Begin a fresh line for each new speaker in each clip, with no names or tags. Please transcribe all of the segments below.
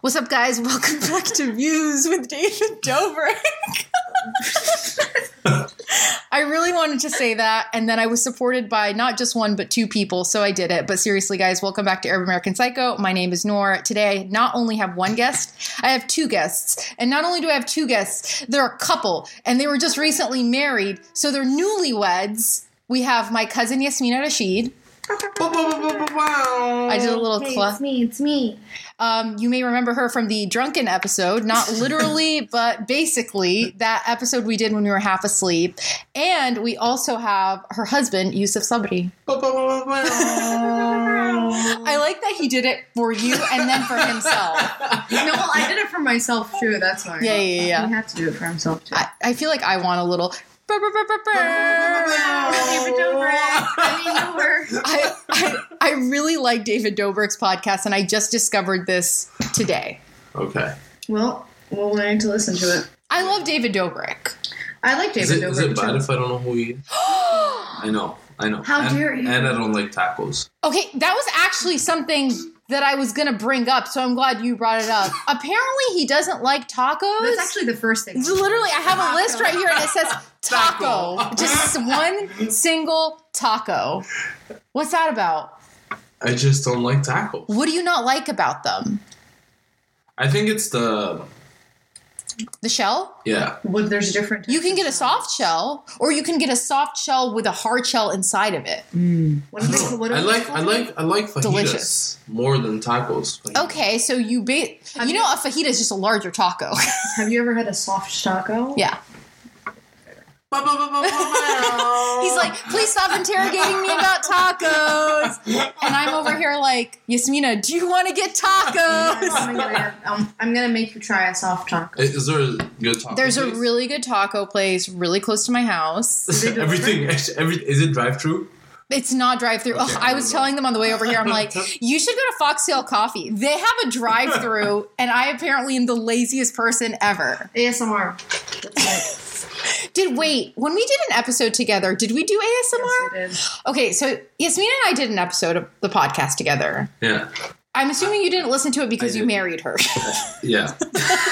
What's up, guys? Welcome back to Views with David Dobrik. I really wanted to say that, and then I was supported by not just one but two people, so I did it. But seriously, guys, welcome back to Arab American Psycho. My name is Nora. Today, I not only have one guest, I have two guests, and not only do I have two guests, they're a couple, and they were just recently married, so they're newlyweds. We have my cousin Yasmina Rashid. I
Oh,
did a little
Hey,
cla-
it's me, it's me.
Um, you may remember her from the drunken episode, not literally, but basically that episode we did when we were half asleep. And we also have her husband, Yusuf Sabri. I like that he did it for you and then for himself.
No, well, I did it for myself too. That's why.
Yeah, yeah, yeah.
He had to do it for himself too.
I, I feel like I want a little. brr, brr, brr, brr, brr.
David Dobrik. I mean, you were.
I, I, I really like David Dobrik's podcast, and I just discovered this today.
Okay.
Well, we'll learn to listen to it.
I love David Dobrik.
I like
Is it,
David Dobrik
is it
too.
bad if I don't know who he is? I know. I know.
How
and,
dare you.
And I don't like tacos.
Okay, that was actually something that I was gonna bring up, so I'm glad you brought it up. Apparently, he doesn't like tacos.
That's actually the first thing.
It's literally, I have a list right here, and it says taco,
Taco.
just one single taco. What's that about?
I just don't like tacos.
What do you not like about them?
I think it's the
The shell?
yeah.
Well, there's different.
You can get a soft shell, or you can get a soft shell with a hard shell inside of it.
Mm-hmm. What are they, what are
I
they
like I
called?
like I like fajitas
Delicious.
more than tacos.
Okay, so you ba-
Have
you
you-
know a fajita is just a larger taco.
Have you ever had a soft taco?
yeah. He's like, please stop interrogating me about tacos. And I'm over here like, Yasmina, do you want to get tacos?
I'm gonna, um, I'm gonna make you try a soft taco.
Is there a good taco?
There's a
place?
really good taco place really close to my house.
they deliver?
everything. Every is it drive through?
It's not drive through.
Okay.
I was telling them on the way over here, I'm like, you should go to Foxtail Coffee. They have a drive through, and I apparently am the laziest person ever.
ASMR.
Did wait, when we did an episode together, did we do ASMR?
Yes, it is.
Okay, so Yasmina and I did an episode of the podcast together.
Yeah.
I'm assuming you didn't listen to it because you
didn't.
married her.
Yeah.
because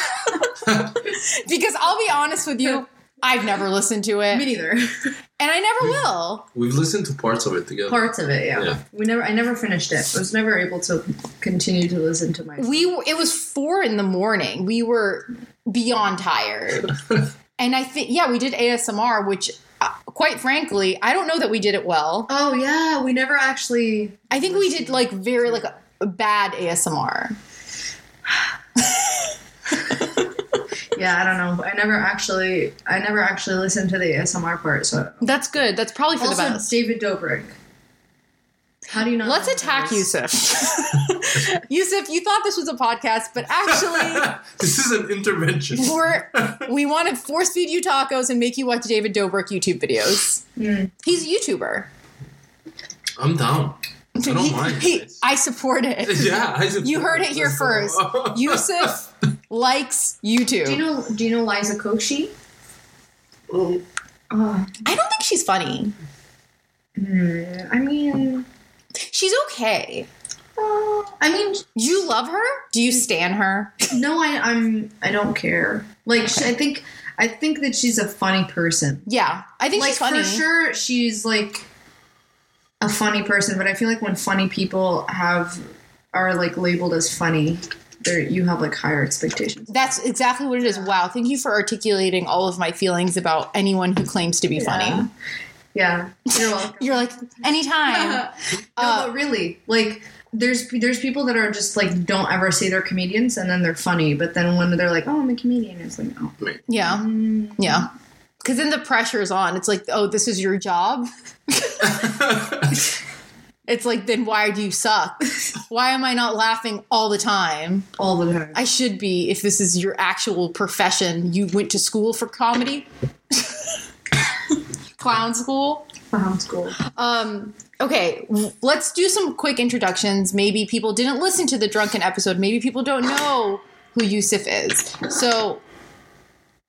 I'll be honest with you, I've never listened to it,
Me
and
neither.
I never will.
We've listened to parts of it together.
Parts of it, yeah.
Yeah.
We never. I never finished it. I was never able to continue to listen to my.
We were- it was four in the morning. We were beyond tired, and I think yeah, we did ASMR, which uh, quite frankly, I don't know that we did it well.
Oh yeah, we never actually.
I think we did like very like a bad ASMR.
Yeah, I don't know. I never actually. I never actually listened to the ASMR part. So
That's good. That's probably for the
also
best.
David Dobrik. How do you not?
Let's
know
attack
this?
Yusuf. Yusuf, you thought this was a podcast, but actually.
this is an intervention.
We're, we want to force feed you tacos and make you watch David Dobrik YouTube videos.
Mm.
He's a YouTuber.
I'm down. I don't
He-
mind.
he- I support it.
yeah, I just-
You heard it here first. Yusuf likes YouTube.
Do you know? Do you know Liza Koshy? Oh,
I don't think she's funny.
hmm, I mean,
She's okay.
uh, I mean,
You love her? Do you stan her?
no, I, I'm. I don't care. Like, she, I think, I think that she's a funny person.
Yeah, I think
like
she's funny.
for sure she's like a funny person but i feel like when funny people have are like labeled as funny there you have like higher expectations
That's exactly what it is. Wow, thank you for articulating all of my feelings about anyone who claims to be
Yeah.
funny.
yeah you're welcome
You're like, anytime.
no
Uh,
but really like there's there's people that are just like don't ever say they're comedians and then they're funny but then when they're like oh i'm a comedian it's like oh
yeah,
mm,
yeah. Because then the pressure is on. It's like, oh, this is your job. It's like, then why do you suck? why am I not laughing all the time?
all the time
I should be if this is your actual profession. You went to school for comedy, clown school.
from school
Um, okay, w- let's do some quick introductions. Maybe people didn't listen to the drunken episode. Maybe people don't know who Yusuf is. So,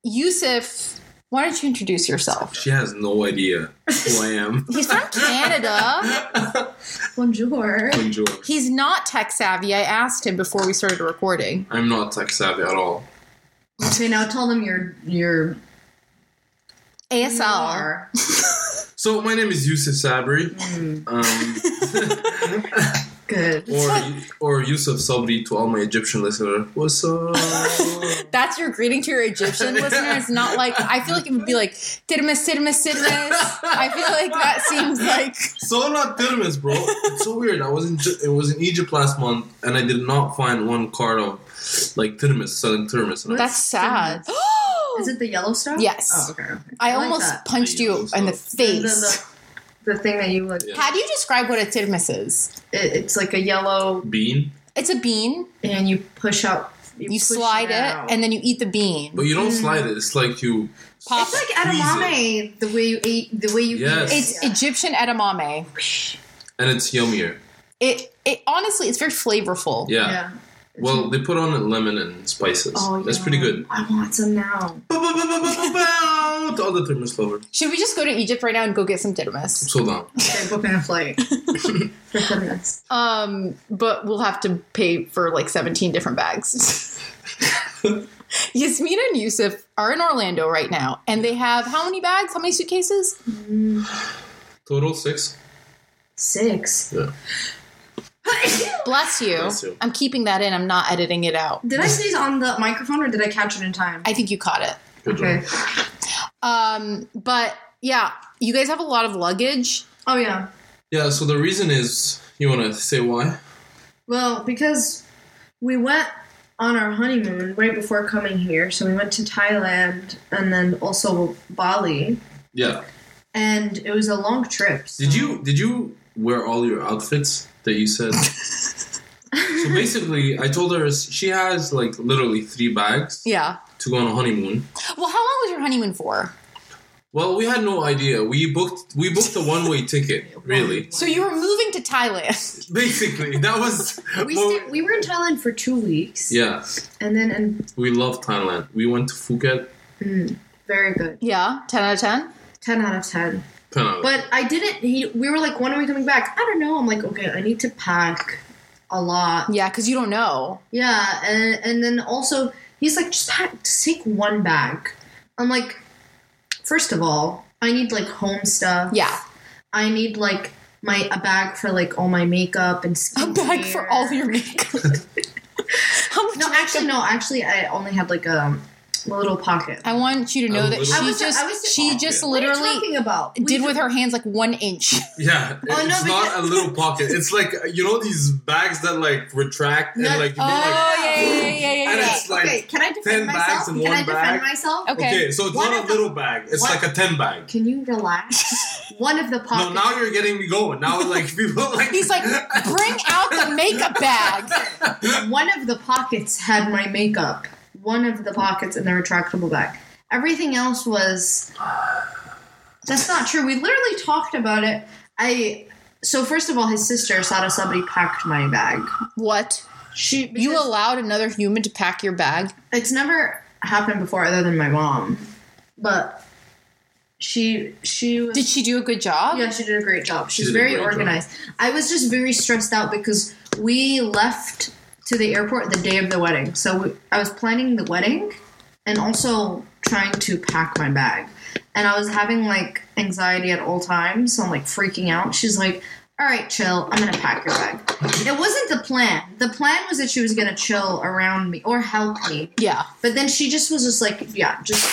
Yusuf Why don't you introduce yourself?
She has no idea who I am.
He's from Canada.
Bonjour.
Enjoy.
He's not tech savvy. I asked him before we started recording.
I'm not tech savvy at all.
Okay, now tell them your your
ASL.
So my name is Yusuf Sabri,
Mm,
um,
good.
or or Yusuf Sabri to all my Egyptian listeners. What's up?
That's your greeting to your Egyptian listeners. Not like I feel like it would be like tirmis tirmis tirmis. I feel like that seems like
so not Tirmis, bro. It's so weird. I was in Ju- it was in Egypt last month, and I did not find one card of like Tirmis selling Tirmis. And I-
that's sad.
Is it the yellow stuff?
Yes.
Oh, okay. okay.
I,
I like
almost
that.
punched you in the
The,
face.
the, the thing that you like,
Yeah.
How do you describe what a tirmis is?
it, it's like a yellow,
bean,
It's a bean.
and you push up.
You slide it, and then you eat the bean.
but you don't
Mm.
slide it. It's like you.
Pop.
it's like edamame. The way you eat, the way you
Yes.
eat.
It's Egyptian edamame.
and it's yummier.
It it honestly, it's very flavorful.
Yeah. Well, they put on a lemon and spices.
Oh,
That's
yeah.
pretty good.
I want some now.
Bow, bow, bow, bow, bow, bow, to all the Tirmis lovers.
Should we just go to Egypt right now and go get some tirmis?
So down.
Okay, booking a flight. For goodness.
Um, but we'll have to pay for like 17 different bags. Yasmina and Yusuf are in Orlando right now, and they have how many bags? How many suitcases?
Mm,
Total six.
Six.
Yeah.
Bless you.
Bless you.
I'm keeping that in. I'm not editing it out.
did I sneeze on the microphone or did I catch it in time?
I think you caught it.
Good job.
okay.
Um, but yeah, you guys have a lot of luggage.
Oh yeah.
Yeah, so the reason is you want to say why?
Well, because we went on our honeymoon right before coming here, so we went to Thailand and then also Bali,
Yeah.
and it was a long trip. so-
Did you did you wear all your outfits that you said? so basically, I told her she has like literally three bags
Yeah.
to go on a honeymoon.
Well, how long was your honeymoon for?
Well, we had no idea. We booked we booked a one way ticket. Really,
So you were moving to Thailand.
basically, that was.
We,
well,
stayed, we were in Thailand for two weeks,
yeah,
and then and
we love Thailand. We went to Phuket.
mm, very good,
Yeah, 10 out of 10.
ten out of ten.
Penang.
But I didn't. He, we were like, when are we coming back? I don't know. I'm like, okay, I need to pack a lot.
Yeah, because you don't know.
Yeah, and and then also he's like, just pack, just take one bag. I'm like, first of all, I need like home stuff.
Yeah.
I need like my a bag for like all my makeup and
A
skincare.
bag for all your makeup. How much
No,
makeup-
actually, no, actually, I only had like a, a little pocket.
I want you to know
A
that
little-
she
I
was-
just
I was-
she just
What are you
literally
talking about?
did
We-
with her hands like one inch.
Yeah,
Oh,
it's
no,
not
because-
a little pocket. It's like you know these bags that like retract and
No.
like you
Oh
go like
yeah, yeah, yeah, yeah,
and
yeah.
it's like
okay, can I
10
defend myself?
bags in
can
one
I defend
bag.
myself?
Okay.
okay. so it's
One
not
of
a
the-
little bag. It's
One-
like a ten bag.
Can you relax? One of the
No,
pockets.
now you're getting me going. Now like people like
He's like, bring out the makeup bag.
One of the pockets had my makeup. One of the pockets in the retractable bag. Everything else was. That's not true. We literally talked about it. I. So first of all, his sister Sada somebody packed my bag.
What?
She
You
because
allowed another human to pack your bag?
It's never happened before, other than my mom. But she she was,
Did she do a good job?
Yeah, she did a great job. She's
did a
very
great job.
organized. I was just very stressed out because we left to the airport the day of the wedding. So we, I was planning the wedding and also trying to pack my bag. And I was having like anxiety at all times. So I'm like freaking out. She's like, all right, chill. I'm going to pack your bag. It wasn't the plan. The plan was that she was going to chill around me or help me.
Yeah.
But then she just was just like, yeah, just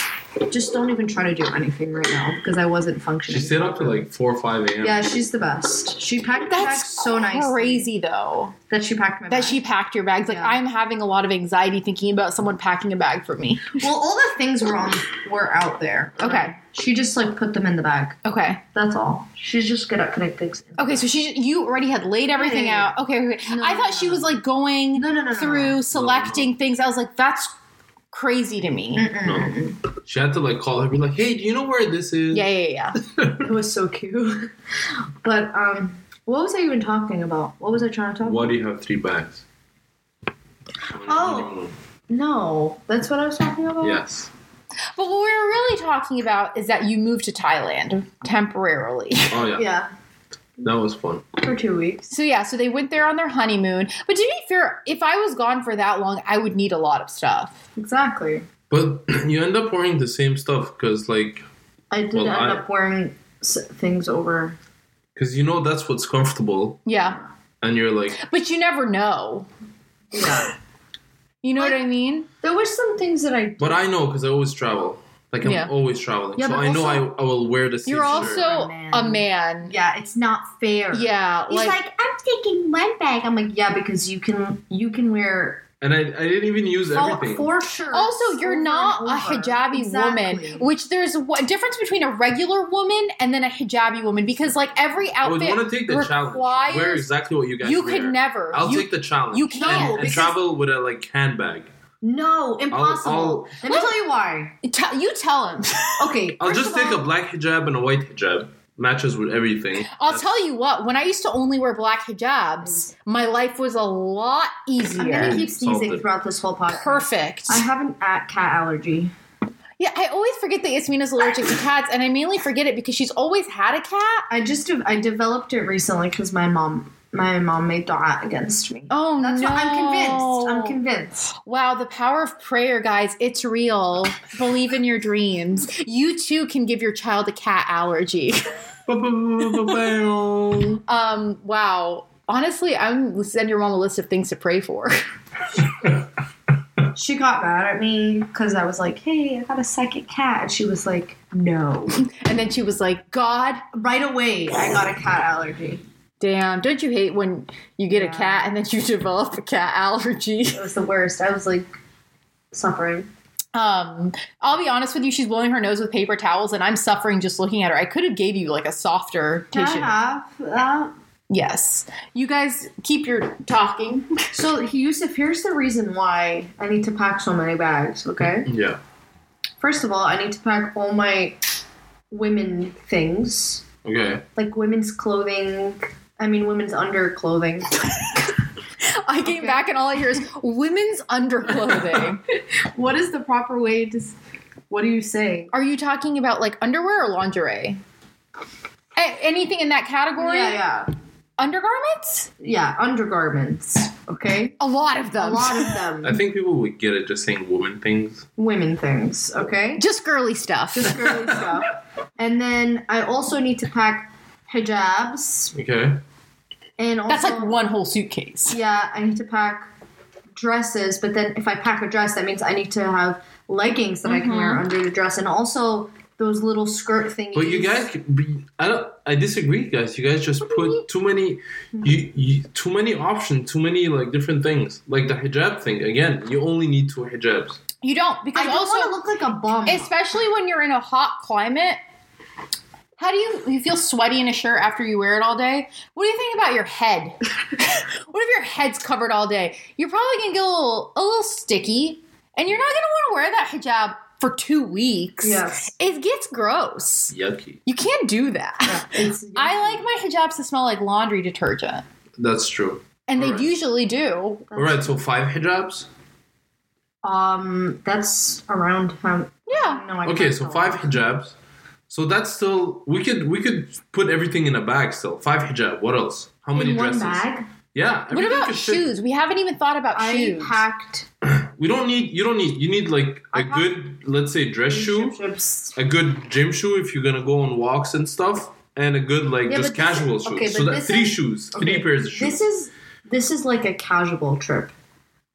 just don't even try to do anything right now because I wasn't functioning.
She stayed up till like four or five a.m.
Yeah, she's the best. She packed my bag
That's
so nice.
Crazy though
that she packed my
that
bag.
she packed your bags. Like
Yeah.
I'm having a lot of anxiety thinking about someone packing a bag for me.
well, all the things were on were out there.
Okay.
She just like put them in the bag.
Okay.
That's all. She's just good at putting things. In the
Okay,
bag.
so she you already had laid everything
yeah,
out. Okay, okay.
No,
I
no,
thought
no,
she
no.
was like going
No, no, no, no, no.
through selecting things. I was like, that's crazy to me.
Mm-mm,
No.
mm-mm.
She had to like call her, be like, "Hey, do you know where this is?"
Yeah, yeah, yeah.
It was so cute. but um, what was I even talking about? What was I trying to talk?
Why do you have three bags? On your
Oh.
honeymoon.
about? No, that's what I was talking about.
Yes.
But what we were really talking about is that you moved to Thailand temporarily.
Oh yeah,
Yeah,
that was fun.
for two weeks.
So yeah, so they went there on their honeymoon. But to be fair, if I was gone for that long, I would need a lot of stuff.
Exactly.
But you end up wearing the same stuff because, like,
I did
Well,
end
I-
up wearing s- things over.
because you know that's what's comfortable,
Yeah.
and you're like,
But you never know.
Yeah.
You know
Like-
what I mean?
there were some things that I.
but I know because I always travel. Like I'm
Yeah.
always traveling,
Yeah,
so
but
I know I,
also-
I will wear the same.
You're
shirt.
also
a
a
man.
man.
Yeah, it's not fair.
Yeah.
He's like, I'm taking one bag. I'm like, yeah, because you can you can wear
and I, I didn't even use
all
everything.
four shirts.
also,
over
you're
and
not a
over.
hijabi
Exactly.
woman, which there's a wa- difference between a regular woman and then a hijabi woman because like every
I would
outfit
want to take the challenge.
requires-
Wear exactly what you guys
you
wear.
could never.
I'll
you,
take the challenge.
you
and-
can't.
No,
and,
because-
travel with a like handbag.
No, impossible.
I'll-
Let me tell you why.
Tell- you tell him.
Okay,
I'll
first
just
of
take
all,
a black hijab and a white hijab. Matches with everything.
I'll
That's-
tell you what. When I used to only wear black hijabs, my life was a lot
I'm
easier.
gonna keep sneezing
Salted.
throughout this whole podcast.
Perfect.
I have an at cat allergy.
Yeah, I always forget that Yasmina's allergic to cats, and I mainly forget it because she's always had a cat.
I just de- I developed it recently because my mom my mom made dua against me.
Oh
That's
no!
what I'm convinced. I'm convinced.
Wow, the power of prayer, guys. It's real. Believe in your dreams. You too can give your child a cat allergy.
Ba-ba-ba-ba-bam.
Um, wow. Honestly, I'm send your mom a list of things to pray for.
She got mad at me because I was like, "Hey, I got a second cat," and she was like, "No."
And then she was like, God
Right away, I got a cat allergy.
damn, don't you hate when you get
Yeah.
a cat and then you develop a cat allergy?
It was the worst. I was like suffering.
Um, I'll be honest with you, she's blowing her nose with paper towels, and I'm suffering just looking at her. I could have gave you like a softer
Can
tissue.
I have that?
Yes. You guys keep your talking.
So, Yusuf, here's the reason why I need to pack so many bags. Okay.
yeah.
First of all, I need to pack all my women things,
Okay.
like women's clothing. I mean, women's underclothing.
I came
Okay.
back and all I hear is women's underclothing.
what is the proper way to? s- What do you say?
Are you talking about like underwear or lingerie? A- anything in that category?
Yeah, yeah,
Undergarments?
yeah. Undergarments. Okay.
A lot of
A
them.
lot of them.
I think people would get it just saying woman things.
women things. Okay.
Just girly stuff.
Just girly stuff. And then I also need to pack hijabs
Okay.
and also
That's like one whole suitcase.
Yeah, I need to pack dresses, but then if I pack a dress, that means I need to have leggings that I can
Mm-hmm.
wear under the dress, and also those little skirt thingies.
But you guys, I don't. I disagree, guys. You guys just
do you
put too many, you, you too many options, too many like different things. Like the hijab thing again. You only need two hijabs.
You don't
I
because
don't
also
want to look like a bum.
especially when you're in a hot climate. How do you you feel sweaty in a shirt after you wear it all day? What do you think about your head? what if your head's covered all day? You're probably gonna get a little a little sticky, and you're not gonna want to wear that hijab for two weeks.
Yes.
it gets gross.
Yucky.
You can't do that.
It's-
I like my hijabs to smell like laundry detergent,
That's true.
and they
Alright.
usually do.
All right. So five hijabs.
um. That's around how.
Yeah,
No, I
Okay.
can't
So
tell.
five hijabs. So that's still we could we could put everything in a bag still. Five hijab. What else? How many
in one
dresses?
bag.
Yeah.
What
everything
about
could fit.
shoes? We haven't even thought about
I
shoes.
packed
We don't need. You don't need. You need like
I
a
have-
good, let's say, dress shoe.
chips.
a good gym shoe if you're gonna go on walks and stuff, and a good like
Yeah,
just
but this-
casual
okay,
shoes.
but
So that
this
three
is-
shoes,
okay,
three pairs of shoes.
This is this is like a casual trip.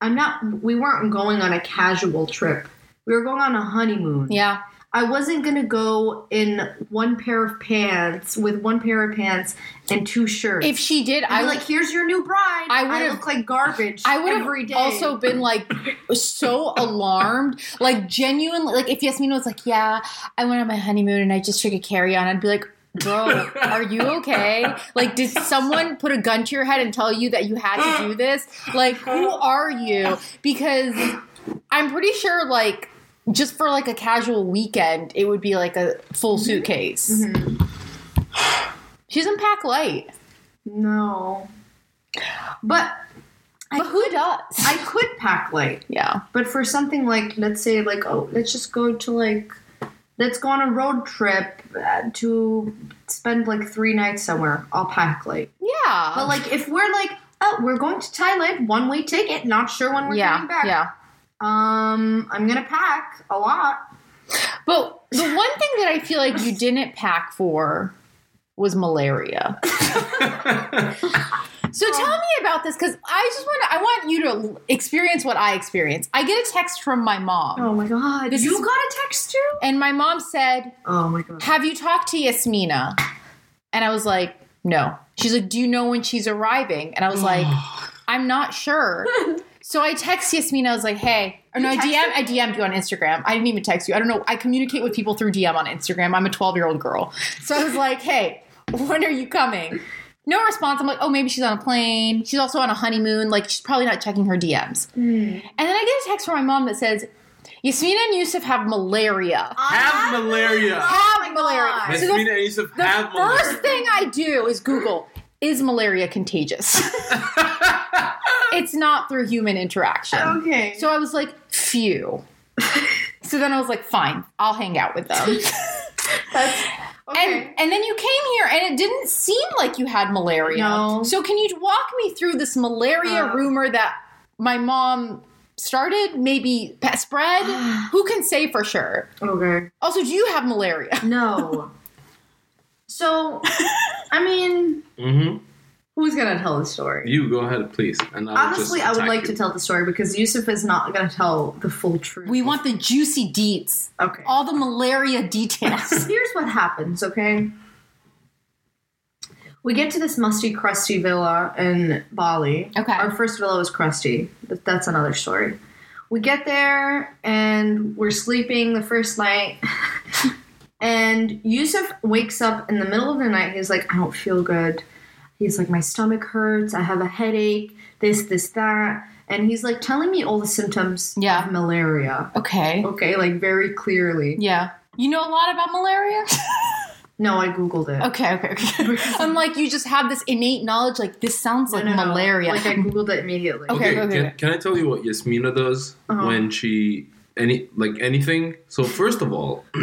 I'm not. We weren't going on a casual trip. We were going on a honeymoon.
yeah,
I wasn't gonna go in one pair of pants with one pair of pants and two shirts.
if she did, I
I am
would
like, here's your new bride.
I
I
would've-
look like garbage.
I would
every
have
day.
also been like so alarmed, like genuinely. Like if Yasmina was like, "Yeah, I went on my honeymoon and I just took a carry on," I'd be like, "Bro, are you okay? Like, did someone put a gun to your head and tell you that you had to do this? Like, who are you?" Because I'm pretty sure, like, just for like a casual weekend, it would be like a full
Mm-hmm.
suitcase.
Mhm.
She doesn't pack light.
no. But
But who does?
I could pack light.
Yeah.
But for something like, let's say, like, oh, let's just go to like, let's go on a road trip uh, to spend like three nights somewhere. I'll pack light.
Yeah.
But like, if we're like, oh, we're going to Thailand, one way ticket, not sure when we're
yeah.
coming back.
Yeah.
Um, I'm gonna pack a lot.
But the one thing that I feel like you didn't pack for was malaria. So tell me about this because I just want to. I want you to experience what I experienced. I get a text from my mom,
Oh my god,
This
you
is-
got a text too?
and my mom said,
Oh my god.
"Have you talked to Yasmina?" And I was like, "No." She's like, "Do you know when she's arriving?" And I was like, "I'm not sure." So I text Yasmina. I was like, "Hey," or no, I
You
DM. I DM'd you on Instagram. I didn't even text you. I don't know. I communicate with people through DM on Instagram. I'm a 12 year old girl, so I was like, "Hey, when are you coming?" No response. I'm like, "Oh, maybe she's on a plane. She's also on a honeymoon. Like she's probably not checking her DMs." And then I get a text from my mom that says, "Yasmina and Yusuf have malaria.
Have malaria.
Have malaria."
God.
Miss
So the
Mina Yusuf
the
have
first
malaria.
thing I do is Google, is malaria contagious? it's not through human interaction.
Okay.
So I was like, phew. so then I was like, fine, I'll hang out with them.
that's
And and then you came here and it didn't seem like you had malaria.
No.
So can you walk me through this malaria
Uh.
rumor that my mom started, maybe pa- spread? Who can say for sure?
okay.
Also, do you have malaria?
No. so, I mean,
Mhm.
who's gonna tell the story?
You go ahead, please. And I'll just
Honestly, I would
attack
like
you.
to tell the story because Yusuf is not gonna tell the full truth.
We want the juicy deets.
okay.
all the malaria details.
Here's what happens, okay? We get to this musty, crusty villa in Bali.
Okay.
Our first villa was crusty. but That's another story. We get there and we're sleeping the first night. and Yusuf wakes up in the middle of the night. He's like, I don't feel good. He's like, my stomach hurts. I have a headache. This, this, that. And he's like telling me all the symptoms
Yeah.
of malaria.
okay.
Okay, like very clearly.
Yeah. You know a lot about malaria?
No, I Googled it.
okay, okay, okay. I'm like, you just have this innate knowledge, like, this sounds like
No, no, no.
malaria.
Like I googled it immediately.
Okay,
Okay,
go ahead.
Can, can I tell you what Yasmina does
Uh-huh.
when she any like anything? So first of all,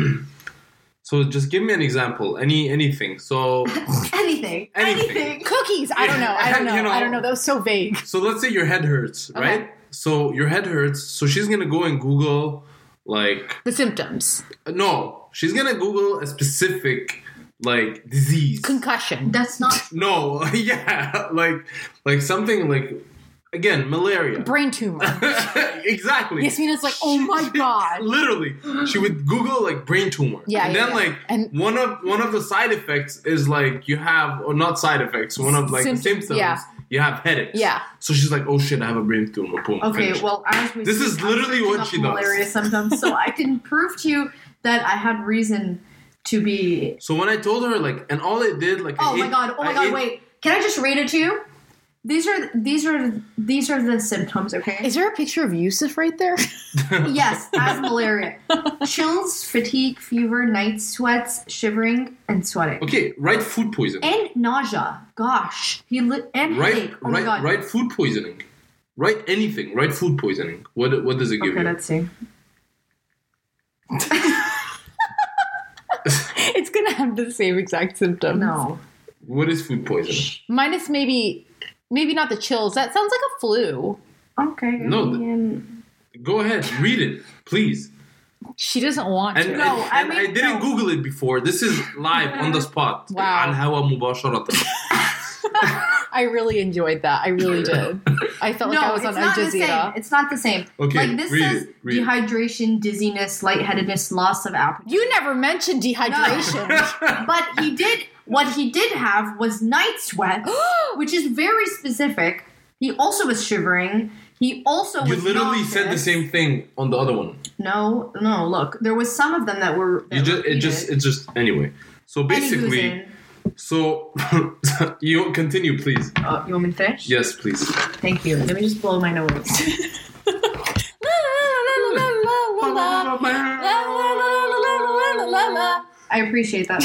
so just give me an example. Any anything. So
Anything.
Anything.
Cookies. I don't know. I don't know.
You know-
I don't know. That was so vague.
so let's say your head hurts, right? So your head hurts. So she's gonna go and Google like
The symptoms
no, she's gonna Google a specific like disease.
concussion.
That's not
No, yeah, like like something like again malaria.
Brain tumor.
exactly.
Yasmina's like, oh my god.
Literally, she would Google like brain tumor.
Yeah,
and
yeah,
then
yeah.
like
And-
one of one of the side effects is like you have or not side effects. One of like
Symptoms,
symptoms. symptoms
yeah.
You have headaches.
Yeah.
So she's like, oh shit, I have a brain tumor. Boom.
okay.
finished.
Well, as we
This
speak,
is
I'm
literally
searching
what
up
she does.
malaria symptoms, so I can prove to you that I had reason to be.
So when I told her like, and all I did like, I
Oh my
ate-
god! Oh my
I
god!
ate-
Wait, can I just read it to you? These are these are these are the symptoms. Okay.
Is there a picture of Yusuf right there?
yes, as malaria, chills, fatigue, fever, night sweats, shivering, and sweating,
Okay, right. Food poisoning.
and nausea. Gosh, he li- and
right.
headache. Oh my
right.
god.
Right. Food poisoning. Right. Anything. Right. Food poisoning. What What does it give
Okay,
you?
let's see.
it's gonna have the same exact symptoms.
No.
What is food poisoning?
Minus maybe, maybe not the chills. That sounds like a flu.
Okay.
No, th- Go ahead, read it, please.
She doesn't want
And,
to.
No,
and-
I
and
mean,
I didn't
no.
Google it before. This is live on the spot.
Wow.
Al hawa mubasharatan.
I really enjoyed that. I really did. I felt like I was
it's
on Al
not the same.
Jazeera.
It's not the same.
Okay,
like this
read
says
it, read it.
dehydration, dizziness, lightheadedness, loss of appetite.
You never mentioned dehydration.
But he did. What he did have was night sweat, which is very specific. He also was shivering. He also
You
was
literally said the
nauseous.
same thing on the other one.
No, no. Look, there was some of them that were. That
You just, it
repeated.
just, it just. Anyway, so
Any
basically,
goozin.
so you continue, please.
Oh, you want me to finish?
Yes, please.
Thank you. Let me just blow my nose. I appreciate that.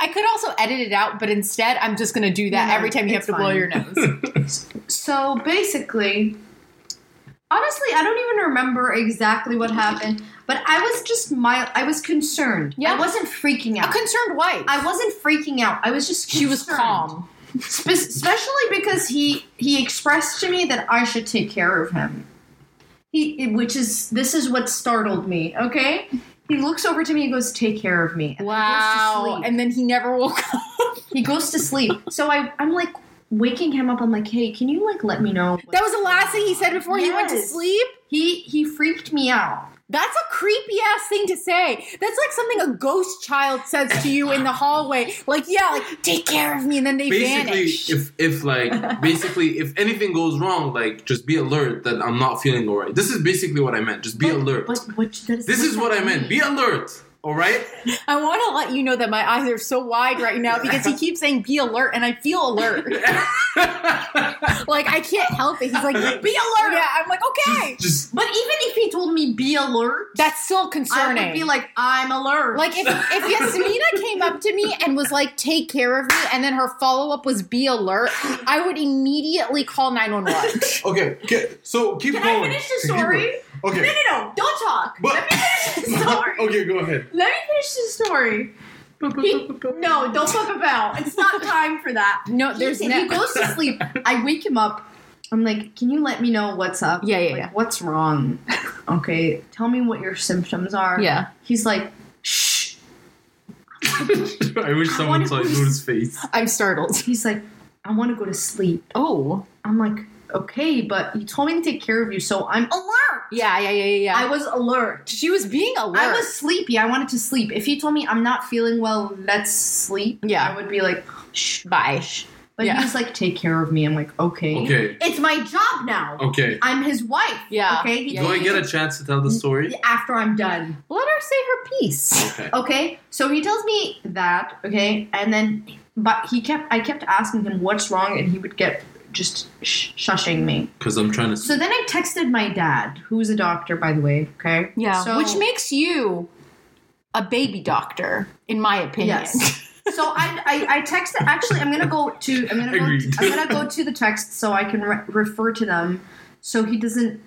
I could also edit it out, but instead I'm just going to do that
No,
every time you have
it's
to blow
fine.
your nose.
So basically, honestly, I don't even remember exactly what happened, but I was just my I was concerned.
Yeah.
I wasn't freaking
A
out.
concerned wife.
I wasn't freaking out. I was just
she was
concerned.
calm.
Spe- especially because he he expressed to me that I should take care of him. He, which is this is what startled me. Okay, he looks over to me and goes, "Take care of me." And then goes to
Wow.
sleep.
And then he never woke up.
he goes to sleep. So I I'm like waking him up. I'm like, "Hey, can you like let me know?" what's
That was the last thing he said before he went to
Yes.
sleep.
He he freaked me out.
That's a creepy ass thing to say. That's like something a ghost child says to you in the hallway. Like, yeah, like take care of me, and then they
Basically,
vanish.
if if like basically if anything goes wrong, like just be alert that I'm not feeling alright. This is basically what I meant. Just be
But-
alert.
But what that is
this is what I meant. Be alert. All right.
I want to let you know that my eyes are so wide right now because he keeps saying "be alert," and I feel alert. like I can't help it. He's like, "Be alert!" Yeah, I'm like, okay.
just
But even if he told me be alert,
That's still
I
concerning.
would be like, I'm alert.
Like if if Yasmina came up to me and was like, "Take care of me," and then her follow up was "Be alert," I would immediately call nine one one.
okay. okay, So keep
can
going.
I finish the
Keep going.
story?
Okay.
No, no, no! Don't talk.
But-
Let me finish the story.
okay, go ahead.
Let me finish the story. He- no, don't fuck about. It's not time for that.
No, there's
he,
no.
he goes to sleep. I wake him up. I'm like, can you let me know what's up?
Yeah, yeah,
Like,
yeah.
What's wrong? Okay, tell me what your symptoms are.
Yeah.
He's like, shh.
I wish
I
someone
wanna
saw
go to-
Noor's face.
I'm startled.
He's like, I want to go to sleep.
Oh,
I'm like, okay, but you told me to take care of you, so I'm alert.
yeah, yeah, yeah, yeah.
I was alert.
she was being alert.
I was sleepy. I wanted to sleep. If he told me I'm not feeling well, let's sleep.
Yeah.
I would be like, shh.
Bye.
But
Yeah.
he was like, take care of me. I'm like, okay.
Okay.
It's my job now.
Okay.
I'm his wife.
Yeah.
Okay. He
Yeah,
Do
told
I
me
get
to
a chance to tell the story?
after I'm done.
Let her say her piece.
Okay.
Okay, so he tells me that, okay, and then but he kept I kept asking him what's wrong, and he would get just sh- shushing me.
Because I'm trying to.
So then I texted my dad, who's a doctor, by the way. Okay, So,
which makes you a baby doctor, in my opinion.
Yes. so I, I I texted. Actually, I'm gonna go to I'm gonna go,
Agreed.
I'm gonna go to the text so I can re- refer to them, so he doesn't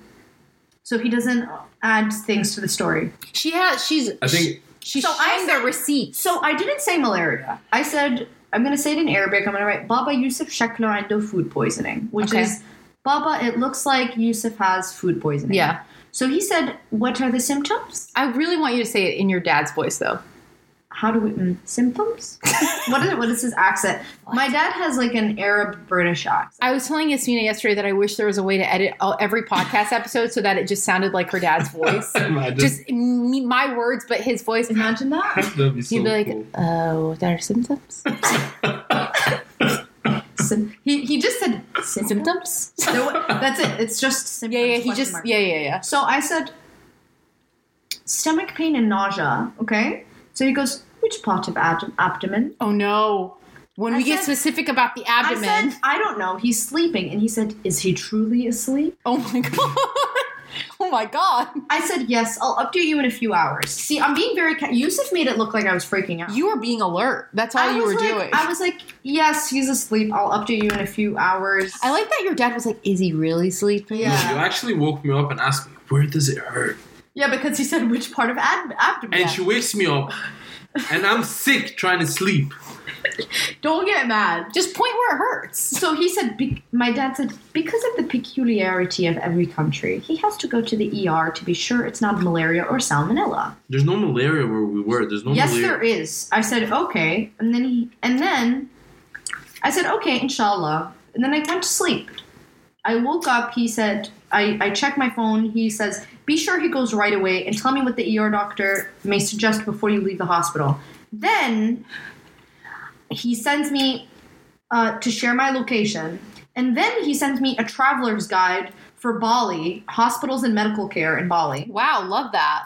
so he doesn't add things to the story.
she has. She's.
I think.
She's
So I
showing the receipts.
So I didn't say malaria. I said I'm gonna say it in Arabic. I'm gonna write Baba Yusuf Shaklarindo food poisoning, which
Okay.
is Baba. It looks like Yusuf has food poisoning.
Yeah.
So he said, "What are the symptoms?
I really want you to say it in your dad's voice, though.
How do we mm, symptoms? what is what is his accent? My dad has like an Arab British accent.
I was telling Yasmina yesterday that I wish there was a way to edit all, every podcast episode so that it just sounded like her dad's voice.
Imagine.
just me, my words, but his voice.
Imagine that.
That'd be so
He'd be like,
cool.
"Oh, there are symptoms.
Sym- he he just said symptoms.
symptoms?
No, that's it. It's just symptoms.
Yeah, yeah. He
question
just.
mark.
Yeah, yeah, yeah.
So I said, stomach pain and nausea. Okay. So he goes, which part of ab- abdomen?
Oh no! When
I
we get
said-
specific about the
I
abdomen.
said, I don't know. He's sleeping. And he said, is he truly asleep?
oh my god! oh my god!
I said, yes, I'll update you in a few hours. See, I'm being very, ca- Yusuf made it look like I was freaking out.
You were being alert. That's all
I
you
was
were
like,
doing.
I was like, yes, he's asleep. I'll update you in a few hours.
I like that your dad was like, "Is he really sleeping?"
Yeah.
You actually woke me up and asked me, where does it hurt?
Yeah, because he said, which part of ab- abdomen?
And she wakes me up and I'm sick trying to sleep.
don't get mad.
Just point where it hurts.
So he said, be- my dad said, because of the peculiarity of every country, he has to go to the ER to be sure it's not malaria or salmonella.
There's no malaria where we were. There's no
yes,
malaria.
there is. I said, okay. And then he, and then I said, okay, inshallah. And then I went to sleep. I woke up. He said, I, I checked my phone. He says, be sure he goes right away and tell me what the ER doctor may suggest before you leave the hospital. Then he sends me uh, to share my location. And then he sends me a traveler's guide for Bali, hospitals and medical care in Bali.
Wow, love that.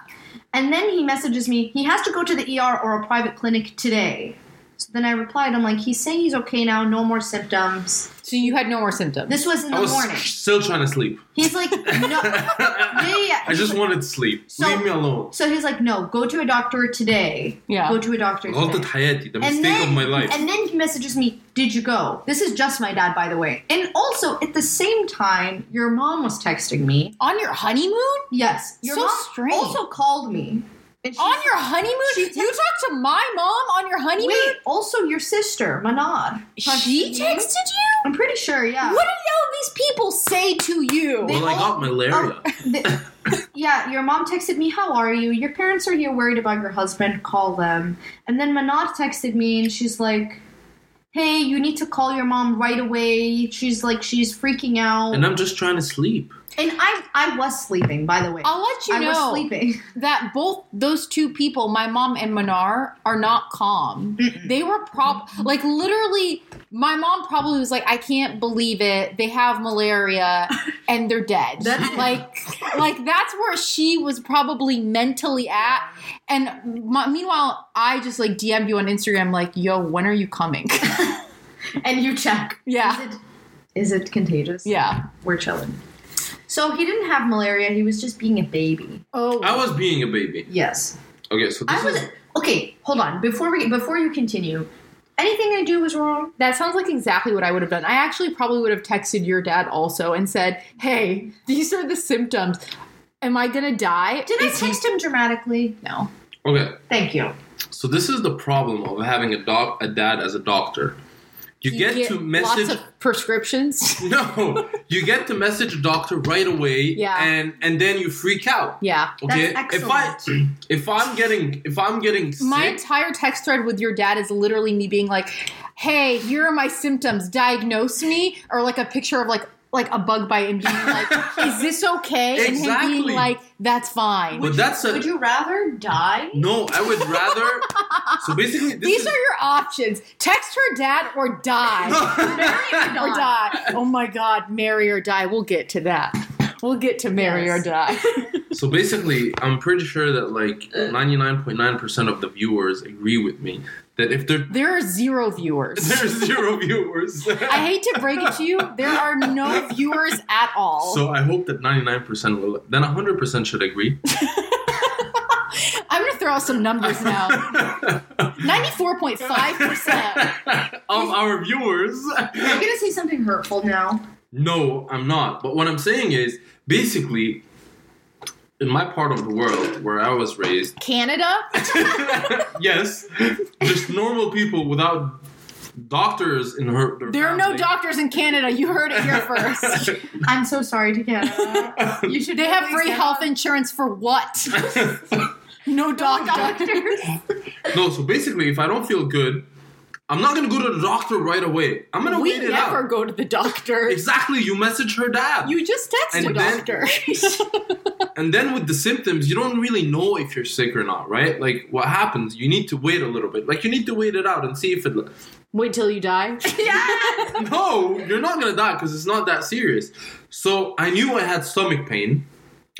And then he messages me, he has to go to the ER or a private clinic today. So then I replied, I'm like, he's saying he's okay now, no more symptoms.
So you had no more symptoms.
This was in
I
the
was
morning.
still trying to sleep.
He's like, no. Yeah, yeah, yeah.
I just wanted sleep.
So-
Leave me alone.
So he's like, no, go to a doctor today.
Yeah.
Go to a doctor
غلطة
today.
حياتي, the mistake of my life.
and then he messages me, did you go? This is just my dad, by the way. And also, at the same time, your mom was texting me.
On your honeymoon?
Yes. Your
So
mom
strange.
also called me. And she-
On your honeymoon?
She text-
you talk to my mom on your honeymoon?
Wait, also your sister, Manad.
she texted
texted you?
you?
I'm pretty sure, yeah.
What did all these people say to you?
They-
well, I got malaria.
The- yeah, your mom texted me, How are you? Your parents are here worried about your husband. Call them. And then Manad texted me and she's like, Hey, you need to call your mom right away. She's like, She's freaking out.
and I'm just trying to sleep.
And I, I was sleeping, by the way.
I'll let you
I was
know
sleeping.
that both those two people, my mom and Manar, are not calm. They were prob like literally my mom probably was like, I can't believe it. They have malaria and they're dead.
That's-
like like that's where she was probably mentally at. And my, meanwhile, I just like DM'd you on Instagram like, yo, when are you coming?
And you check.
yeah.
Is it, is it contagious?
Yeah.
We're chilling. So he didn't have malaria. He was just being a baby.
Oh
I was being a baby.
Yes.
Okay, so this
I was
is
okay. Hold on. Before we before you continue, anything I do was wrong.
That sounds like exactly what I would have done. I actually probably would have texted your dad also and said, "Hey, these are the symptoms. Am I gonna die?"
Did
Is
I
he-
text him dramatically?
No.
okay.
Thank you.
So this is the problem of having a doc, a dad as a doctor. You,
You
get, to message
lots of prescriptions.
no, you get to message a doctor right away,
Yeah.
and and then you freak out.
yeah.
Okay,
That's
if I if I'm getting if I'm getting sick,
My entire text thread with your dad is literally me being like, "Hey, here are my symptoms. Diagnose me," or like a picture of like like a bug bite and being like, "Is this okay?" And him
Exactly.
being like, "That's fine."
but that's a
Would you rather die?
no. I would rather. so basically, this
These
is,
are your options: text her dad or die.
no.
or die. Oh my God, marry or die. We'll get to that. We'll get to marry
Yes.
or die.
so basically, I'm pretty sure that like 99.9 percent of the viewers agree with me that if there
There are zero viewers.
there's zero viewers,
I hate to break it to you, there are no viewers at all.
So I hope that 99% will, then 100% should agree.
I'm gonna throw out some numbers now. 94.5%.
of our viewers.
You're gonna say something hurtful now.
No, I'm not. But what I'm saying is basically, in my part of the world where I was raised,
Canada?
yes, just normal people without doctors in her. their
There are no
family.
doctors in Canada. You heard it here first.
I'm so sorry to Canada. You should.
They have
always
free
get
health
on-
insurance for what? No doctor.
Doctors.
no, so basically, if I don't feel good, I'm not gonna go to the doctor right away. I'm gonna
We
wait it
never
out.
go to the doctor.
Exactly, you message her dad.
You just text
And
a
then-
doctor.
And then with the symptoms, you don't really know if you're sick or not, right? Like what happens, you need to wait a little bit. Like you need to wait it out and see if it.
Wait till you die.
No, you're not gonna die because it's not that serious. So I knew I had stomach pain,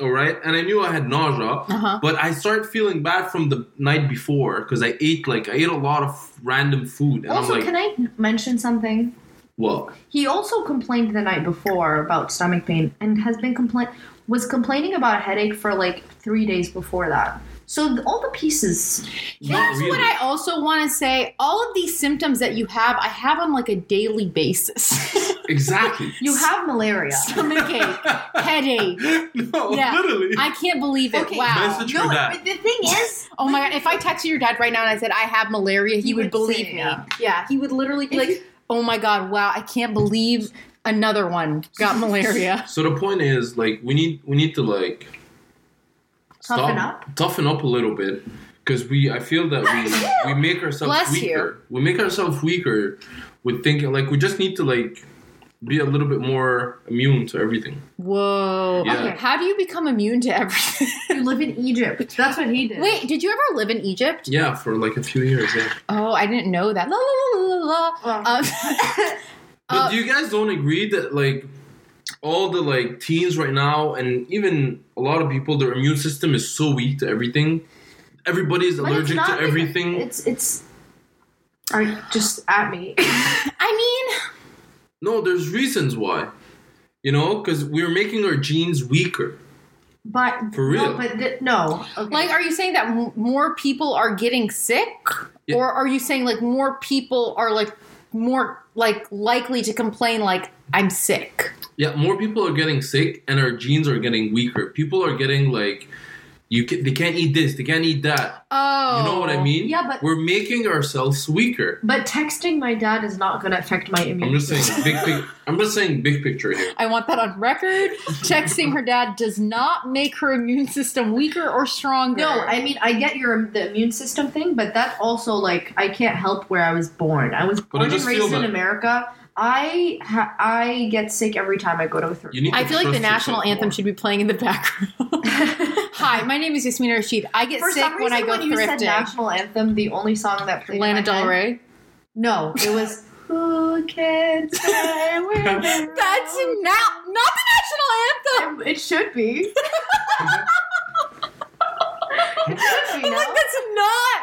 all right, and I knew I had nausea,
Uh-huh.
but I started feeling bad from the night before because I ate like I ate a lot of random food, and
Also,
I'm like,
can I mention something?
well,
He also complained the night before about stomach pain and has been complain was complaining about a headache for like three days before that. So th- all the pieces.
not
That's
really.
what I also want to say. All of these symptoms that you have, I have on like a daily basis.
exactly.
You have malaria.
Stomachache, headache.
no,
Yeah.
literally.
I can't believe it.
Okay.
Wow.
Message her dad.
the thing is,
Oh my god! If I texted your dad right now and I said I have malaria, he,
He
would,
would
believe
say,
me.
yeah.
he would literally be like, "Oh my god! Wow! I can't believe another one got malaria."
So the point is, like, we need we need to like
Toughen up?
toughen up a little bit, because we I feel that we we make ourselves
Bless you.
weaker. We make ourselves weaker with thinking like we just need to like be a little bit more immune to everything.
Whoa!
Yeah.
Okay. How do you become immune to everything?
you live in Egypt. That's what he did.
Wait, did you ever live in Egypt?
Yeah, for like a few years. Yeah,
Oh, I didn't know that. La la la la la.
Well,
la. Um,
but
Uh,
you guys don't agree that like all the like teens right now and even a lot of people their immune system is so weak to everything. Everybody's
but it's
allergic
not
to
like-
everything.
It's it's. Are you just at me?
I mean.
No, there's reasons why. You know, because we're making our genes weaker.
But
For real?
no, but th- no. Okay.
Like, are you saying that m- more people are getting sick,
Yeah.
or are you saying like more people are like more like likely to complain like I'm sick?
Yeah, more people are getting sick, and our genes are getting weaker. People are getting like, you can, they can't eat this, they can't eat that.
Oh,
You know what I mean?
Yeah, but-
we're making ourselves weaker.
but texting my dad is not going to affect my
I'm
immune
just
system.
saying big. pic- I'm just saying big picture here.
I want that on record. Texting her dad does not make her immune system weaker or stronger.
No, I mean I get your the immune system thing, but that also like I can't help where I was born. I was
I
born and
just feel
raised in
that-
America. I ha- I get sick every time I go to a third.
You need. To
I feel like the
trust
national
yourself
anthem
more.
should be playing in the background. Hi, my name is Yasmina Rashid. I get
For
sick
some reason,
when I go
when you said
thrifting.
national anthem, the only song that played in
Lana
my
Del
head-
Rey.
No, it was Who Can Say We're the
That's
Road?"
not not the national anthem.
It should be. It should be,
I'm
no?
like that's not.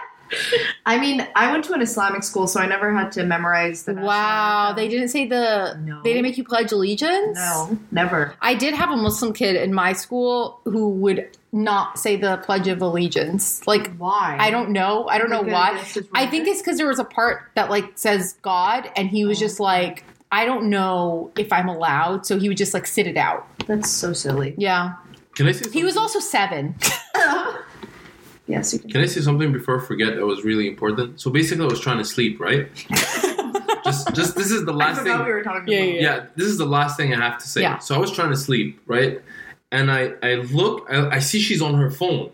I mean, I went to an Islamic school, so I never had to memorize the. national
Wow,
anthem.
they didn't say the.
No.
They didn't make you pledge allegiance.
No, never.
I did have a Muslim kid in my school who would not say the Pledge of Allegiance. Like
Why?
I don't know. I don't know
Okay,
why.
that's just
I think
racist.
it's because there was a part that like says God, and he
Oh.
was just like, I don't know if I'm allowed, so he would just like sit it out.
That's so silly.
Yeah,
Can I say? Something?
he was also seven.
yes, you can.
Can I say something before I forget that was really important? So basically, I was trying to sleep, right? just, just this is the
I
last
forgot
thing.
we were talking
Yeah,
about.
yeah.
yeah, this is the last thing I have to say.
Yeah.
So I was trying to sleep, right? And I, I look, I, I see she's on her phone.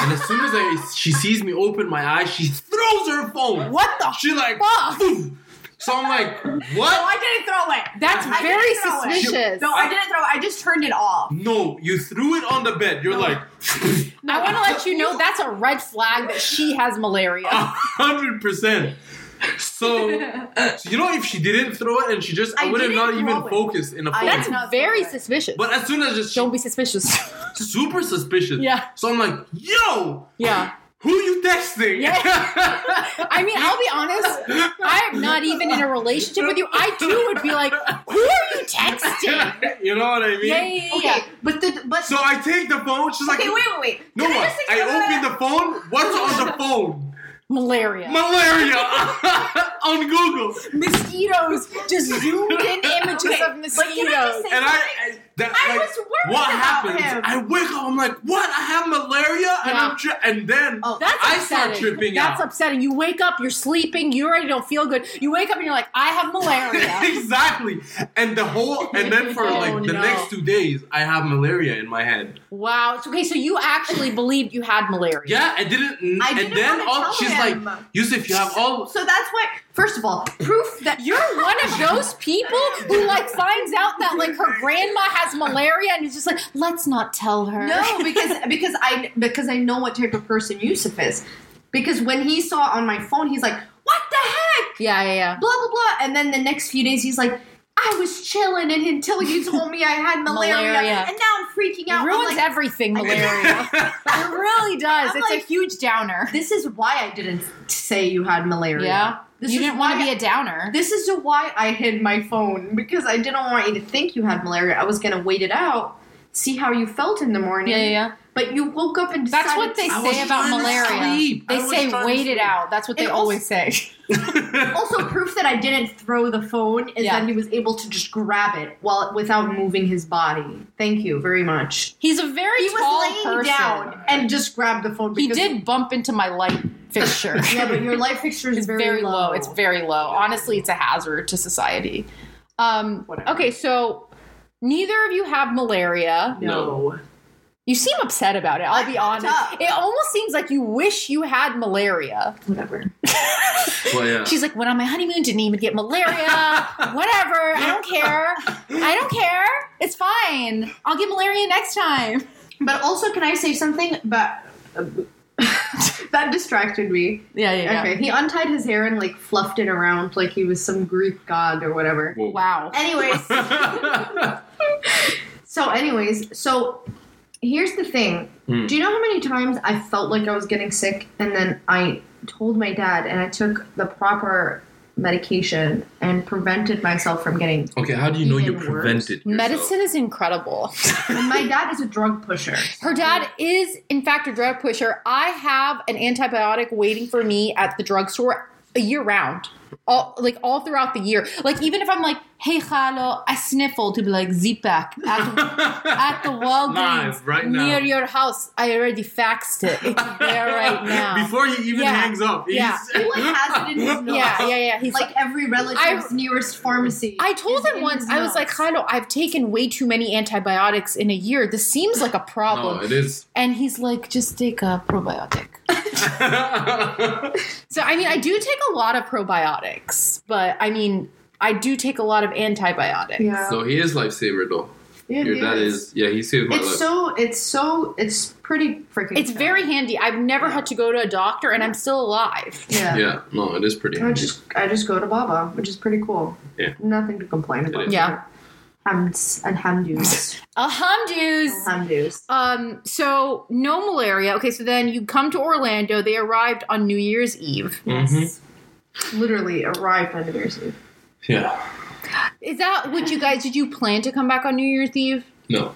And as soon as I, she sees me open my eyes, she throws her phone.
what the
She like,
fuck?
boom. So I'm like, what?
didn't throw it.
That's
I
very
didn't throw it.
suspicious.
No, I
didn't throw it. I just turned it off.
No, you threw it on the bed. You're like,
I want to let you know that's a red flag that she has
Oh.
malaria.
hundred percent. So, so you know, if she didn't throw it and she just, I,
I
would have
didn't
not
throw
even
it.
focused in a
I-
phone.
That's
not
very
so right.
suspicious.
but as soon as just,
Don't be suspicious.
super suspicious.
Yeah.
So I'm like, yo,
yeah.
who you texting?
I mean, I'll be honest. I am not even in a relationship with you. I too would be like, who are you texting?
you know what I mean?
Yeah, yeah,
Okay,
yeah.
but the but
So I take the phone. She's like,
okay, wait, wait, wait.
no,
Can
I,
just say
I
something
open the phone. What's on the phone?
Malaria.
Malaria on Google.
mosquitoes. Just zoomed in images
Okay,
of
but can I just
mosquitoes.
say-
And I, I, that,
I
like,
was worried
what
about
happens?
him.
I wake up. I'm like, what? I have malaria, and
Yeah.
I'm tri- and then
Oh,
That's
I
upsetting.
start tripping
That's
out.
upsetting. You wake up, you're sleeping, you already don't feel good. You wake up and you're like, I have malaria.
exactly. And the whole and then for
Oh,
like the
no.
next two days, I have malaria in my head.
wow. It's okay, so you actually believed you had malaria.
Yeah, I didn't.
I didn't
and then
wanna
all,
tell
she's
him.
like, Yusuf, you have all.
So that's why. First of all, proof that
You're one of those people who like finds out that like her grandma has malaria and is just like, let's not tell her.
no, because because I because I know what type of person Yusuf is. Because when he saw it on my phone, he's like, "What the heck?"
Yeah, yeah, yeah.
Blah blah blah. And then the next few days, he's like. I was chilling and until you told me I had malaria,
Malaria.
and now I'm freaking
it
out. I'm
ruins
like,
everything, malaria. it really does.
I'm
it's a
like-
huge downer.
This is why I didn't say you had malaria.
Yeah.
This
you
is
didn't want
why-
to be a downer.
This is why I hid my phone because I didn't want you to think you had malaria. I was gonna wait it out, see how you felt in the morning.
Yeah, yeah, yeah.
But you woke up and
That's
decided
what they
to-
I was
say about
trying to
malaria.
sleep. I
They
was
say
trying to
wait it
sleep.
out. That's what
It
they
also-
always say.
Also, proof that I didn't throw the phone is
Yeah.
that he was able to just grab it while without moving his body. Thank you very much.
He's a very
He
tall
was laying
person.
down and just grabbed the phone.
He
because-
did bump into my light fixture.
Yeah, but your light fixture is
it's very, low. It's very low. Honestly, it's a hazard to society. Um,
Whatever.
okay, so neither of you have malaria.
no.
You seem upset about it. I'll be
I'm
honest.
fucked up.
It almost seems like you wish you had malaria.
Whatever.
Well, yeah.
She's like, when on my honeymoon, didn't even get malaria. Whatever. I don't care. I don't care. It's fine. I'll get malaria next time.
But also, can I say something? But that distracted me.
Yeah, yeah, yeah.
Okay, he untied his hair and like fluffed it around like he was some Greek god or whatever.
Whoa.
Wow.
Anyways, so anyways, so here's the thing.
Hmm.
Do you know how many times I felt like I was getting sick and then I told my dad and I took the proper medication and prevented myself from getting.
Okay, how do you know you
Even
prevented yourself?
Medicine is incredible.
And my dad is a drug pusher.
Her dad is, in fact, a drug pusher. I have an antibiotic waiting for me at the drugstore a year round, all like all throughout the year. Like even if I'm like, "Hey, hello," I sniffle to be like Zipac at, at the Walgreens
Live, right now.
near your house. I already faxed it. It's there right now.
Before he even
Yeah.
hangs up. he's-
Yeah.
He, like, has it in his nose.
yeah, yeah, yeah. He's
like every relative's nearest pharmacy.
I told
is
him
in
once,
his
I was
nose.
like, Hilo, I've taken way too many antibiotics in a year. This seems like a problem.
No, it is.
and he's like, just take a probiotic.
I
So, I mean, I do take a lot of probiotics, but I mean, I do take a lot of antibiotics.
yeah.
no, he is lifesaver though.
Yeah,
Your
it
dad is. Yeah, he saved my
It's
life.
so. It's so. It's pretty freaking.
It's very handy. I've never had to go to a doctor, and I'm still alive.
Yeah.
yeah, no, it is pretty.
I just I just go to Baba, which is pretty cool.
Yeah.
Nothing to complain about.
is.
Yeah.
Hams and hamdus.
Alhamdus.
hamdus.
Um, so no malaria. Okay, so then you come to Orlando. They arrived on New Year's Eve.
Mhm.
Literally arrived on New Year's Eve.
Yeah.
Is that what you guys did? You plan to come back on New Year's Eve?
No.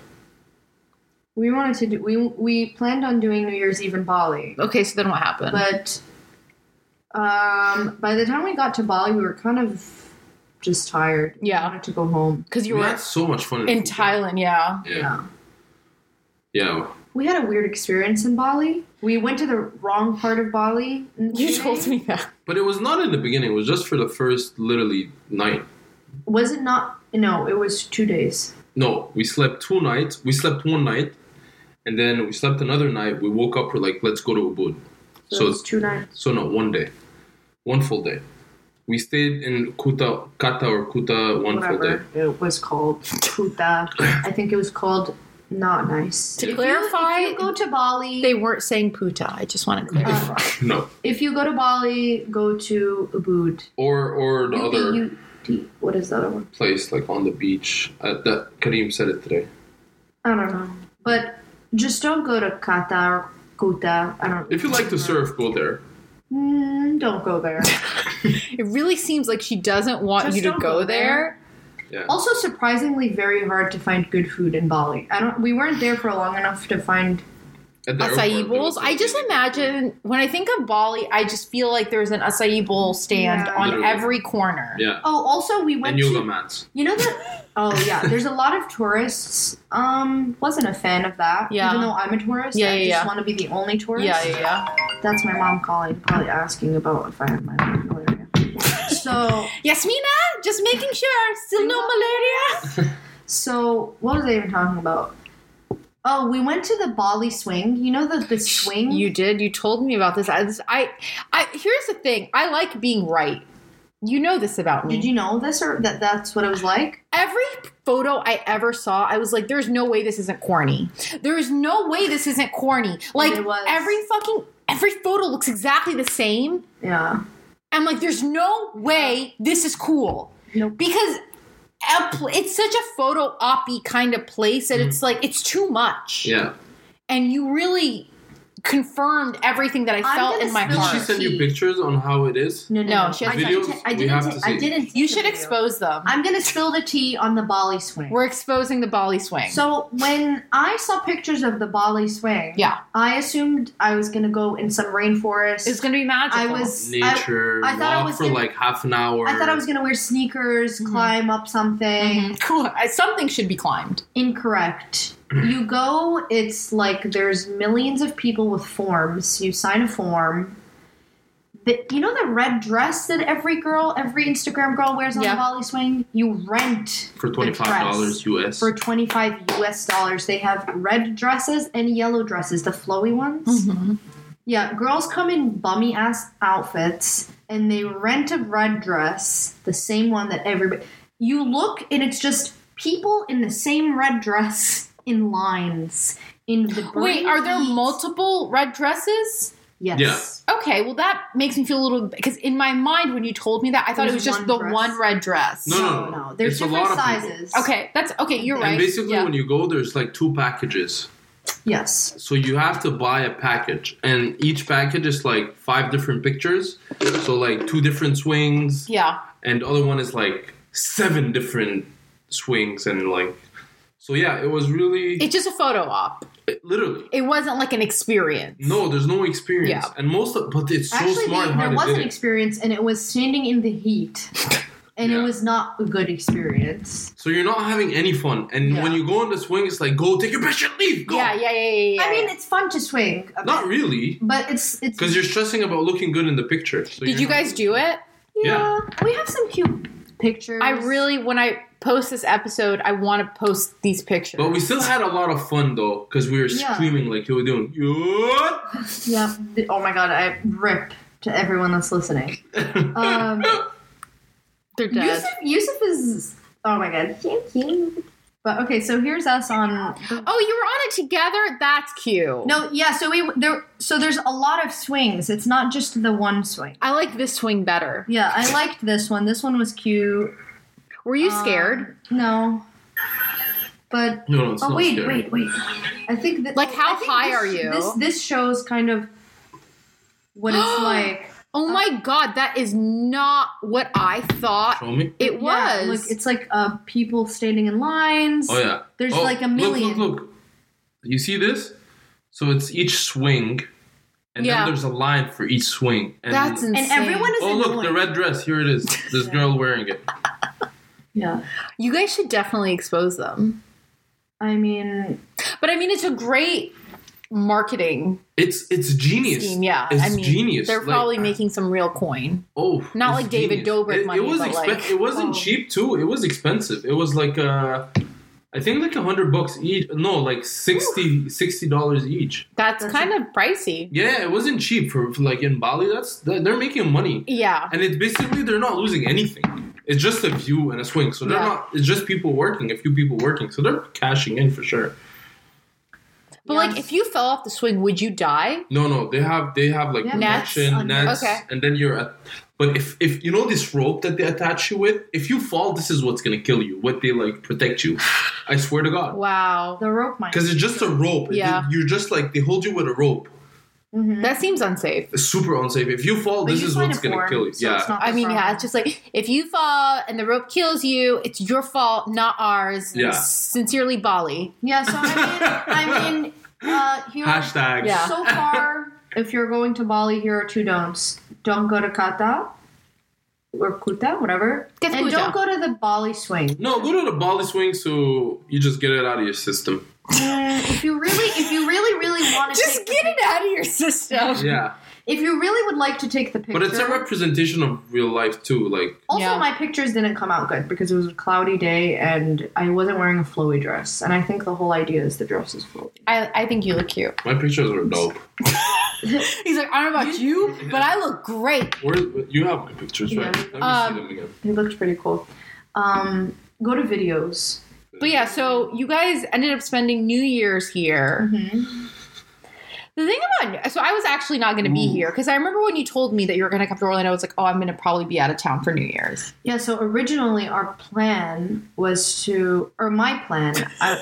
We wanted to do. We we planned on doing New Year's Eve in Bali,
Okay, so then what happened?
but um, by the time we got to Bali, we were kind of just tired.
Yeah.
We wanted to go home.
Because you
We
were
had so much fun
in
Phuket.
Thailand, yeah.
Yeah. Yeah.
We had a weird experience in Bali. We went to the wrong part of Bali. in the
You
beginning.
told me that.
But it was not in the beginning. It was just for the first literally night.
Was it not? No, it was two days.
No, we slept two nights. We slept one night, and then we slept another night. We woke up. We're like, let's go to Ubud.
So,
So
it was two nights.
So no, one day, one full day. We stayed in Kuta, Kata or Kuta one full day.
Whatever it was called, Kuta. I think it was called not nice.
To
If you-
clarify,
if you go to Bali.
They weren't saying puta. I just want to clarify.
No,
if you go to Bali, go to Ubud.
or or the other
UBUD. What is the other one?
place like on the beach. Uh, that Kareem said it today.
I don't know. But just don't go to Kata or Kuta. I don't.
If you like to surf, go there.
Mm, don't go there.
It really seems like she doesn't want
Just
you to
don't
go
go
there.
there.
Yeah.
Also, surprisingly, very hard to find good food in Bali. I don't. We weren't there for long enough to find.
At the
Acai
airport, there
bowls.
was
I just
nothing.
imagine when I think of Bali, I just feel like there's an acai bowl stand
Yeah.
on
Literally.
every corner.
Yeah,
Oh, also we went
and yoga
to.
mats.
You know that? Oh yeah, there's a lot of tourists. Um, wasn't a fan of that.
Yeah.
Even though I'm a tourist,
Yeah,
I
yeah,
just
yeah.
want to be the only tourist.
Yeah, yeah, yeah.
That's my mom calling, probably asking about if I have my malaria. so,
Yasmina, just making sure. Still no malaria?
so what was I even talking about? Oh, we went to the Bali swing. You know the the swing.
You did. You told me about this. I, this, I, I. Here's the thing. I like being right. You know this about me.
did you know this or that? That's what it was like.
every photo I ever saw, I was like, there's no way this isn't corny. There is no way this isn't corny. Like
It was.
every fucking every photo looks exactly the same.
Yeah.
I'm like, there's no way this is cool.
Nope.
Because a pl- it's such a photo oppy kind of place that it's like it's too much.
Yeah.
And you really confirmed everything that I
I'm
felt
gonna
in my
spill
Did she
heart.
send you pictures on how it is?
No,
No, she has
I
Videos,
didn't. ta- I
we
didn't.
have
ta-
to
I
see.
didn't. take
You
the
should
video.
expose them.
I'm gonna spill the tea on the Bali swing.
We're exposing the Bali swing.
so when I saw pictures of the Bali swing,
yeah.
I assumed I was gonna go in some rainforest.
It's gonna be magical.
I was. I,
Nature.
I thought I
walk
was
for
gonna-
like half an hour.
I thought I was gonna wear sneakers,
Mhm.
climb up something.
Mhm. Cool. I- Something should be climbed.
Incorrect. you go. It's like there's millions of people with forms. You sign a form. The, you know the red dress that every girl, every Instagram girl wears on
Yeah.
the Bali swing. You rent
for twenty five dollars US.
for 25 US dollars. They have red dresses and yellow dresses, the flowy ones.
Mm-hmm.
Yeah, girls come in bummy ass outfits and they rent a red dress, the same one that everybody. You look and it's just people in the same red dress in lines. In the
Wait, are there
green-
multiple red dresses?
Yes.
Okay, well that makes me feel a little because in my mind when you told me that I thought it was
There's
just the
one dress.
one red dress.
No, no, no.
There's
It's a
different
lot of people.
sizes.
Okay, that's okay. You're right.
And basically,
Yeah.
when you go, there's like two packages.
Yes.
So you have to buy a package, and each package is like five different pictures. So like two different swings,
Yeah.
and the other one is like seven different swings, and like. So yeah, it was really
It's just a photo op.
literally
It wasn't like an experience.
no. There's no experience,
Yeah.
and most of but it's so
Actually,
smart
the,
how
there
they
was
did
an
it.
experience, and it was standing in the heat, and it
Yeah.
was not a good experience.
so you're not having any fun, and
Yeah.
when you go on the swing, it's like go take your picture, leave, go.
Yeah, yeah, yeah, yeah, yeah.
I mean, it's fun to swing, a
Not
bit,
really,
but it's it's.
because you're stressing about looking good in the picture. So
did
you're
you
not-
guys do it?
yeah, we have some cute pictures.
I really, when I post this episode, I want to post these pictures.
But we still had a lot of fun though, because we were
Yeah.
screaming like you were doing. "Yup!"
yeah. The- Oh my god, I rip to everyone that's listening. Um,
They're dead.
Yusuf, Yusuf is. Oh my god, thank you. But okay, so here's us on.
oh, you were on it together. That's cute.
No, yeah. So we there. So there's a lot of swings. It's not just the one swing.
I like this swing better.
Yeah, I liked this one. This one was cute.
Were you
Um,
scared?
No. But
no, no, it's
oh
not
wait,
scary.
wait, wait. I think that
Like, how
I think
high
this-
are you?
This this shows kind of what it's like.
Oh my god, that is not what I thought
Show me.
it
Yeah,
was.
look, it's like uh, people standing in lines.
Oh yeah.
There's
Oh,
like a
look,
million.
Look, look, You see this? So it's each swing, and
Yeah.
then there's a line for each swing. And
That's insane.
And everyone is
Oh look,
annoyed.
the red dress. Here it is. This girl wearing it.
Yeah.
You guys should definitely expose them.
I mean,
But I mean, it's a great marketing
It's it's genius.
scheme. Yeah,
it's
I mean,
genius.
They're
Like, uh,
probably making some real coin.
oh,
not
it's
like David
genius.
Dobrik
It- it,
money,
was
but,
expen-
like,
it wasn't
oh.
cheap too. It was expensive. It was like uh, I think like a hundred bucks each. No, like 60 dollars each.
That's,
That's
kind of pricey.
Yeah, it wasn't cheap for, for like in Bali. That's they're they're making money,
Yeah.
and it's basically they're not losing anything. It's just a view and a swing, so they're
Yeah.
not. It's just people working, a few people working, so they're cashing in for sure.
But like,
Yes.
if you fell off the swing, would you die?
No, no, they have they have like
Yeah.
Nets
protection
on-
nets,
Okay.
and then you're at. But if if you know this rope that they attach you with, if you fall, this is what's gonna kill you. What they like protect you. I swear to God,
Wow.
the rope might.
because it's just a rope. It-
Yeah.
you're just like they hold you with a rope.
Mhm.
That seems unsafe.
It's super unsafe. If you fall,
But
this
you
is
sign
what's
a
gonna
form,
kill you.
so
yeah.
it's not
I
the
mean,
problem.
yeah, it's just like if you fall and the rope kills you, it's your fault, not ours.
Yeah.
Sincerely, Bali.
Yeah, so I mean, I mean, uh, here
Hashtags.
Yeah.
so far, if you're going to Bali, here are two don'ts: don't go to Kata or Kuta, whatever,
Get
and
Kuta.
don't go to the Bali swing.
No, go to the Bali swing so you just get it out of your system.
Mm, if you really, if you really, really want to, take,
get it out of your system.
Yeah.
if you really would like to take the picture,
But it's a representation of real life too. Like
also
Yeah.
my pictures didn't come out good because it was a cloudy day and I wasn't wearing a flowy dress, and I think the whole idea is the dress is flowy.
I, I think you look cute.
my pictures were dope.
He's like, I don't know about you, but I look great.
Where you have my pictures, right?
Yeah.
Let me
Um,
see them again.
It looked pretty cool. Um, go to videos.
But yeah, so you guys ended up spending New Year's here. The thing about so I was actually not going to be
Ooh.
here because I remember when you told me that you were going to come to Orlando. I was like, oh, I'm going to probably be out of town for New Year's.
Yeah, so originally our plan was to, or my plan, I,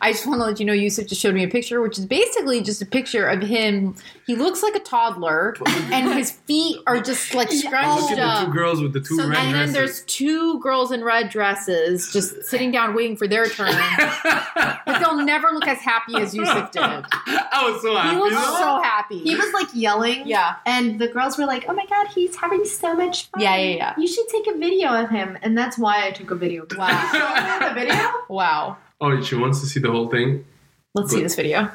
I just want to let you know, Yusuf just showed me a picture, which is basically just a picture of him. He looks like a toddler, and his feet are just like
Look
scrunched
at the two
up.
girls with the two
So-
red
And then
dresses.
there's two girls in red dresses just sitting down waiting for their turn. But they'll never look as happy as Yusuf did.
I was so happy.
He was
though.
so happy.
he was like yelling.
yeah.
And the girls were like, oh my god, he's having so much fun.
Yeah, yeah, yeah.
You should take a video of him. And that's why I took a video.
Wow.
the video?
Wow.
oh, she wants to see the whole thing.
Let's see this video.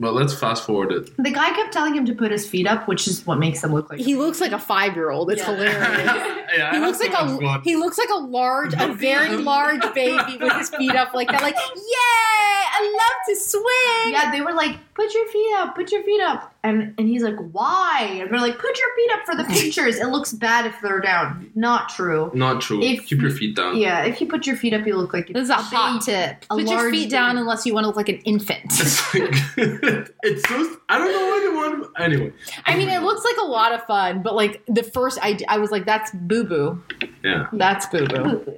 But let's fast forward it.
The guy kept telling him to put his feet up, which is what makes him look like.
He looks like a five year old. It's
Yeah.
hilarious.
yeah, I
He
had
looks
so
like
much
a
fun.
he looks like a large, a very large baby with his feet up like that. Like, yay! I love to swing.
yeah, they were like, put your feet up, put your feet up. And, and he's like, why? And we're like, put your feet up for the pictures. It looks bad if they're down. Not true.
Not true.
If-
Keep your feet down.
Yeah, if you put your feet up, you look like
This is a hot
baby.
tip.
A
Put your
large
feet down
baby.
unless you want to look like an infant.
It's like it's so. I don't know why they want. Anyway,
I mean, it looks like a lot of fun, but like the first, I, I was like, that's boo boo.
yeah.
That's boo boo.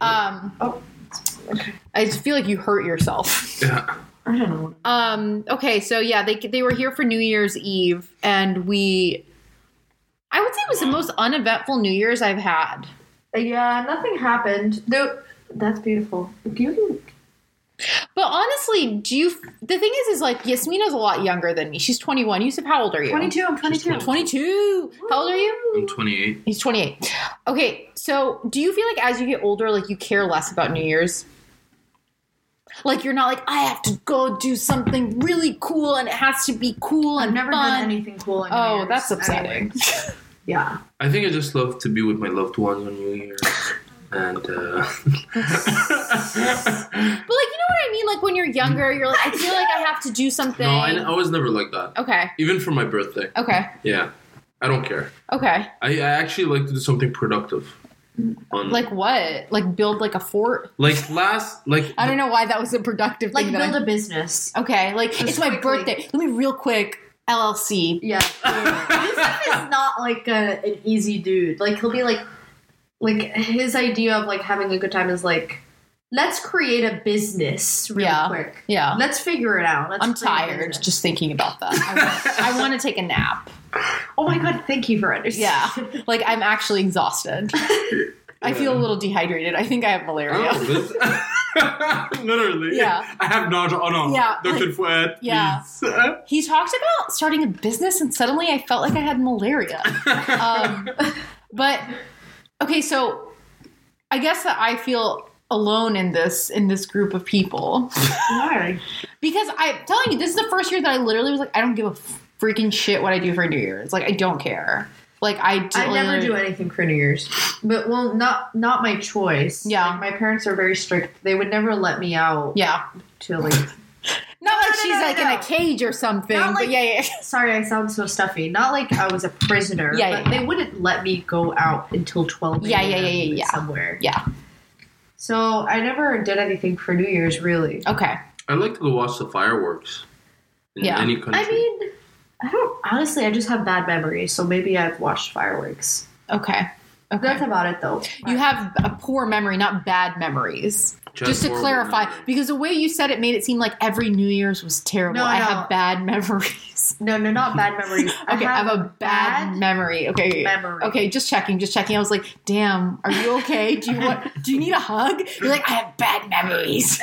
Um,
Oh.
I just feel like you hurt yourself.
Yeah.
I don't know.
Um. Okay. So yeah, they they were here for New Year's Eve, and we. I would say it was the most uneventful New Year's I've had.
Yeah, nothing happened. Though that's beautiful. You
But honestly, do you? The thing is, is like Yasmina's a lot younger than me. She's 21. Yusuf, how old are you?
can 22. I'm
22.
22.
22. How old are you?
I'm 28.
He's 28. Okay, so do you feel like as you get older, like you care less about New Year's? Like you're not like I have to go do something really cool and it has to be cool
I've
and
never done
fun.
anything cool. in New
oh,
Year's,
that's upsetting.
anyway. Yeah.
I think I just love to be with my loved ones on New Year's. And uh,
but like you know what I mean? Like when you're younger, you're like I feel like I have to do something.
no, I, I was never like that.
okay,
Even for my birthday,
okay,
yeah, I don't care.
okay.
I, I actually like to do something productive. On
Mm. Like what? Like build like a fort?
like last like
I don't know why that was a productive
Like
thing.
build
that
a business.
I- okay, like
Just
it's my
quickly.
birthday. Let me real quick LLC.
Yeah. this stuff is not like a, an easy dude. Like he'll be like, like his idea of like having a good time is like, let's create a business real
Yeah.
quick.
Yeah.
Let's figure it out. Let's
I'm
create a
tired
business.
just thinking about that. I want, I want to take a nap.
Oh my god! Thank you for understanding.
Yeah. Like I'm actually exhausted. I feel a little dehydrated. I think I have malaria.
Oh, this- Literally.
Yeah.
I have nausea. Oh no.
Yeah,
Dr.
like-
Fuad.
yeah.
please.
He talked about starting a business and suddenly I felt like I had malaria. Um, but okay, so I guess that I feel alone in this in this group of people
Why?
because I'm telling you this is the first year that I literally was like I don't give a freaking shit what I do for New Year's. Like I don't care. Like I do,
I never do anything for New Year's, but well, not not my choice.
Yeah.
Like, my parents are very strict. They would never let me out
Yeah.
to like.
Not like
no,
she's
no,
like in
no.
a cage or something.
Not
but
like-
yeah, yeah.
Sorry, I sound so stuffy. Not like I was a prisoner.
Yeah,
but
yeah,
they wouldn't let me go out until twelve.
Yeah, yeah,
a.m.
yeah, yeah, yeah.
Somewhere.
Yeah.
So I never did anything for New Year's really.
Okay.
I like to go watch the fireworks in
Yeah.
any country.
I mean, I don't honestly. I just have bad memories, so maybe I've watched fireworks.
Okay. Okay.
That's about it though.
you have a poor memory, not bad memories. Just to
horrible
clarify,
memories.
because the way you said it made it seem like every New Year's was terrible.
No,
I
no.
have bad memories.
no, no, not bad memories.
Okay, I have, a bad, memory. Okay.
memory.
Okay, just checking, just checking. I was like, "Damn, are you okay? Do you want? Do you need a hug?" You're like, "I have bad memories."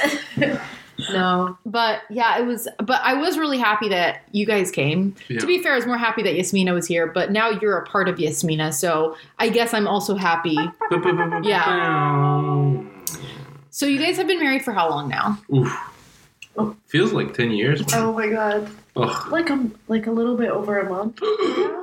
No.
But yeah, it was. But I was really happy that you guys came.
Yeah.
To be fair, I was more happy that Yasmina was here. But now you're a part of Yasmina, so I guess I'm also happy.
Yeah.
So you guys have been married for how long now?
Oof.
Oh.
Feels like 10 years. man.
Oh my god.
Ugh.
Like a like a little bit over a month.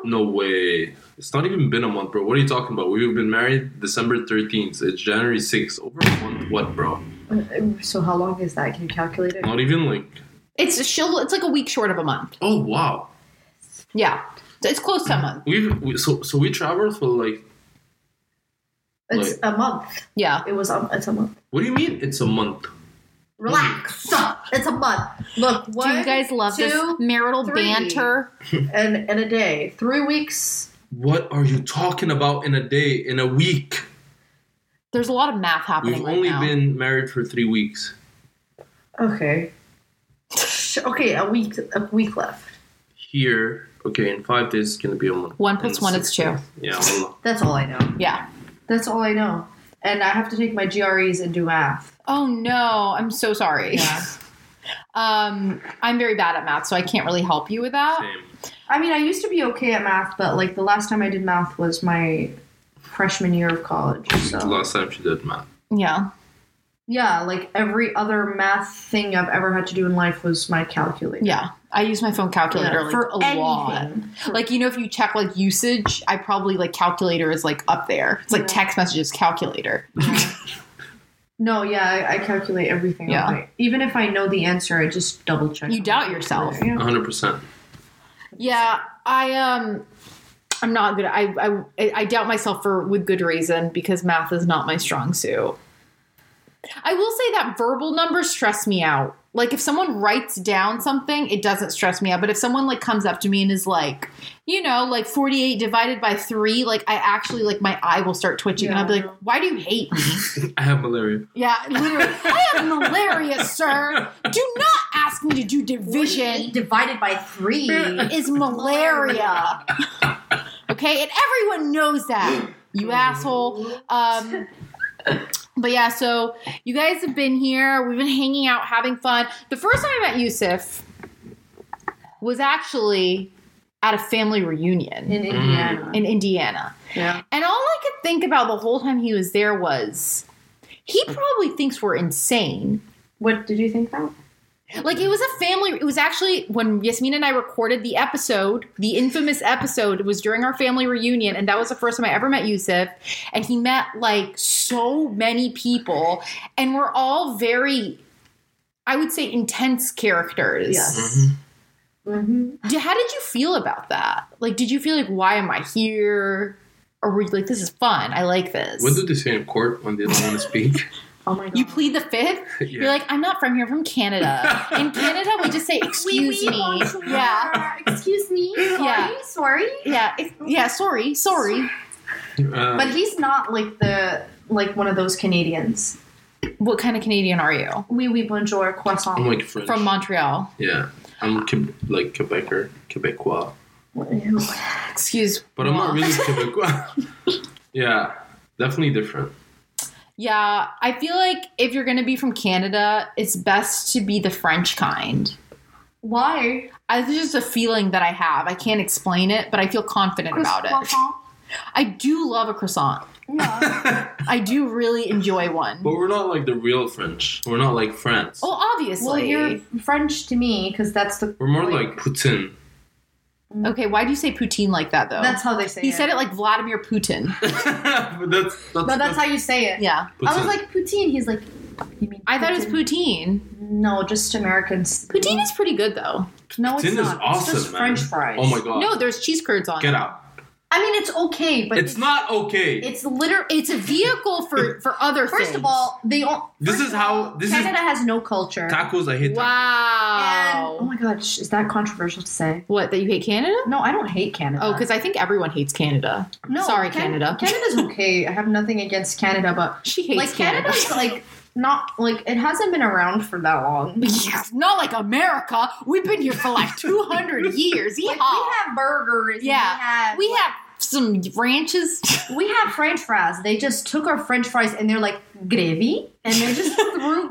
No way. It's not even been a month, bro. What are you talking about? We've been married December 13th. It's January 6th. Over a month, what, bro?
So how long is that? Can you calculate it?
Not even like.
It's a shill, It's like a week short of a month.
Oh, wow.
Yeah, So it's close to a month.
We've, we, so, so we traveled for like.
It's a month.
Yeah,
It was. Um, it's a month.
What do you mean it's a month?
Relax. Stop. It's a month. Look. One,
Do you guys love
two,
this marital
three.
banter?
and and a day. Three weeks.
What are you talking about in a day, in a week?
There's a lot of math happening
We've
right
only
now.
been married for three weeks.
Okay. Okay, a week. A week left.
Here, okay, in five days, it's gonna be a month.
One plus
And
one, it's
six
two.
days. Yeah, Allah.
That's all I know.
yeah.
That's all I know. And I have to take my GREs and do math.
Oh no, I'm so sorry.
Yeah.
um, I'm very bad at math, so I can't really help you with that.
Same.
I mean, I used to be okay at math, but like the last time I did math was my freshman year of college.
The
So
last time she did math.
Yeah.
yeah, like every other math thing I've ever had to do in life was my calculator.
Yeah, I use my phone calculator
Yeah,
like
for
a lot.
anything.
Like you know, if you check like usage, I probably like calculator is like up there. It's like
Yeah.
text messages, calculator.
No, yeah, I, I calculate everything.
Yeah.
Yeah. Even if I know the answer, I just double check.
You doubt yourself.
Yeah.
100%.
Yeah, I um, I'm not good. I I I doubt myself for with good reason because math is not my strong suit. I will say that verbal numbers stress me out. Like if someone writes down something, it doesn't stress me out. But if someone like comes up to me and is like, you know, like forty eight divided by three, like I actually like my eye will start twitching and I'll be like, why do you hate me?
I have malaria.
yeah, literally, I have malaria, sir. Do not ask me to do division.
48 divided by three.
Is malaria. okay, and everyone knows that. You asshole. Um, but yeah, so you guys have been here. We've been hanging out, having fun. The first time I met Yusuf was actually at a family reunion
in Indiana.
in Indiana.
Yeah.
And all I could think about the whole time he was there was he probably thinks we're insane.
What did you think that?
Like it was a family. It was actually when Yasmin and I recorded the episode, the infamous episode. It was during our family reunion, and that was the first time I ever met Yusuf. And he met like so many people, and we're all very, I would say, intense characters.
Yes. Mm-hmm.
Do- How did you feel about that? Like, did you feel like, why am I here? Or were you like, this is fun? I like this.
What do they say in court when they don't want to speak?
Oh my god.
you plead the fifth.
yeah.
You're like, I'm not from here. I'm from Canada. In Canada, we just say, excuse
we
me.
want to-
Yeah.
Excuse me. Sorry.
Yeah.
Sorry.
Yeah, if, yeah. Sorry, sorry.
Uh,
but he's not like the like one of those Canadians.
What kind of Canadian are you
Oui, oui, bonjour, croissant.
I'm like French.
from Montreal?
yeah, I'm Queb- like Quebecer, Quebecois,
Excuse.
but I'm not
me.
really Quebecois. yeah, definitely different.
Yeah, I feel like if you're gonna be from Canada, it's best to be the French kind.
Why?
I, this is just a feeling that I have. I can't explain it, but I feel confident about it.
Croissant?
I do love a croissant.
No.
but
I do really enjoy one.
we're not like the real French. We're not like France.
Oh,
well,
obviously.
you're French to me because that's the.
We're more like Putin.
okay, why do you say poutine like that though?
That's how they say
he
it.
said it like Vladimir Putin.
but that's that's,
No, that's how you say it.
Yeah,
I was like poutine. He's like, you mean?
I thought it was poutine.
No, just Americans.
Poutine is pretty good though.
No,
Poutine
it's
is
not.
awesome,
it's just
man.
French fries.
Oh my god!
No, there's cheese curds on it.
get out!
I mean, it's okay, but
It's not okay.
It's literally.
It's a vehicle for for other
First
things.
of all, they all.
This
first
is
of
how-
all,
this is-
Canada has no culture.
tacos. I hate tacos.
And,
wow.
oh my gosh, is that controversial to say?
what that you hate Canada?
No, I don't hate Canada.
Oh, because I think everyone hates Canada.
no,
sorry,
Can-
Canada.
Canada's okay. I have nothing against Canada, but
She hates
like
Canada.
Canada's like not like it hasn't been around for that long.
Yes, not like America. We've been here for like 200 years. Yeehaw.
Like, we have burgers. and
Yeah.
we have,
we have some ranches.
we have French fries. They just took our French fries and they're like gravy, and they just threw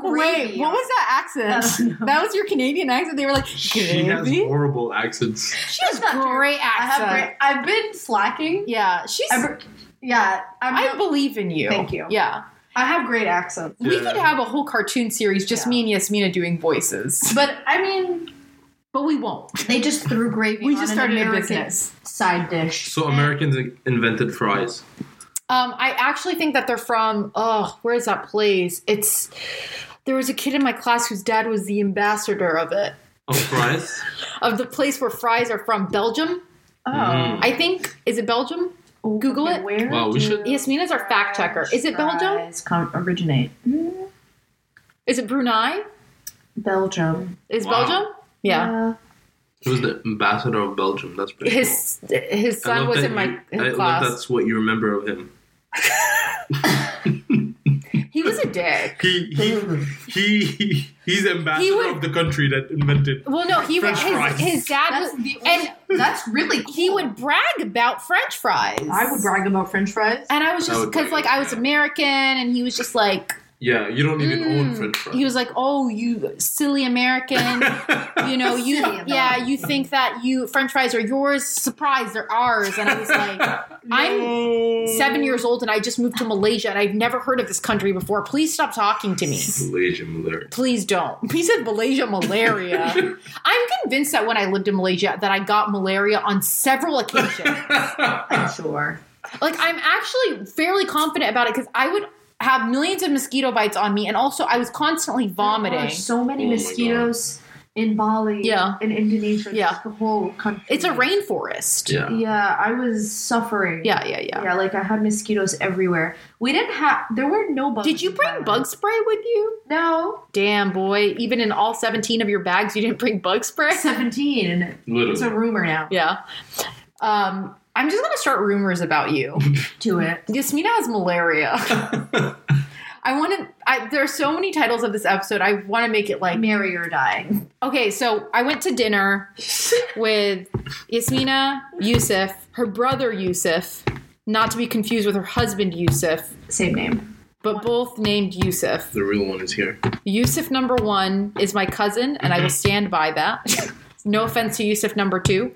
gravy.
Wait, what was that accent? That was your Canadian accent. They were like,
She has
"Gravy?"
horrible accents.
She
That's
has
not true.
great
I
accent.
have. Gra- I've been slacking.
yeah, she's.
I've, yeah, I'm
I
not-
believe in you.
Thank you.
Yeah.
I have great accents.
We
Yeah.
could have a whole cartoon series just
Yeah.
me and Yasmina doing voices,
But I mean,
but we won't.
they just threw gravy.
We
on
just
an
started a
American
business.
side dish.
So Americans invented fries.
Um, I actually think that they're from oh, where is that place? It's there was a kid in my class whose dad was the ambassador of it
Oh, fries?
of the place where fries are from, Belgium.
Oh,
Mm.
I think is it Belgium? Google it.
Where
Wow, we
do
should-
Yasmina's our fact checker. Is it Mm-hmm.
fries
Belgium?
Come, originate
Is it Brunei?
Belgium.
Is
Wow.
Belgium? Yeah.
He was the ambassador of Belgium. That's pretty cool.
His his
I
son
love
was
that
in my
you-
his
I love
class.
that's what you remember of him.
He was a dick.
He he he, he he's ambassador
He would-
of the country that invented.
Well, no, he was
French
his,
fries.
his dad was,
That's the
and
That's really cool.
he would brag about French fries.
I would brag about French fries.
And I was
I
just
would
because
brag
like
about
I was
that.
American, and he was just like
Yeah, you don't even own
"Mm."
French fries.
He was like, "Oh, you silly American." You know, you
Silly American.
yeah, you think that you French fries are yours. Surprise, they're ours. And I was like, I'm seven years old and I just moved to Malaysia and I've never heard of this country before. Please stop talking to me.
Malaysian malaria.
Please don't. He said Malaysia malaria. I'm convinced that when I lived in Malaysia that I got malaria on several occasions.
I'm sure.
Like I'm actually fairly confident about it because I would have millions of mosquito bites on me, and also I was constantly
There are
vomiting.
so many
Oh my
mosquitoes. in Bali,
Yeah.
in Indonesia,
Yeah.
like the whole country.
It's a rainforest.
Yeah.
Yeah, I was suffering.
Yeah, yeah, yeah.
yeah, like I had mosquitoes everywhere. We didn't have. There were no bugs.
Did you
in
bring
Thailand.
bug spray with you?
No,
Damn, boy. Even in all 17 of your bags, you didn't bring bug spray?
seventeen, and it's a
Literally.
rumor now.
Yeah. Um, I'm just going to start rumors about you.
Do it.
Yasmina has malaria. I want to. I, there are so many titles of this episode. I want to make it like
Marry or die.
okay. So I went to dinner with Yasmina Yusuf, her brother Yusuf, not to be confused with her husband Yusuf,
Same name.
but both named Yusuf.
The real one is here.
Yusuf number one is my cousin, and I will stand by that. No offense to Yusuf number two.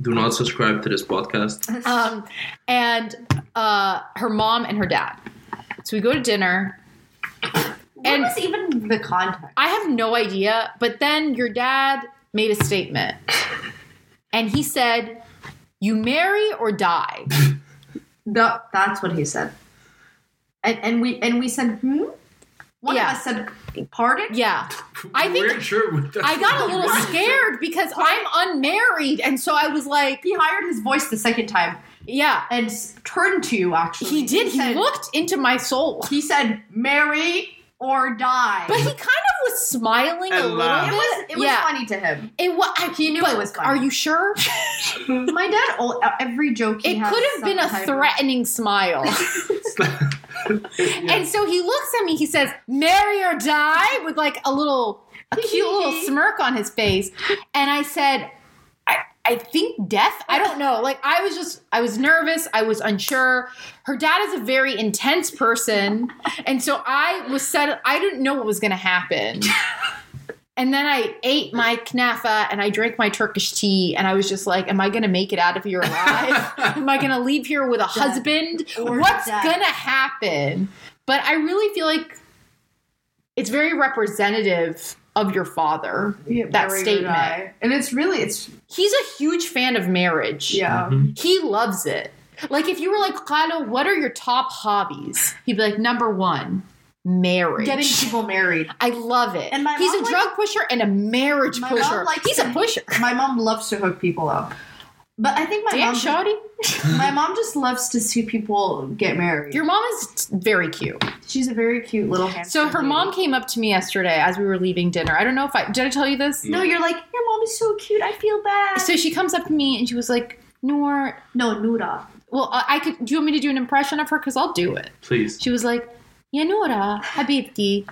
Do not subscribe to this podcast.
um, and uh, her mom and her dad. So we go to dinner.
And
And-
what was even the context?
I have no idea, but then your dad made a statement, and he said, "You marry or die."
No, that's what he said. And and we and we said hmm. One
Yeah.
of us said pardon.
Yeah, I think-
Weird shirt with that.
I got a little scared because I'm unmarried, and so I was like,
He hired his voice the second time
"Yeah."
and s- turned to you. Actually,
He did. He
said-
looked into my soul,
He said, "Marry or die."
but he kind of was smiling a
And
little
laughed.
bit.
it was it was
yeah.
funny to him.
It was.
He knew it was funny.
Are you sure?
My dad, all, every joke. He
It
has
could have been
some
a
type of-
threatening smile.
Yeah.
And so he looks at me, he says, Marry or die, with like a little, a cute little smirk on his face. And I said, I, I think death? I don't know. Like, I was just, I was nervous. I was unsure. Her dad is a very intense person. And so I was set, I didn't know what was going to happen. And then I ate my knafa and I drank my Turkish tea. And I was just like, Am I going to make it out of here alive? Am I going to leave here with a husband?
Or
What's
dead.
going to happen? But I really feel like it's very representative of your father.
Yeah,
that
marry or
statement.
die. and it's really it's
He's a huge fan of marriage.
yeah.
Mm-hmm.
He loves it. Like if you were like, Kyle, what are your top hobbies? He'd be like, number one, marriage.
Getting people married.
I love it.
And my
He's
mom
a drug pusher and a marriage
My mom
pusher.
likes
He's
to-
a pusher.
My mom loves to hook people up, but I think my
Damn,
mom
Shawty.
my mom just loves to see people get married.
Your mom is very cute.
She's a very cute little handsome.
So her
lady.
mom came up to me yesterday as we were leaving dinner. I don't know if I did I tell you this?
No, you're like your mom is so cute. I feel bad.
So she comes up to me and she was like, Noor,
no, Nura.
well, I, I could. Do you want me to do an impression of her? Because I'll do it.
Please.
She was like, Yanura, Habibti,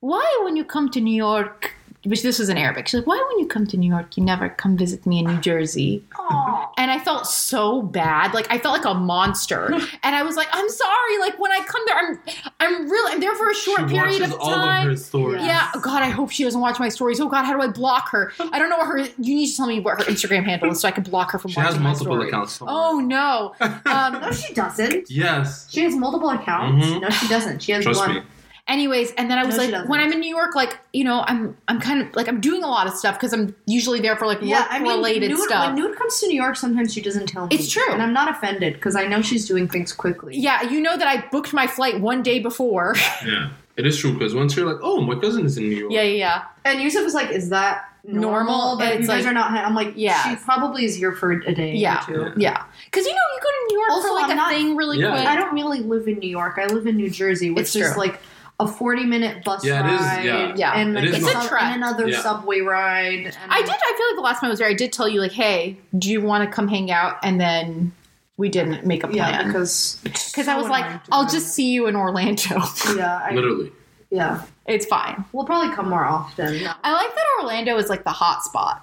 why when you come to New York, which this was in Arabic, she's like, why when you come to New York, you never come visit me in New Jersey?
Aw.
And I felt so bad. Like I felt like a monster. And I was like, I'm sorry. Like when I come there, I'm I'm really I'm there for a short
she
period
watches
of
all of
time.
her stories.
yeah, oh, God, I hope she doesn't watch my stories. Oh God, how do I block her? I don't know what her. You need to tell me what her Instagram handle is so I can block her from
She has
watching my
multiple
stories.
accounts.
Oh no.
No,
Um,
she doesn't.
Yes.
She has multiple accounts.
Mhm.
No, she doesn't. She has
Trust
one.
me.
anyways, and then I was
No, she
like,
doesn't.
when I'm in New York, like you know, I'm I'm kind of like I'm doing a lot of stuff because I'm usually there for like
Yeah,
work
I mean,
related
nude,
stuff.
when Nude comes to New York, sometimes she doesn't tell me.
It's true.
and I'm not offended because I know she's doing things quickly.
yeah, you know that I booked my flight one day before.
Yeah. It is true because once you're like, oh, my cousin is in New York.
yeah, yeah, yeah.
And Yusuf was like, "Is that normal?"
Normal,
But
and
you
it's
guys
like-
are not. I'm like,
Yeah.
she probably is here for a day.
Yeah.
Or two.
Yeah, because you know you go to New York
Also,
for like
I'm
a
not-
thing really
Yeah.
quick.
I don't really live in New York. I live in New Jersey, which
It's
is
true.
like a 40 minute bus
Yeah, it is,
ride.
yeah.
Yeah.
And
It
like
is
long.
sub-
It's a trek.
and another
Yeah.
subway ride. and-
I did. I feel like the last time I was there, I did tell you like, "Hey, do you want to come hang out?" And then we didn't make a
Yeah,
plan
because
because I was like, "I'll just see you in Orlando.
Yeah, I,
Literally.
yeah.
it's fine."
We'll probably come more often.
I like that Orlando is like the hot spot.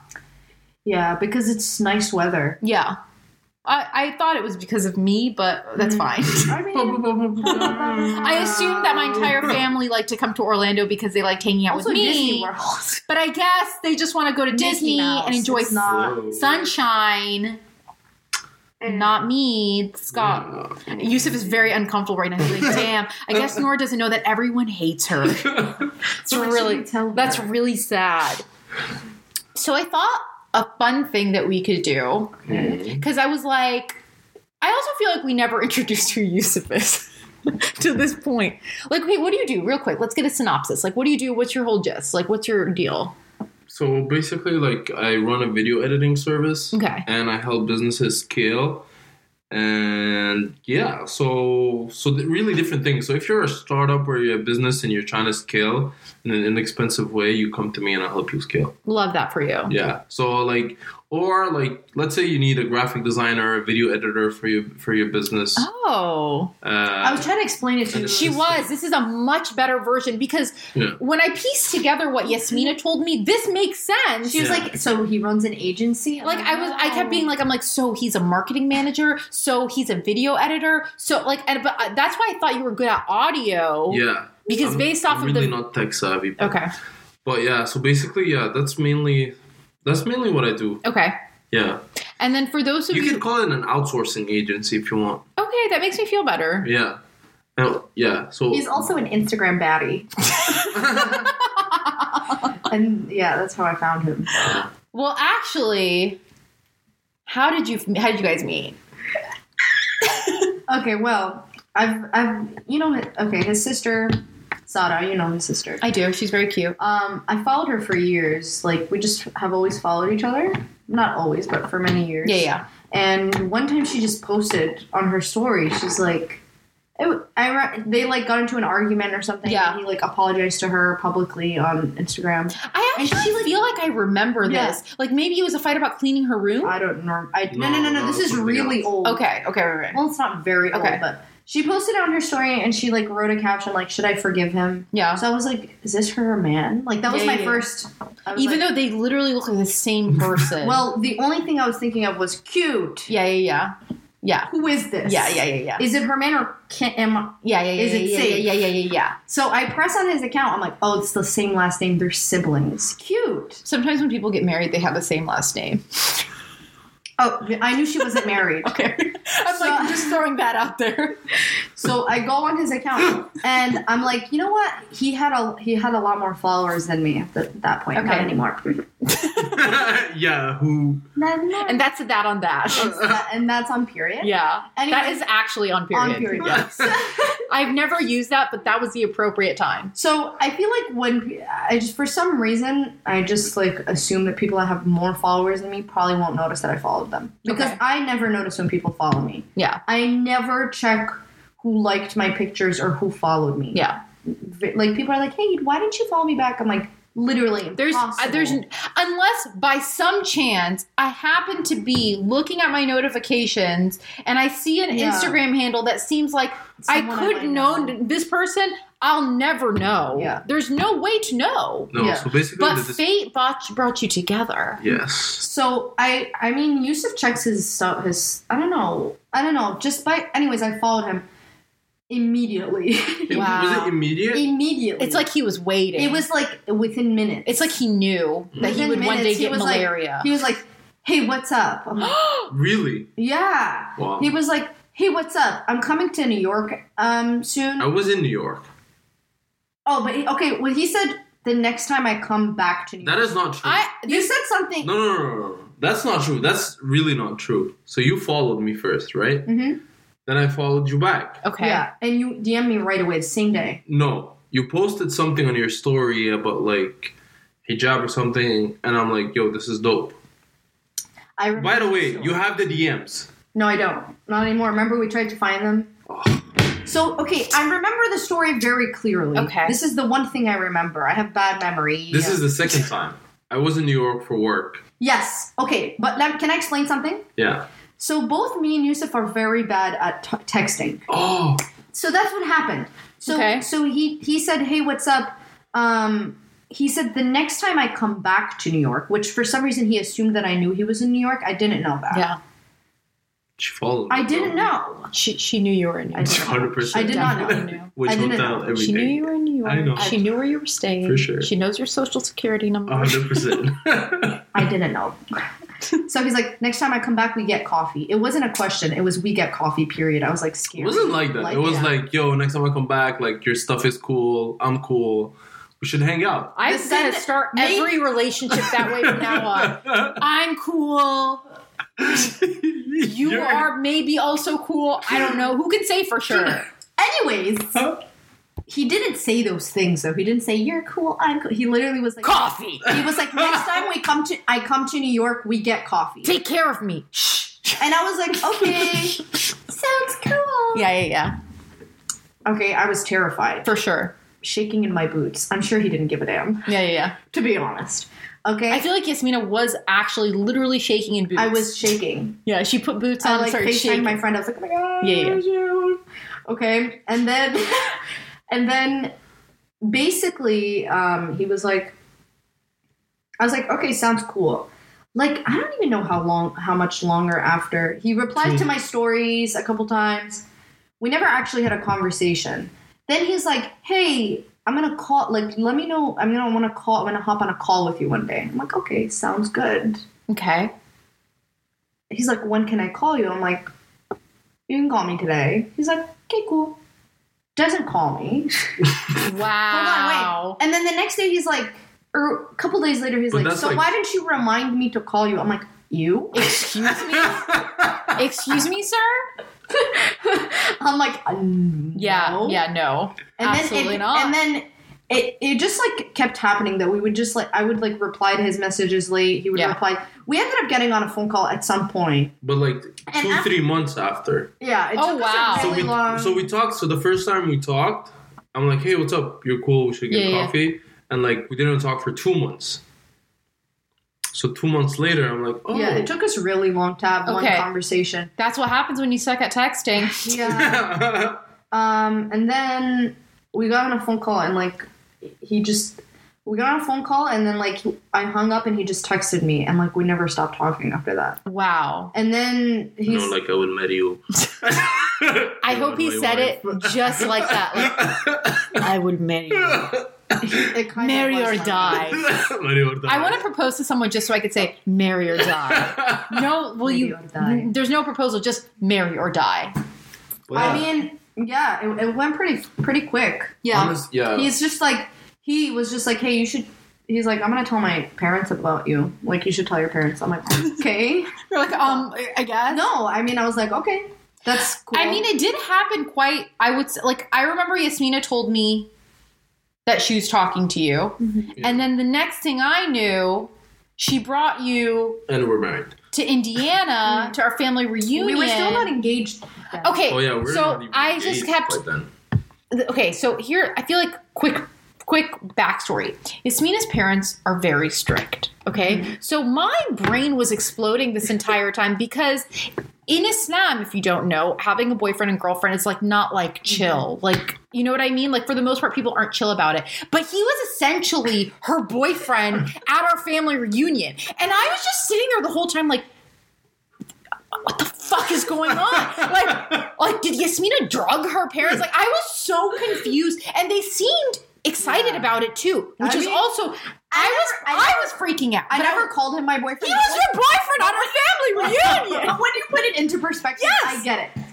Yeah, because it's nice weather.
Yeah, I, I thought it was because of me, but
Mm.
that's fine.
I mean,
I assumed that my entire family liked to come to Orlando because they liked hanging out
also
with me.
Disney World.
But I guess they just want to go to
Mickey
Disney
Mouse,
and enjoy
it's not-
Whoa.
sunshine.
And-
Not me, Scott.
Yeah.
Yusuf is very uncomfortable right now. He's like, "Damn, I guess Nora doesn't know that everyone hates her." It's
What should
really
we tell her?
that's really sad. So I thought a fun thing that we could do
Mhm.
because I was like, I also feel like we never introduced who Yusuf is to this point. Like, okay, what do you do, real quick? Let's get a synopsis. Like, what do you do? What's your whole gist? Like, what's your deal?
So basically, like I run a video editing service,
Okay.
and I help businesses scale. And yeah, so so th- really different things. So if you're a startup or you're a business and you're trying to scale in an inexpensive way, you come to me and I'll help you scale.
Love that for you.
Yeah. So like, or like, let's say you need a graphic designer, a video editor for your for your business.
Oh.
Uh,
I was trying to explain it to
And
you.
it's
She
just
was.
like-
This is a much better version because
Yeah.
when I pieced together what Yasmina told me, this makes sense.
She was
Yeah.
like, so he runs an agency. I'm
Like I was, I kept being like, I'm like, so he's a marketing manager, so he's a video editor, so like, and but uh, that's why I thought you were good at audio
yeah.
because
I'm
based off
really
of
not tech savvy,
the. Okay.
but yeah. So basically, yeah, that's mainly that's mainly what I do.
Okay.
Yeah.
And then for those of
You
you,
can call it an outsourcing agency if you want.
okay, that makes me feel better.
Yeah. Oh, yeah. So
He's also an Instagram baddie.
and yeah, that's how I found him.
Well, actually, how did you? How did you guys meet?
Okay, well, I've, I've, you know, okay, his sister, Sada, you know his sister.
I do. She's very cute.
Um, I followed her for years. Like we just have always followed each other. Not always, but for many years.
Yeah, yeah.
And one time she just posted on her story. She's like, it, I re- they like got into an argument or something.
Yeah.
And he like apologized to her publicly on Instagram.
I
And
actually
she, like-
feel like I remember
Yeah.
this. Like maybe it was a fight about cleaning her room.
I don't know. I, no,
No,
no, no, no.
no,
This is
something
really
else.
old.
Hmm? okay. Okay. Right. right.
Well, it's not very
Okay.
old, but she posted on her story and she like wrote a caption like, "Should I forgive him?"
yeah.
So I was like, "Is this her man?" Like that was
Yeah,
my
yeah, yeah.
first. I was
Even
like-
though they literally look like the same person.
well, the only thing I was thinking of was cute.
Yeah. Yeah. Yeah.
who is this?
Yeah. Yeah. Yeah. Yeah. Yeah.
Is it her man or can am I?
Yeah, yeah, yeah.
Is it
yeah,
safe?
Yeah, yeah, yeah, yeah, yeah.
So I press on his account. I'm like, oh, it's the same last name. They're siblings. Cute.
Sometimes when people get married, they have the same last name.
Oh, I knew she wasn't married.
Okay. I'm
So-
like, I'm just throwing that out there.
So I go on his account and I'm like, you know what? He had a he had a lot more followers than me at the, that point. Not
Okay.
anymore.
yeah. Who?
Not anymore.
And that's that on that.
That- and that's on period.
Yeah.
Anyway,
That is actually on period.
on period.
Yeah. I've never used that, but that was the appropriate time.
So I feel like when pe- I just for some reason I just like assume that people that have more followers than me probably won't notice that I followed them because
Okay.
I never notice when people follow me.
Yeah.
I never check who liked my pictures or who followed me.
Yeah.
V- like people are like, "Hey, why didn't you follow me back?" I'm like, literally,
There's uh,
impossible.
there's unless by some chance I happen to be looking at my notifications and I see an
Yeah.
Instagram handle that seems like
Someone
I could
might
know this person, I'll never know.
Yeah.
There's no way to know.
No.
Yeah.
So basically,
But
the dis-
fate brought, brought you together.
yes.
So I I mean Yusuf checks his stuff his I don't know I don't know just by anyways I followed him immediately
It-
Wow.
Was it immediate?
immediately
It's like he was waiting.
it was like within minutes
It's like he knew that he
Within
would one day
minutes, he
get
was like-
malaria.
he was like hey what's up I'm like,
really?
yeah
Wow.
he was like hey what's up I'm coming to New York um soon
I was in New York.
oh but he, okay well he said the next time I come back to New
That
York
is not true.
I
you said something
no, no, no, no, no. That's not true. That's really not true. So you followed me first, right?
Mhm.
Then I followed you back.
okay.
yeah and you DM me right away the same day
No, you posted something on your story about like hijab or something, and I'm like, yo, this is dope.
I remember
By the way,
so-
you have the DMs.
No, I don't. Not anymore. Remember, we tried to find them. So, okay, I remember the story very clearly.
Okay.
This is the one thing I remember. I have bad memory.
This is the second time. I was in New York for work.
Yes. Okay, but lem- can I explain something?
Yeah.
So, both me and Yusuf are very bad at t- texting.
Oh,
So, that's what happened. So,
Okay.
so he, he said, hey, what's up? Um, he said, the next time I come back to New York, which for some reason he assumed that I knew he was in New York. I didn't know that.
Yeah.
she followed.
I didn't know.
She, she knew you were in New
I
York.
did not.
Hundred
I
percent.
did not know.
Which
I didn't
hotel?
know.
Everything.
She knew you were in New York.
I know.
She knew where you were staying.
For sure.
She knows your social security number.
hundred percent.
I didn't know. so he's like, next time I come back, we get coffee. It wasn't a question. It was we get coffee. Period. I was like
It
scared.
wasn't like that. it was
yeah.
like, yo, next time I come back, like your stuff is cool. I'm cool. We should hang out.
I'm
The
gonna
second-
start
Maybe-
every relationship that way from now on. I'm cool. You
You're-
are maybe also cool. I don't know. Who can say for sure?
Anyways, He didn't say those things though. He didn't say you're cool. I'm cool. He literally was like
Coffee.
He was like next time we come to I come to New York, we get coffee.
Take care of me. Shh.
And I was like, okay, sounds cool.
Yeah, yeah, yeah.
Okay, I was terrified,
For sure.
shaking in my boots. I'm sure he didn't give a damn,
Yeah, yeah, yeah.
to be honest. Okay,
I feel like Yasmina was actually literally shaking in boots.
I was shaking.
Yeah, she put boots on
I
and
like
started
FaceTimed
shaking.
my friend. I was like, oh my god.
Yeah, yeah.
yeah. Okay, and then, and then, basically, um, he was like, I was like, okay, sounds cool. Like I don't even know how long, how much longer after he replied to my stories a couple times. We never actually had a conversation. Then he's like, hey. I'm gonna call. Like, let me know. I'm gonna want to call. I'm gonna hop on a call with you one day. I'm like, okay, sounds good
okay.
he's like, when can I call you? I'm like, you can call me today. He's like, okay, cool. Doesn't call me.
Wow.
And then the next day he's like, or a couple days later he's
But
like,
that's
so
like-
why didn't you remind me to call you? I'm like, you?
Excuse me. Excuse me, sir.
I'm like, uh, no.
Yeah, yeah, no.
And
absolutely
then it,
not.
And then it, it just like kept happening that we would just like I would like reply to his messages late. He would
Yeah.
reply. We ended up getting on a phone call at some point.
But like
And
two,
after-
three months after.
Yeah. It
Oh,
took us, like,
wow.
So
really
we
long.
so we talked. So the first time we talked, I'm like, hey, what's up? You're cool. We should get
Yeah, yeah.
coffee. And like we didn't talk for two months. So two months later, I'm like, oh,
Yeah, it took us really long to have one
Okay.
conversation.
That's what happens when you suck at texting.
Yeah. um, and then we got on a phone call and like he just we got on a phone call and then like he- I hung up and he just texted me and like we never stopped talking after that.
Wow.
And then
you
he's
know, like I would met you.
I hope he said it just like that. Like, I would marry you.
it kind
Marry
of
or die. I want to propose to someone just so I could say marry or die. No, will you?
Marry or die.
There's no proposal, just marry or die.
I mean, yeah, it, it went pretty pretty quick.
Yeah.
yeah.
He's just like he was just like, hey, you should. He's like, I'm gonna tell my parents about you. Like, you should tell your parents. I'm like, okay.
You're like, um, I guess.
no, I mean, I was like, okay, that's cool.
I mean, it did happen quite. I would s- like. I remember Yasmina told me that she was talking to you,
Mm-hmm.
Yeah.
and then the next thing I knew, she brought you
and we're married.
to Indiana to our family reunion.
Mm-hmm. we were still not engaged. then.
Okay,
Oh yeah, we're
so
not even
I just
engaged
kept
by then.
th- okay so here i feel like quick quick backstory yasmina's parents are very strict okay
Mm-hmm.
so my brain was exploding this entire time because in islam if you don't know having a boyfriend and girlfriend is like not
Mm-hmm.
like chill like you know what i mean like for the most part people aren't chill about it but he was essentially her boyfriend at our family reunion and i was just sitting there the whole time like what the fuck is going on? Like, like did Yasmina drug her parents? Like, I was so confused, and they seemed excited about it too, which
I
is
mean,
also I, was I,
never- I
was freaking out.
I
but
never
was-
called him my boyfriend.
He was your boyfriend on our family reunion.
But when you put it into perspective,
Yes!
I get it.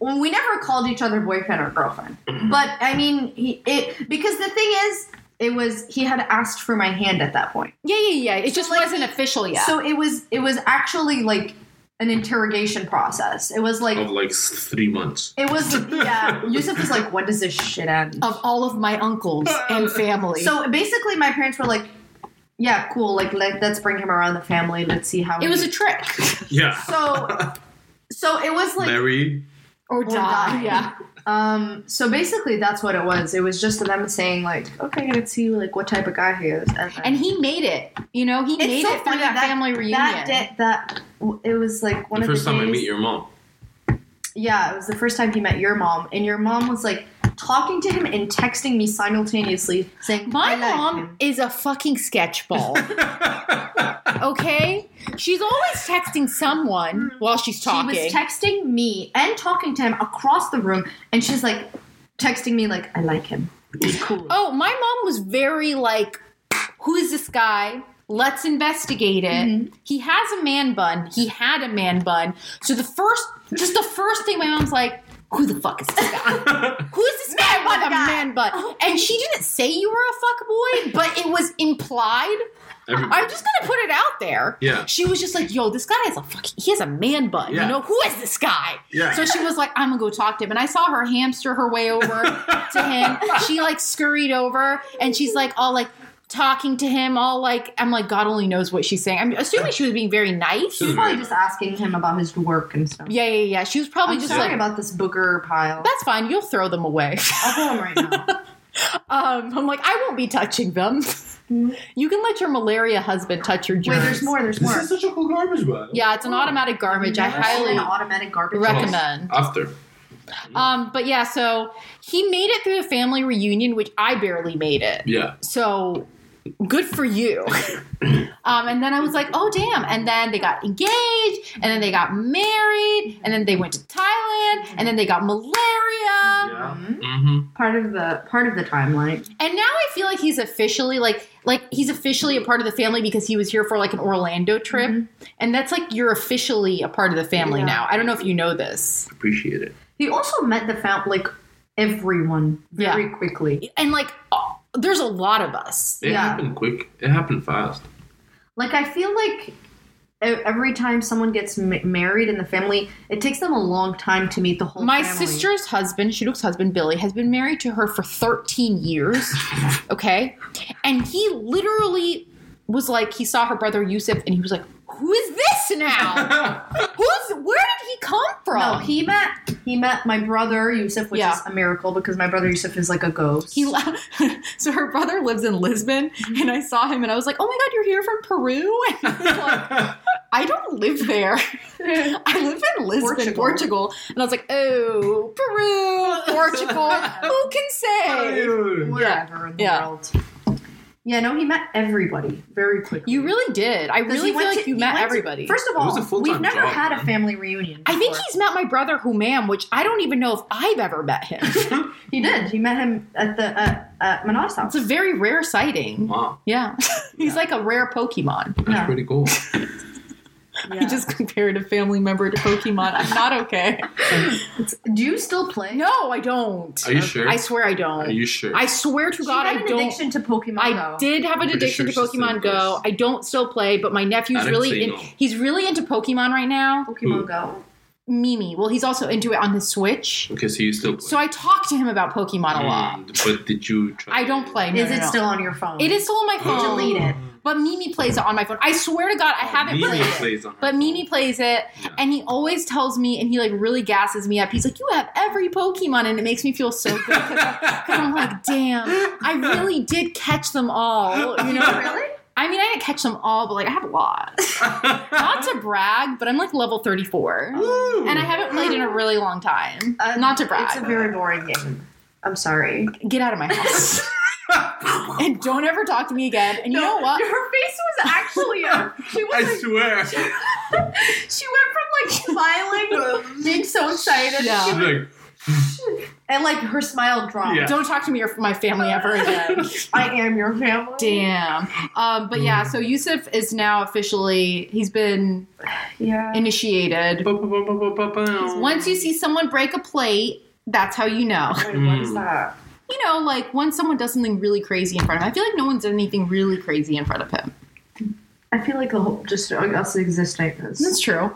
Well, we never called each other boyfriend or girlfriend, but I mean, he, it because the thing is, it was he had asked for my hand at that point,
yeah, yeah, yeah. It just
like,
wasn't official yet.
so it was it was actually like an interrogation process. It was like
Of like s- three months.
it was yeah. Yusuf was like, "What does this shit end?"
of all of my uncles and family.
So basically, my parents were like, "Yeah, cool. Like, let, let's bring him around the family. Let's see how
it
he-
was a trick
Yeah.
so." So it was like
Marry.
or, die.
die.
Yeah.
Um, so basically, that's what it was. It was just them saying like, "Okay, let's see like what type of guy he is." And,
And he made it. You know, he made
so
it through
funny
that,
that-
family reunion.
that day, that it was like one
The
of
first
the
time I
days-
meet your mom.
Yeah, it was the first time he met your mom, and your mom was like talking to him and texting me simultaneously, saying,
My
"I like
mom
him."
is a fucking sketchball. okay? She's always texting someone while she's talking.
Mm. She was texting me and talking to him across the room, and she's like texting me like, "I like him. He's cool."
oh, my mom was very like, who is this guy? Let's investigate it.
Mm-hmm.
He has a man bun. He had a man bun. So the first, just the first thing my mom's like, who the fuck is this guy? Who is this man
Oh.
with a man bun? And she didn't say you were a fuck boy, but it was implied.
Everybody.
I'm just gonna put it out there.
Yeah.
She was just like, "Yo, this guy is a fucking. He has a man bun.
Yeah.
You know who is this guy?"
Yeah.
So she was like, "I'm gonna go talk to him." And I saw her hamster her way over to him. She like scurried over, and she's like all like talking to him, all like I'm like God only knows what she's saying. I'm assuming she was being very nice.
She was
Probably
very-
just asking him about his work and stuff.
Yeah, yeah, yeah. She was probably
I'm
just
sorry
like,
about this booger pile.
"That's fine. You'll throw them away."
I'll pull him right now.
Um, I'm like, I won't be touching them. you can let your malaria husband touch your germs.
Wait, there's more. Oh, There's
this
more.
is such a cool garbage bag.
Yeah, it's an automatic garbage. I
Never
highly
seen an automatic garbage.
recommend.
After.
Um, but yeah, so he made it through the family reunion, which I barely made it.
Yeah.
So good for you. um, and then I was like, oh damn. And then they got engaged, and then they got married, and then they went to Thailand, and then they got malaria.
Yeah. Mm-hmm.
Part of the part of the timeline.
And now I feel like he's officially like like he's officially a part of the family because he was here for like an Orlando trip. And that's like you're officially a part of the family
Mm-hmm. Yeah.
now. I don't know if you know this.
Appreciate it.
He also met the found like everyone very quickly.
And like oh, there's a lot of us.
It
Yeah.
happened quick. It happened fast.
Like I feel like e- every time someone gets ma- married in the family, it takes them a long time to meet the whole.
My
family.
sister's husband, Shaduk's husband, Billy, has been married to her for 13 years. Okay. And he literally was like, he saw her brother Yusuf and he was like, Who is this now? Who's where did he come from?
No, he met he met my brother Yusuf, which
Yeah.
is a miracle because my brother Yusuf is like a ghost.
He so her brother lives in Lisbon,
Mm-hmm.
and I saw him, and I was like, "Oh my god, you're here from Peru!" And I was like, I don't live there. I live in Lisbon, Portugal.
Portugal.
And I was like, "Oh, Peru, Portugal. Who can
Oh,
say?"
whatever in the
Yeah.
world. Yeah, no, he met everybody very quickly.
You really did. I
'Cause
really
he
feel
went
like
to-
you
he
met
went to-
everybody.
first of
It was
all,
a full-time
we've never
job,
had a
man.
family reunion.
I think
before.
he's met my brother Humam, which I don't even know if I've ever met him.
he did. He met him at the uh, at Manav's house.
it's a very rare sighting.
Wow.
Yeah, he's like a rare Pokemon.
That's
Yeah.
pretty cool.
Yeah.
I just compared a family member to Pokemon. I'm not okay.
Do you still play?
No, I don't.
Are you sure?
I swear I
Are
don't.
you sure?
I swear to
She
God,
had
I
an
don't.
addiction to Pokemon.
I
though.
did have an
I'm pretty
addiction
sure
to
she still
Pokemon Go.
does.
I don't still play, but my
I
nephew's
didn't
really
say
in,
no.
he's really into Pokemon right now.
Pokemon Go.
Mimi, well, he's also into it on his Switch.
okay, so you still play.
So I talk to him about Pokemon a lot.
Mm, But did you try?
I don't play. No,
Is
no,
it
no.
still on your phone?
It is still on my phone.
Delete it.
But Mimi plays it on my phone. I swear to God, I haven't
Oh, Mimi
played it.
plays on her
But
phone.
Mimi plays it,
Yeah.
and he always tells me, and he like really gasses me up. He's like, "You have every Pokemon," and it makes me feel so good. 'cause I'm like, "Damn, I really did catch them all." You know,
Really?
I mean, I didn't catch them all, but like I have a lot. Not to brag, but I'm like level 34,
Woo.
and I haven't played in a really long time.
Uh,
Not to brag.
It's a very boring game. I'm sorry.
Get out of my house. and don't ever talk to me again. And you know what?
Her face was actually. A, she was.
I swear.
like, she went from like smiling, being so excited,
Yeah.
She's like,
and like her smile dropped.
Yeah.
Don't talk to me or my family ever again.
I am your family.
Damn. Um, but yeah, so Yusuf is now officially he's been
Yeah.
initiated.
"Ba-ba-ba-ba-ba-ba."
Once you see someone break a plate, that's how you know.
Wait,
Mm.
what is that?
You know, like when someone does something really crazy in front of him. I feel like no one's done anything really crazy in front of him.
I feel like the whole just us existing is.
That's true.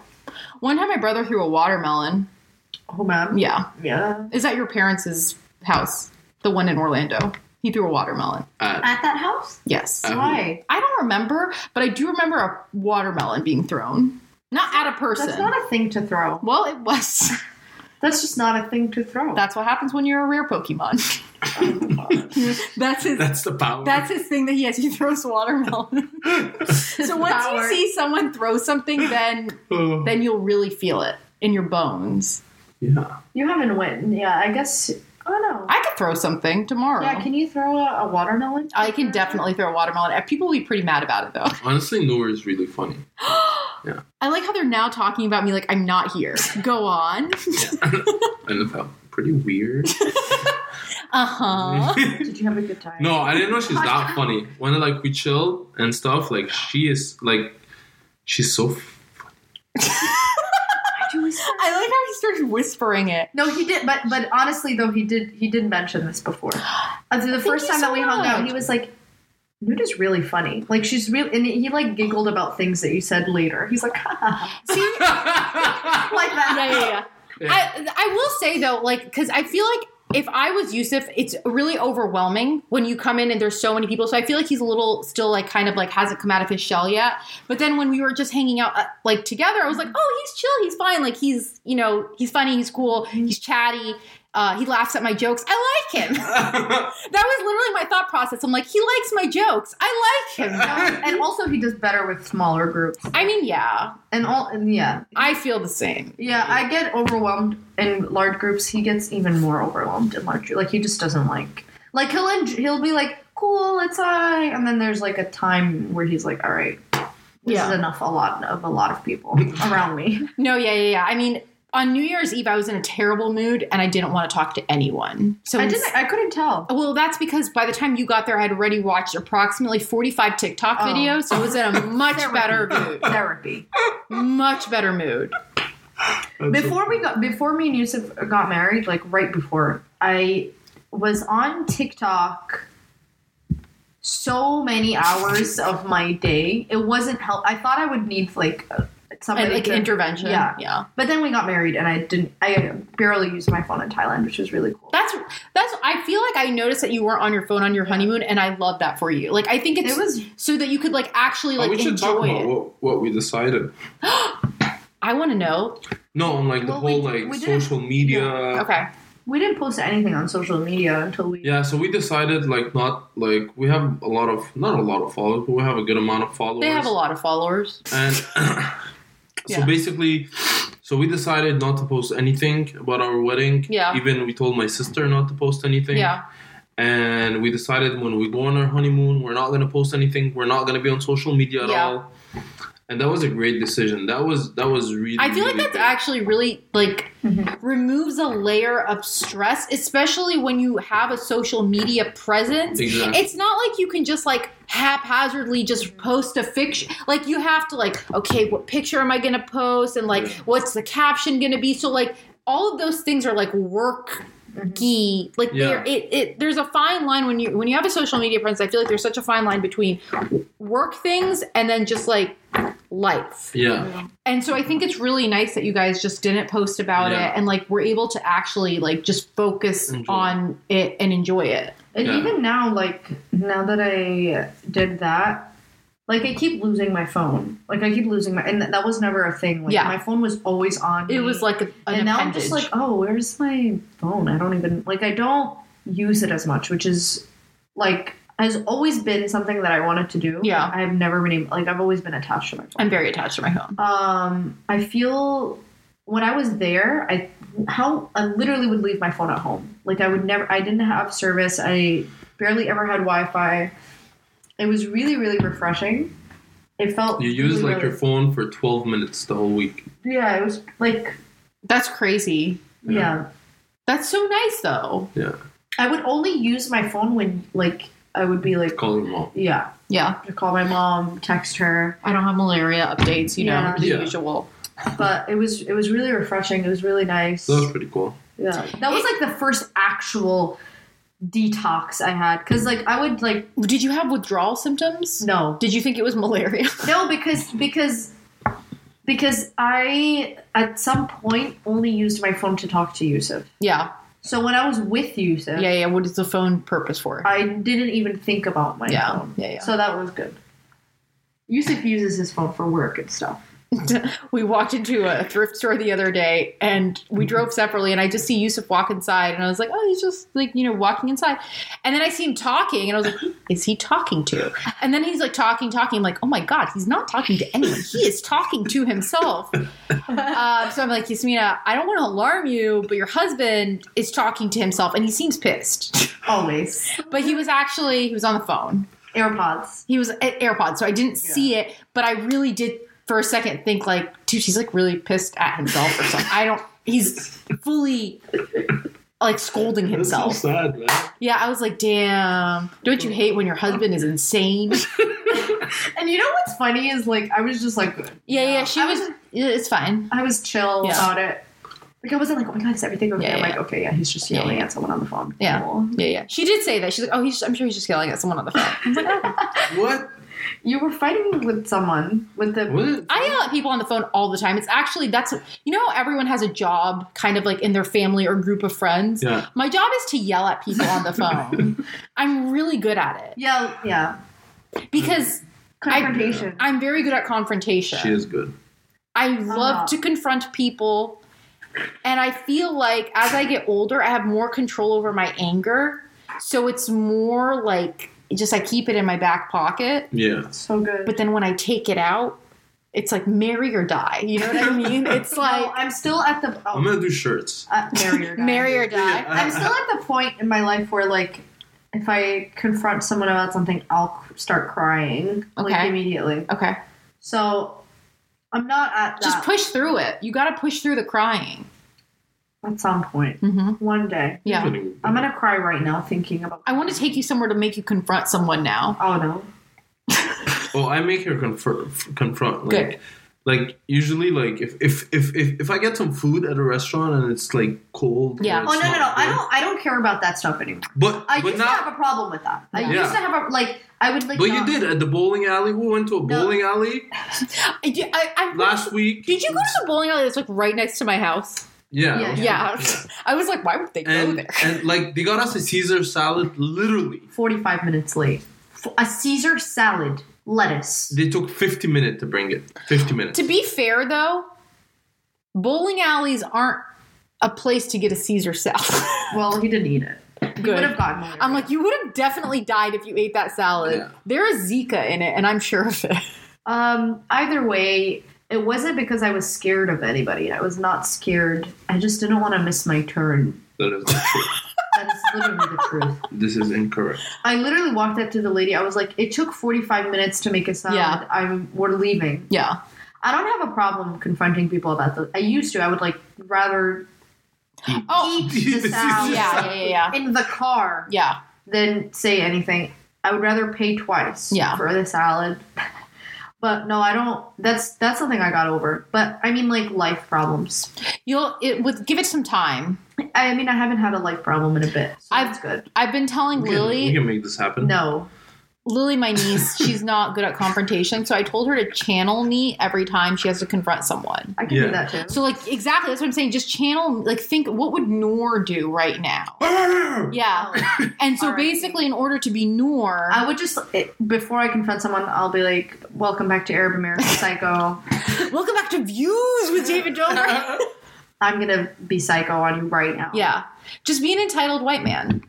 One time my brother threw a watermelon.
Oh man.
Yeah.
Yeah.
Is that your parents' house? The one in Orlando. He threw a watermelon.
At-
At that house?
Yes.
Uh,
Why?
I don't remember, but I do remember a watermelon being thrown. Not at a person.
That's not a thing to throw.
well, it was.
That's just not a thing to throw.
That's what happens when you're a rare Pokemon. that's his.
That's the power.
That's his thing that he has. He throws watermelon. so once you
power.
see someone throw something, then
Oh.
then you'll really feel it in your bones.
yeah.
you haven't win. Yeah, I guess. Oh no.
I could throw something tomorrow.
yeah, can you throw a, a watermelon?
I can definitely throw a watermelon. And People will be pretty mad about it though.
Honestly, Noor is really funny.
I like how they're now talking about me like I'm not here. Go on.
I know how pretty weird.
Uh huh.
Did you have a good time?
No, I didn't know she's that funny. When like we chill and stuff, like she is like she's so
I like how he started whispering it.
No, he did, but but honestly though, he did he did mention this before. Uh, the first
you
time
so
that we hung out,
much.
he was like, Nude is really funny. Like she's real, and he like giggled about things that you said later. He's like, "Ha, ha, ha,"
See,
like that.
yeah, yeah, yeah.
Yeah.
I, I will say though, like, because I feel like if I was Yusuf, it's really overwhelming when you come in and there's so many people. So I feel like he's a little still like kind of like hasn't come out of his shell yet. But then when we were just hanging out uh, like together, I was like, oh, he's chill, he's fine. Like he's you know he's funny, he's cool, he's chatty. Uh, he laughs at my jokes. I like him. that was literally my thought process. I'm like, he likes my jokes. I like him.
And also, he does better with smaller groups.
I mean, yeah,
And all, and yeah,
I feel the same.
yeah. I get overwhelmed in large groups. He gets even more overwhelmed in large. Like he just doesn't like. Like he'll en- he'll be like, "Cool, it's I," and then there's like a time where he's like, "All right." This
Yeah.
is enough. A lot of a lot of people around me.
No, yeah, yeah, yeah. I mean, on New Year's Eve, I was in a terrible mood and I didn't want to talk to anyone. So
I didn't. I couldn't tell.
Well, that's because by the time you got there, I had already watched approximately 45 TikTok
Oh.
videos. So I was in a much better mood.
Therapy.
Much better mood.
before we got before me and Yusuf got married, like right before, I was on TikTok so many hours of my day. It wasn't help. I thought I would need like uh, somebody
And like
to-
intervention.
Yeah.
Yeah.
But then we got married, and I didn't. I barely used my phone in Thailand, which was really cool.
That's, that's, I feel like I noticed that you weren't on your phone on your honeymoon and I love that for you. Like, I think it's
It was
so that you could like actually
Oh,
like
we should
enjoy
talk about
it.
what, what we decided.
I want to know.
No, on like the
Well, we-
whole
we
like
didn't-
social media.
Okay.
we didn't post anything on social media until we.
Yeah, so we decided like not like we have a lot of not a lot of followers, but we have a good amount of followers.
They have a lot of followers.
And so
Yeah.
basically, so we decided not to post anything about our wedding.
Yeah.
Even we told my sister not to post anything.
Yeah.
And we decided when we go on our honeymoon, we're not gonna post anything. We're not gonna be on social media at
Yeah.
all. And that was a great decision. That was that was really.
I feel like
really
that's
big.
actually really like removes a layer of stress, especially when you have a social media presence.
Exactly.
It's not like you can just like haphazardly just post a picture. Like you have to like, okay, what picture am I gonna post, and like,
Yeah.
what's the caption gonna be? So like, all of those things are like work.
mm-hmm.
Like
Yeah.
there, it, it there's a fine line when you when you have a social media presence. I feel like there's such a fine line between work things and then just like life.
Yeah.
And so I think it's really nice that you guys just didn't post about
Yeah.
it and like were able to actually like just focus
Enjoy.
on it and enjoy it.
And
Yeah.
even now, like now that I did that, like I keep losing my phone. Like I keep losing my, and th- that was never a thing. Like
Yeah.
my phone was always on.
It
me.
was like a, an
and now I'm just like,
appendage.
oh, where's my phone? I don't even like. I don't use it as much, which is like has always been something that I wanted to do.
Yeah.
I've never been able, like I've always been attached to my phone.
I'm very attached to my home.
Um, I feel when I was there, I how I literally would leave my phone at home. Like I would never. I didn't have service. I barely ever had Wi-Fi. It was really, really refreshing. It felt
You use
really,
like your
really-
phone for twelve minutes the whole week.
yeah. It was like
That's crazy.
Yeah.
yeah.
That's so nice though.
I would only use my phone when like I would be like
Call your mom.
yeah.
Yeah.
to call my mom, text her.
I don't have malaria updates, you know,
Yeah.
the
Yeah.
usual.
But it was it was really refreshing. It was really nice.
That was pretty cool.
Yeah, that was like the first actual detox I had because like I would like
Did you have withdrawal symptoms?
no
Did you think it was malaria?
no because because because I at some point only used my phone to talk to Yusuf.
yeah.
So when I was with Yusuf,
Yeah, yeah. What is the phone purpose for?
I didn't even think about my
Yeah,
phone.
yeah, yeah.
So that was good. Yusuf uses his phone for work and stuff.
we walked into a thrift store the other day and we drove separately and i just see yusuf walk inside and i was like oh he's just like you know walking inside and then i see him talking and i was like who is he talking to and then he's like talking talking I'm like oh my god he's not talking to anyone he is talking to himself uh, so i'm like yasmina i don't want to alarm you but your husband is talking to himself and he seems pissed
Always
but he was actually he was on the phone
AirPods.
he was at AirPods, so I didn't see it, but I really did for a second think like, dude, he's like really pissed at himself or something. I don't. He's fully like scolding
That's
himself.
so sad, man.
Yeah, I was like, damn. Don't you hate when your husband is insane?
And you know what's funny is like I was just like
Yeah, yeah. She
I
was.
was-
yeah, It's fine.
I was chill
Yeah.
about it. Like I wasn't like, oh my god, is everything okay?
Yeah,
I'm
yeah.
like, okay, yeah, he's just
Yeah,
yelling
yeah.
at someone on the phone.
Yeah.
Cool.
Yeah, yeah. She did say that. She's like, oh, he's. I'm sure he's just yelling at someone on the phone. I was like, oh.
What?
You were fighting with someone with the
What?
I yell at people on the phone all the time. It's actually that's you know how everyone has a job, kind of like in their family or group of friends.
Yeah.
My job is to yell at people on the phone. I'm really good at
yeah yeah
it because
confrontation.
I'm very good at confrontation.
She is good.
I
Uh-huh.
love to confront people. And I feel like as I get older, I have more control over my anger. So it's more like just I keep it in my back pocket.
Yeah.
so good.
But then when I take it out, it's like marry or die. You know what I mean? It's
No,
like
I'm still at the
I'm
oh,
gonna do shirts.
uh, marry or die.
marry or die.
Yeah.
I'm still at the point in my life where like if I confront someone about something, I'll c- start crying like
Okay.
immediately.
Okay.
So I'm not at that
Just push through it. You got to push through the crying.
at some point
Mm-hmm.
one day.
Yeah.
I'm gonna cry right now thinking about.
I want to take you somewhere to make you confront someone now.
Oh no!
Oh, I make her confront. confront like,
Good.
Like usually, like if if, if if if I get some food at a restaurant and it's like cold. or
Yeah.
it's
Oh no
not
no no! I
good-
don't I don't care about that stuff anymore.
But
I
but
used to
now,
have a problem with that. I
Yeah.
used to have a like I would like. um,
but you
not-
did at the bowling alley. We went to a bowling alley
I, I, I-
last week.
did you go to the bowling alley that's like right next to my house?
Yeah.
Yeah.
Yeah.
Yeah.
I was like, why would they go
And
there?
and like they got us a Caesar salad. Literally,
45 minutes late. F- A Caesar salad, lettuce.
they took 50 minutes to bring it. 50 minutes.
To be fair, though, bowling alleys aren't a place to get a Caesar salad.
Well, he didn't eat it. He would have
Good.
gotten one.
I'm like, you would have definitely died if you ate that salad.
Yeah.
There is Zika in it, and I'm sure of it.
Um, either way, it wasn't because I was scared of anybody. I was not scared. I just didn't want to miss my turn.
That is not true.
That is literally the truth.
this is incorrect.
I literally walked up to the lady. I was like, it took 45 minutes to make a salad.
Yeah.
I'm, we're leaving.
Yeah.
I don't have a problem confronting people about this. I used to. I would like rather
Oh,
eat the
This is-
yeah,
salad
yeah, yeah, yeah.
in the car
Yeah.
than say anything. I would rather pay twice
Yeah.
for the salad. but no, I don't. That's that's something I got over. But I mean, like life problems.
You'll it with give it some time.
I mean, I haven't had a life problem in a bit. So
I've-
that's good.
I've been telling
We can,
Lily.
we can make this happen.
No,
Lily, my niece, she's not good at confrontation, so I told her to channel me every time she has to confront someone.
I can
Yeah.
do that too.
So, like, exactly that's what I'm saying. Just channel, like, think what would Noor do right now? Yeah.
Oh.
And so,
Alright.
basically, in order to be Noor,
I would just it, before I confront someone, I'll be like, "Welcome back to Arab American Psycho."
welcome back to Views with David Dobrik.
I'm gonna be psycho on you right now.
yeah. Just be an entitled white man.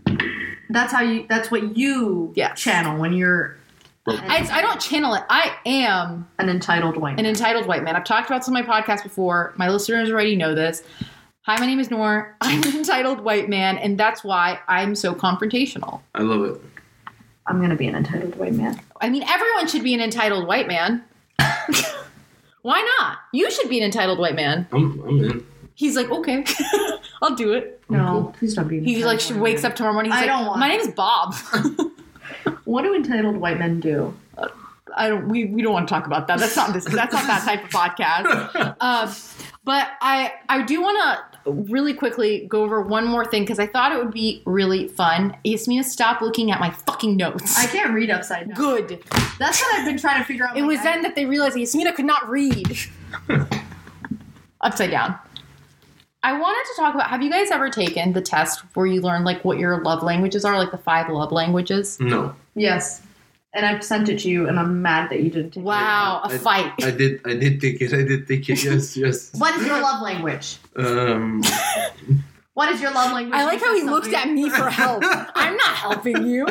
that's how you. That's what you
Yes.
channel when you're
I, I don't channel it. I am
an entitled white.
an
man.
entitled white man. I've talked about this on my podcast before. My listeners already know this. Hi, my name is Noor. I'm an entitled white man, and that's why I'm so confrontational.
I love it.
I'm gonna be an entitled white man.
I mean, everyone should be an entitled white man. Why not? You should be an entitled white man.
I'm, I'm in.
He's like, okay, I'll do it.
I'm
No,
cool.
please don't be. an
He like
entitled white
wakes
man.
up tomorrow morning. He's
I
like,
don't want
My
it.
name is Bob.
What do entitled white men do?
I don't. We, we don't want to talk about that. That's not this. That's not that type of podcast. Um, but I I do want to really quickly go over one more thing because I thought it would be really fun. Yasmina, stop looking at my fucking notes.
I can't read upside down.
Good.
That's what I've been trying to figure out.
It
Like,
was
I-
then that they realized that Yasmina could not read. Upside down. I wanted to talk about have you guys ever taken the test where you learn like what your love languages are, like the five love languages?
No,
Yes, and I've sent it to you, and I'm mad that you didn't. Take it.
Wow, a
I-
fight.
I did. I did take it. I did take it. Yes, yes.
What is your love language?
Um,
What is your love language?
I like how he looked
Something-
at me for help. I'm not helping you.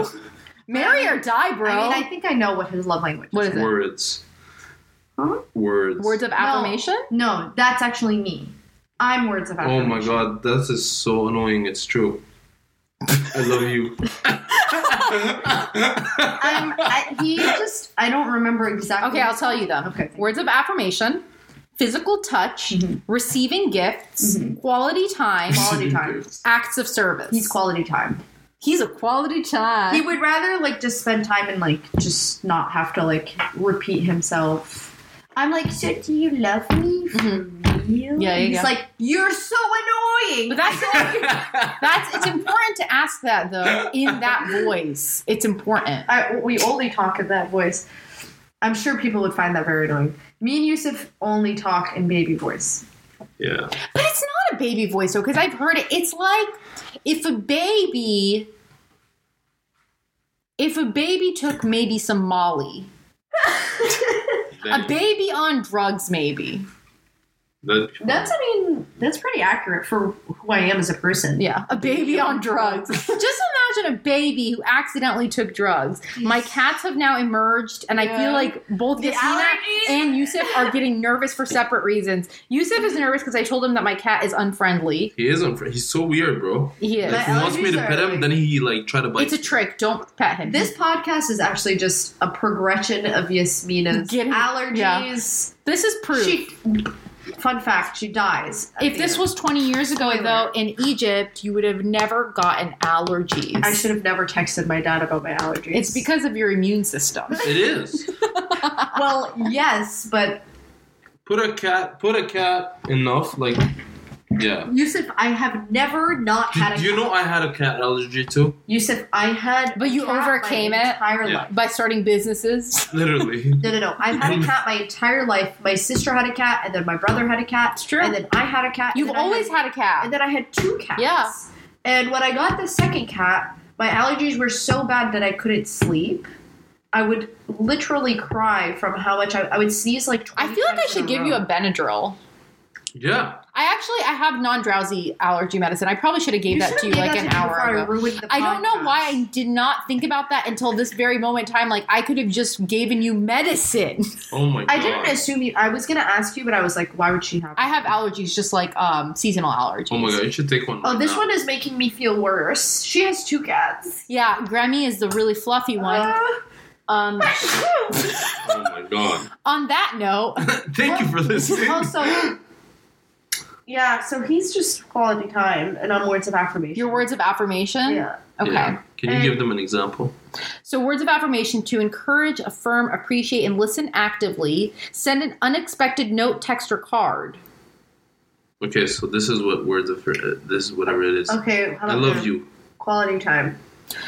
Marry or die, bro.
I mean, I think I know what his love language.
what
is.
is it?
words.
Huh?
Words.
Words of affirmation?
No, that's actually me. I'm words of
Oh
affirmation.
my god, that is so annoying. It's true. I love you.
I'm, I, he just. I don't remember exactly.
Okay, I'll tell you them.
Okay.
Words of affirmation, physical touch, receiving gifts, Mm-hmm. quality time,
Mhm. Quality time.
acts of service.
He's quality time.
He's a quality child.
He would rather like just spend time and like just not have to like repeat himself. I'm like, so do you love me? for you.
Yeah, yeah,
He's
yeah.
like, you're so annoying.
But that's that's it's important to ask that though in that voice. It's important.
I, we only talk in that voice. I'm sure people would find that very annoying. Me and Yusuf only talk in baby voice.
Yeah.
But it's not a baby voice though, because I've heard it. It's like if a baby, if a baby took maybe some Molly, a baby on drugs, maybe.
That-
That's, I mean, that's pretty accurate for who I am as a person.
Yeah, a baby on drugs. Just imagine a baby who accidentally took drugs. My cats have now emerged, and I
Yeah.
feel like both
The
Yasina
allergies.
and Yusuf are getting nervous for separate reasons. Yusuf is nervous because I told him that my cat is unfriendly.
he is unfriendly. He's so weird, bro.
He is.
Like, he
My
wants me to
allergies
pet
are
him,
like-
then he like try to bite.
It's a trick. Don't pet him.
This podcast is actually just a progression of Yasmina's
Get it.
allergies.
This is proof.
She, fun fact, she dies. at
if
the
this
end.
was 20 years ago,
Spoiler.
though, in Egypt, you would have never gotten allergies.
I should have never texted my dad about my allergies.
It's because of your immune system.
it is.
well, yes, but
Put a cat. Put a cat. Enough. Like, yeah.
Yusuf, I have never not
Do,
had a
do you know I had a cat allergy too?
Yusuf, I had
But you
a cat
overcame
my
it.
entire
Yeah.
life.
By starting businesses,
Literally.
No, no, no. I've had
Mm-hmm.
a cat my entire life. My sister had a cat, and then my brother had a cat.
It's true.
And then I had a cat. and
you've
then I
always
had,
had a
And
cat.
then I had two cats.
Yeah.
And when I got the second cat, my allergies were so bad that I couldn't sleep. I would literally cry from how much I, I would sneeze like. 20
I feel like I
times in
should give
row.
you a Benadryl.
Yeah.
I actually I have non-drowsy allergy medicine. I probably should have gave
You
that
should've
to you
gave
like
that
an
to me before
hour
I,
ago.
ruined the
I don't know why I
podcast.
did not think about that until this very moment in time. Like I could have just given you medicine.
Oh my god.
I didn't assume you. I was gonna ask you, but I was like, why would she have?
I have allergies, just like um, seasonal allergies.
Oh my god. You should take one.
Oh,
right
this
now.
one is making me feel worse. She has two cats.
Yeah, Grammy is the really fluffy one.
Ah.
Um,
Oh my god.
on that note,
Thank you for listening.
also, yeah. So he's just quality time, and I'm words of affirmation.
your words of affirmation.
Yeah.
Okay.
Yeah. Can you
And-
give them an example?
So, words of affirmation to encourage, affirm, appreciate, and listen actively. Send an unexpected note, text, or card.
Okay, so this is what words of uh, this is whatever it is.
Okay. How
I
about
love
that?
you.
Quality time.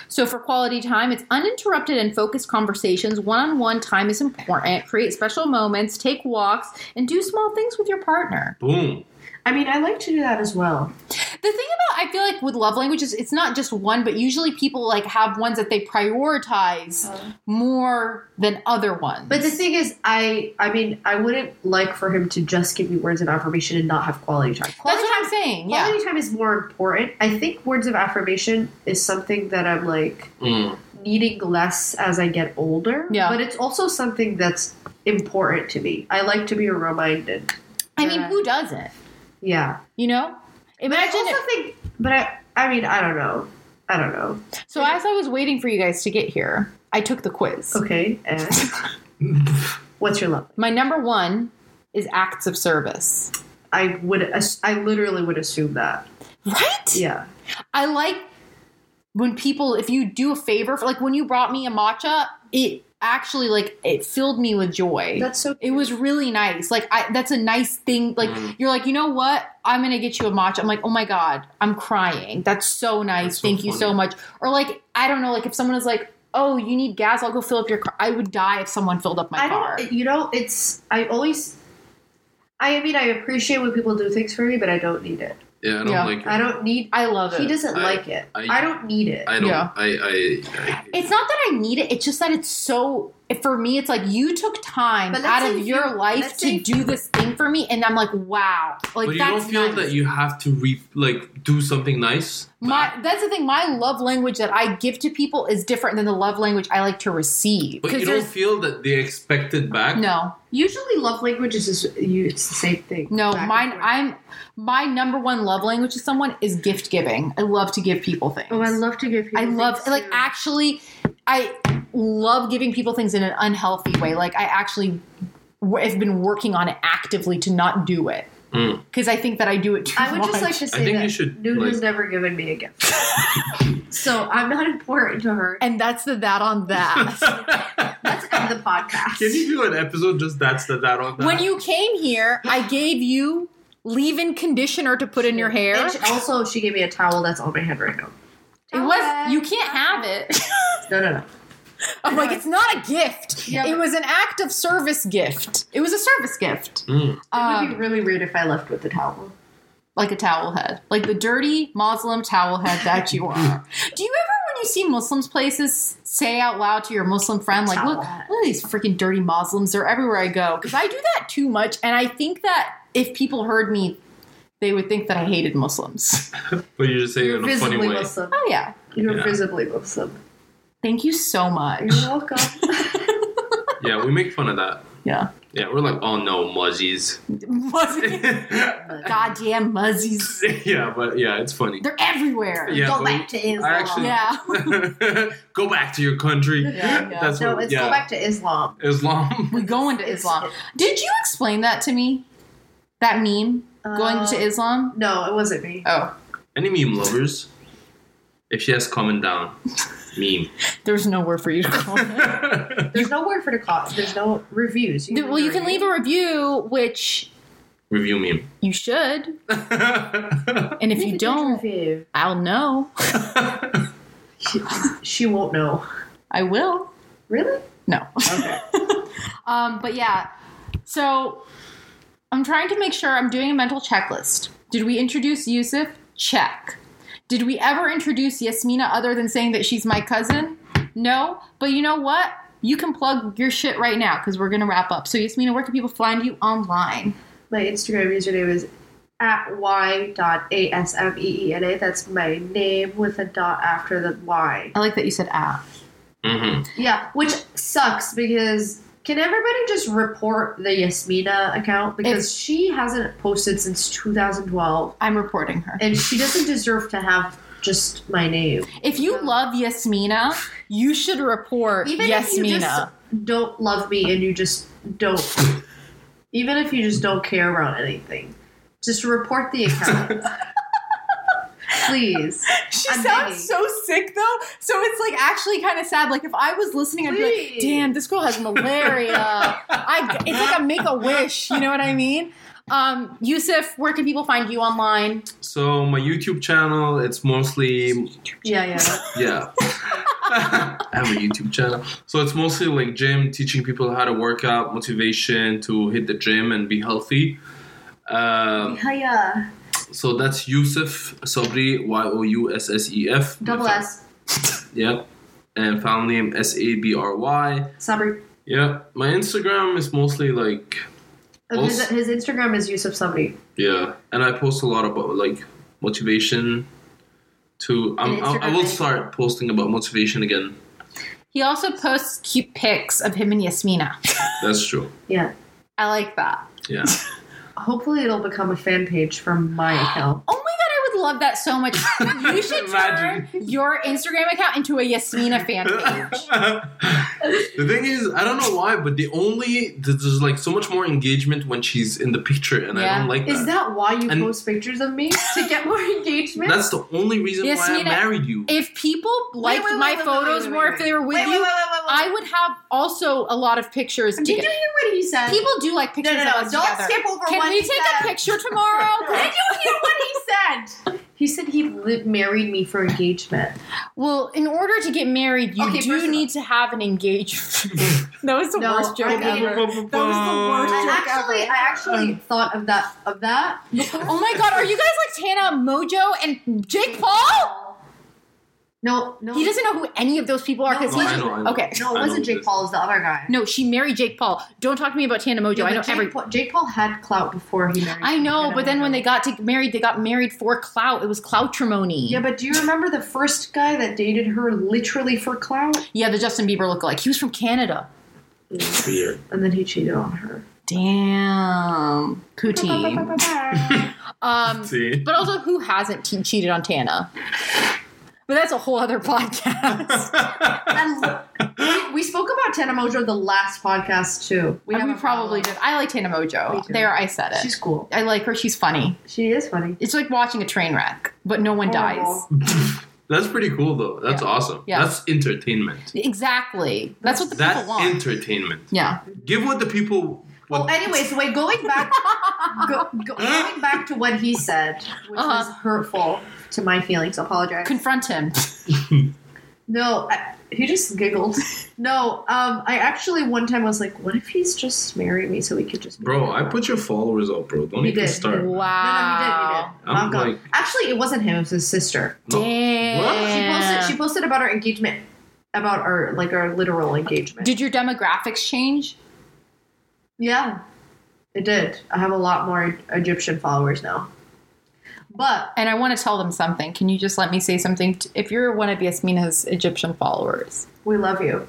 So, for quality time, it's uninterrupted and focused conversations. One on one time is important. Create special moments, take walks, and do small things with your partner.
Boom.
I mean, I like to do that as well.
The thing about, I feel like with love languages, it's not just one, but usually people like have ones that they prioritize more than other ones.
Uh-huh. But the thing is, I I mean, I wouldn't like for him to just give me words of affirmation and not have quality time.
that's
Quality
what
time,
I'm saying. Yeah.
Quality time is more important. I think words of affirmation is something that I'm like
Mm.
needing less as I get older.
Yeah.
But it's also something that's important to me. I like to be reminded.
I mean, who doesn't?
Yeah.
You know?
I
Imagine.
also think, but I, I mean, I don't know. I don't know.
So as I was waiting for you guys to get here, I took the quiz.
Okay. And what's your love?
My number one is acts of service.
I would, ass- I literally would assume that.
Right?
Yeah.
I like when people, if you do a favor, for, like when you brought me a matcha, it actually like it filled me with joy.
That's so.
it was really nice. Like I, that's a nice thing. Like
Mm.
you're like, you know what? I'm gonna get you a matcha. I'm like, oh my god, I'm crying. That's so nice.
That's so
Thank you so
funny.
much. Or like, I don't know. Like if someone is like, oh, you need gas? I'll go fill up your car. I would die if someone filled up my
I
car.
don't. You know, it's. I always. I mean, I appreciate when people do things for me, but I don't need it.
Yeah, I don't
Yeah.
like it.
I don't need.
I love it.
He doesn't
I-
like it.
I-
I, don't need it.
I don't.
Yeah.
I. I. I
It's not that I need it. It's just that it's so. For me, it's like you took time
But let's
out
say
of
if
your
you-
life
let's
to
say-
do this thing for me, and I'm like, wow, like
but you
that's
don't feel
nice.
that you have to re like do something nice.
My that's the thing. My love language that I give to people is different than the love language I like to receive.
but
'Cause
you don't
there's-
feel that they expect it back.
no,
Usually, love languages is you. It's the same thing.
no.
Back and
Mine,
forth.
I'm my number one love language to someone is gift giving. I love to give people things.
Oh, I love to give. People
I love
things,
like
too.
actually I love giving people things in an unhealthy way. Like I actually w- have been working on it actively to not do it
Mm.
because I think that I do it too
I would
much.
just like to say
I think
that
you should,
Nude
like-
has never given me a gift, so I'm not important to her.
and that's the that on that.
Let's end the podcast.
Can you do an episode just that's the that on that?
when you came here, I gave you leave-in conditioner to put in your hair.
And she- also, she gave me a towel. That's all my hand right now.
It was you can't have it.
No, no, no.
I'm like, it's not a gift.
Yeah,
it
but-
was an act of service gift. It was a service gift.
Mm.
it would
Um,
be really weird if I left with a towel.
like a towel head. Like the dirty Muslim towel head that you are. Do you ever when you see Muslims places say out loud to your Muslim friend, like,
Towel
look,
head.
look at these freaking dirty Muslims, they're everywhere I go. Because I do that too much, and I think that if people heard me, they would think that I hated Muslims.
But you're just saying it
You're
in a funny
visibly
way.
Muslim.
Oh yeah.
You're
Yeah.
visibly Muslim.
Thank you so much.
You're welcome.
Yeah, we make fun of that.
Yeah.
Yeah, we're like, oh no, muzzies.
Muzzies. Goddamn muzzies.
yeah, but yeah, it's funny.
They're everywhere.
Yeah,
Go
but-
back to Islam.
I actually-
Yeah.
go back to your country.
Yeah, yeah.
That's
no,
what,
it's
yeah.
go back to Islam.
Islam.
We go into Islam. Did you explain that to me? That meme? Going
Uh,
to Islam?
No, it wasn't me.
Oh.
Any meme lovers? If she has comment down, meme.
There's nowhere for you to call it.
There's no word for the cost. There's no reviews.
Dude, Well, you can leave a review, which
Review meme.
you should. And if you don't,
review.
I'll know.
She won't know.
I will.
Really?
No. um, but yeah. So I'm trying to make sure I'm doing a mental checklist. Did we introduce Yusuf? Check. Did we ever introduce Yasmina other than saying that she's my cousin? No. But you know what? You can plug your shit right now because we're going to wrap up. So, Yasmina, where can people find you online?
My Instagram username is at y.asmeena. e That's my name with a dot after the y.
I like that you said ah.
hmm
Yeah, which sucks because can everybody just report the Yasmina account because she hasn't posted since 2012
I'm reporting her.
and she doesn't deserve to have just my name.
If you love Yasmina, you should report
Even if you
Yasmina.
just don't love me and you just don't even if you just don't care about anything, just report the account. Please.
She
I'm
sounds
begging.
so sick though. So it's like actually kind of sad. Like if I was listening, I'd be like,
Please.
"Damn, this girl has malaria." I, it's like a make a wish. You know what I mean? Um, Yusuf, where can people find you online?
So my YouTube channel, it's mostly
Yeah, yeah.
yeah. I have a YouTube channel, so it's mostly like gym, teaching people how to work out, motivation to hit the gym and be healthy. Um,
Hiya.
so that's Yusuf Sabri, Y O U S S E F.
Double S.
Yep. And family name S A B R Y.
Sabri.
Yep. My Instagram is mostly like
Oh, His, his Instagram is Yusuf Sabri.
Yeah, and I post a lot about like motivation. To I'm, I, I
Instagram
will
video.
start posting about motivation again.
He also posts cute pics of him and Yasmina.
That's true.
Yeah.
I like that.
Yeah,
Hopefully it'll become a fan page from my account.
Oh my god, I would love that so much. You should turn
Imagine.
your Instagram account into a Yasmina fan page.
the thing is, I don't know why, but the only there's there's, like so much more engagement when she's in the picture, and I
Yeah.
don't like
Is
that.
that why you
And-
post pictures of me to get more engagement?
That's the only reason
Yes,
why I
Mina,
married you.
If people
wait,
liked
wait,
my
wait, wait,
photos
wait, wait,
more,
wait.
if they were with
Wait,
you,
wait, wait, wait,
I would have also a lot of pictures.
Did you
together.
hear what he said?
People do like
no,
pictures
no, no!
of us
Don't
together.
skip over
Can
what
we
he
take
said.
a picture tomorrow?
Did you hear what he said? He said he li- married me for engagement.
well, in order to get married, you
Okay, first
do
of
need to have an engagement. that was the
No,
worst joke
I mean-
ever. That was the
I
worst joke
actually,
ever.
I actually Um, thought of that of that.
Oh my god, are you guys like Tana Mojo and Jake Paul?
No, no,
He doesn't know who any of those people are because
No,
he.
I know, I know.
Okay.
no,
I
it wasn't
know
Jake
this.
Paul. It was the other guy.
No, she married Jake Paul. Don't talk to me about Tana Mojo.
Yeah,
I
but
know
Jake
every.
Paul, Jake Paul had clout before he married.
I know,
Jenna
but then when they
Ortega.
got to married, they got married for clout. It was cloutrimony.
yeah, but do you remember the first guy that dated her literally for clout,
yeah, the Justin Bieber lookalike. He was from Canada.
Weird.
and then he cheated on her?
Damn. Poutine. Um,
See,
but also, who hasn't te- cheated on Tana? But that's a whole other podcast.
And look, we- we spoke about Tana Mojo the last podcast too.
we
have a
probably
problem.
did. I like Tana
Me
Mojo.
too.
There, I said it.
She's cool.
I like her. She's funny.
She is funny.
It's like watching a train wreck, but no one
Horrible.
dies.
that's pretty cool though. That's
Yeah.
awesome.
Yeah.
That's entertainment.
Exactly. That's what the people
That's
want.
entertainment.
yeah.
Give what the people What-
Oh,
Well, anyways, wait. Going back, go, go, going back to what he said, which
Uh-huh.
was hurtful to my feelings. Apologize.
Confront him.
No, I, he just giggled. No, um, I actually one time was like, what if he's just marry me so we could just. be
Bro, I
together?
put your followers up, bro. Don't
You
even
did.
start. man.
No, no, you did, you
Wow.
did.
I'm
Malcolm.
like-
actually, it wasn't him. It was his sister.
No.
She
Damn.
posted. She posted about our engagement, about our like our literal engagement.
Did your demographics change?
yeah, it did. I have a lot more Egyptian followers now, but
And I want to tell them something. Can you just let me say something? T- If you're one of Yasmina's Egyptian followers,
we love you.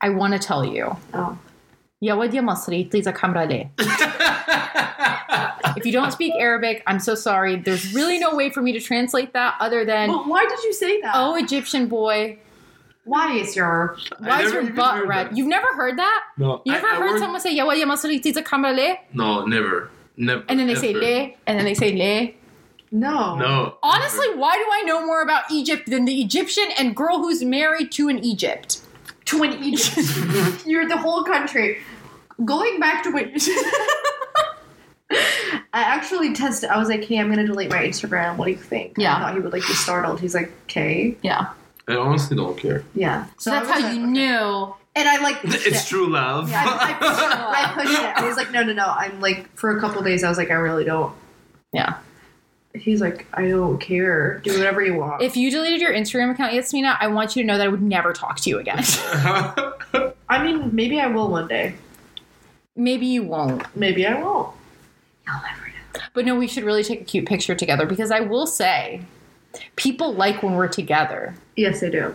I want to tell you.
Oh,
يا ود يا مصري تليزا كاميرا ليه. If you don't speak Arabic, I'm so sorry. There's really no way for me to translate that other than,
but why did you say that?
oh, Egyptian boy,
why is your
I
why is
never
your
even
butt
heard
red?
that.
You've never heard that?
No.
You
I-
ever
I
heard
work-
someone say "Yeah, well, yeah, masuri tiza kama le,"
No, never. Never.
and then they say
never.
"le," and then they say "le."
no?
No.
Honestly, why do I know more about Egypt than the Egyptian and girl who's married to an Egypt?
to an Egypt. You're the whole country. Going back to what I actually tested. I was like, "Hey, I'm gonna delete my Instagram. What do you think?"
Yeah.
I thought he would like be startled. He's like, "Okay,
Yeah,
I honestly don't care.
yeah."
so,
I
that's
was
how
like-
you knew.
And I like, pushed
It's
it.
true love.
Yeah, I, I, pushed it. I pushed it. I was like, "No, no, no." I'm like, for a couple days, I was like, "I really don't."
Yeah.
He's like, "I don't care. Do whatever you want."
If you deleted your Instagram account, Yasmina, I want you to know that I would never talk to you again.
I mean, maybe I will one day.
Maybe you won't.
Maybe I won't.
But no, we should really take a cute picture together because I will say, people like when we're together.
Yes, I do.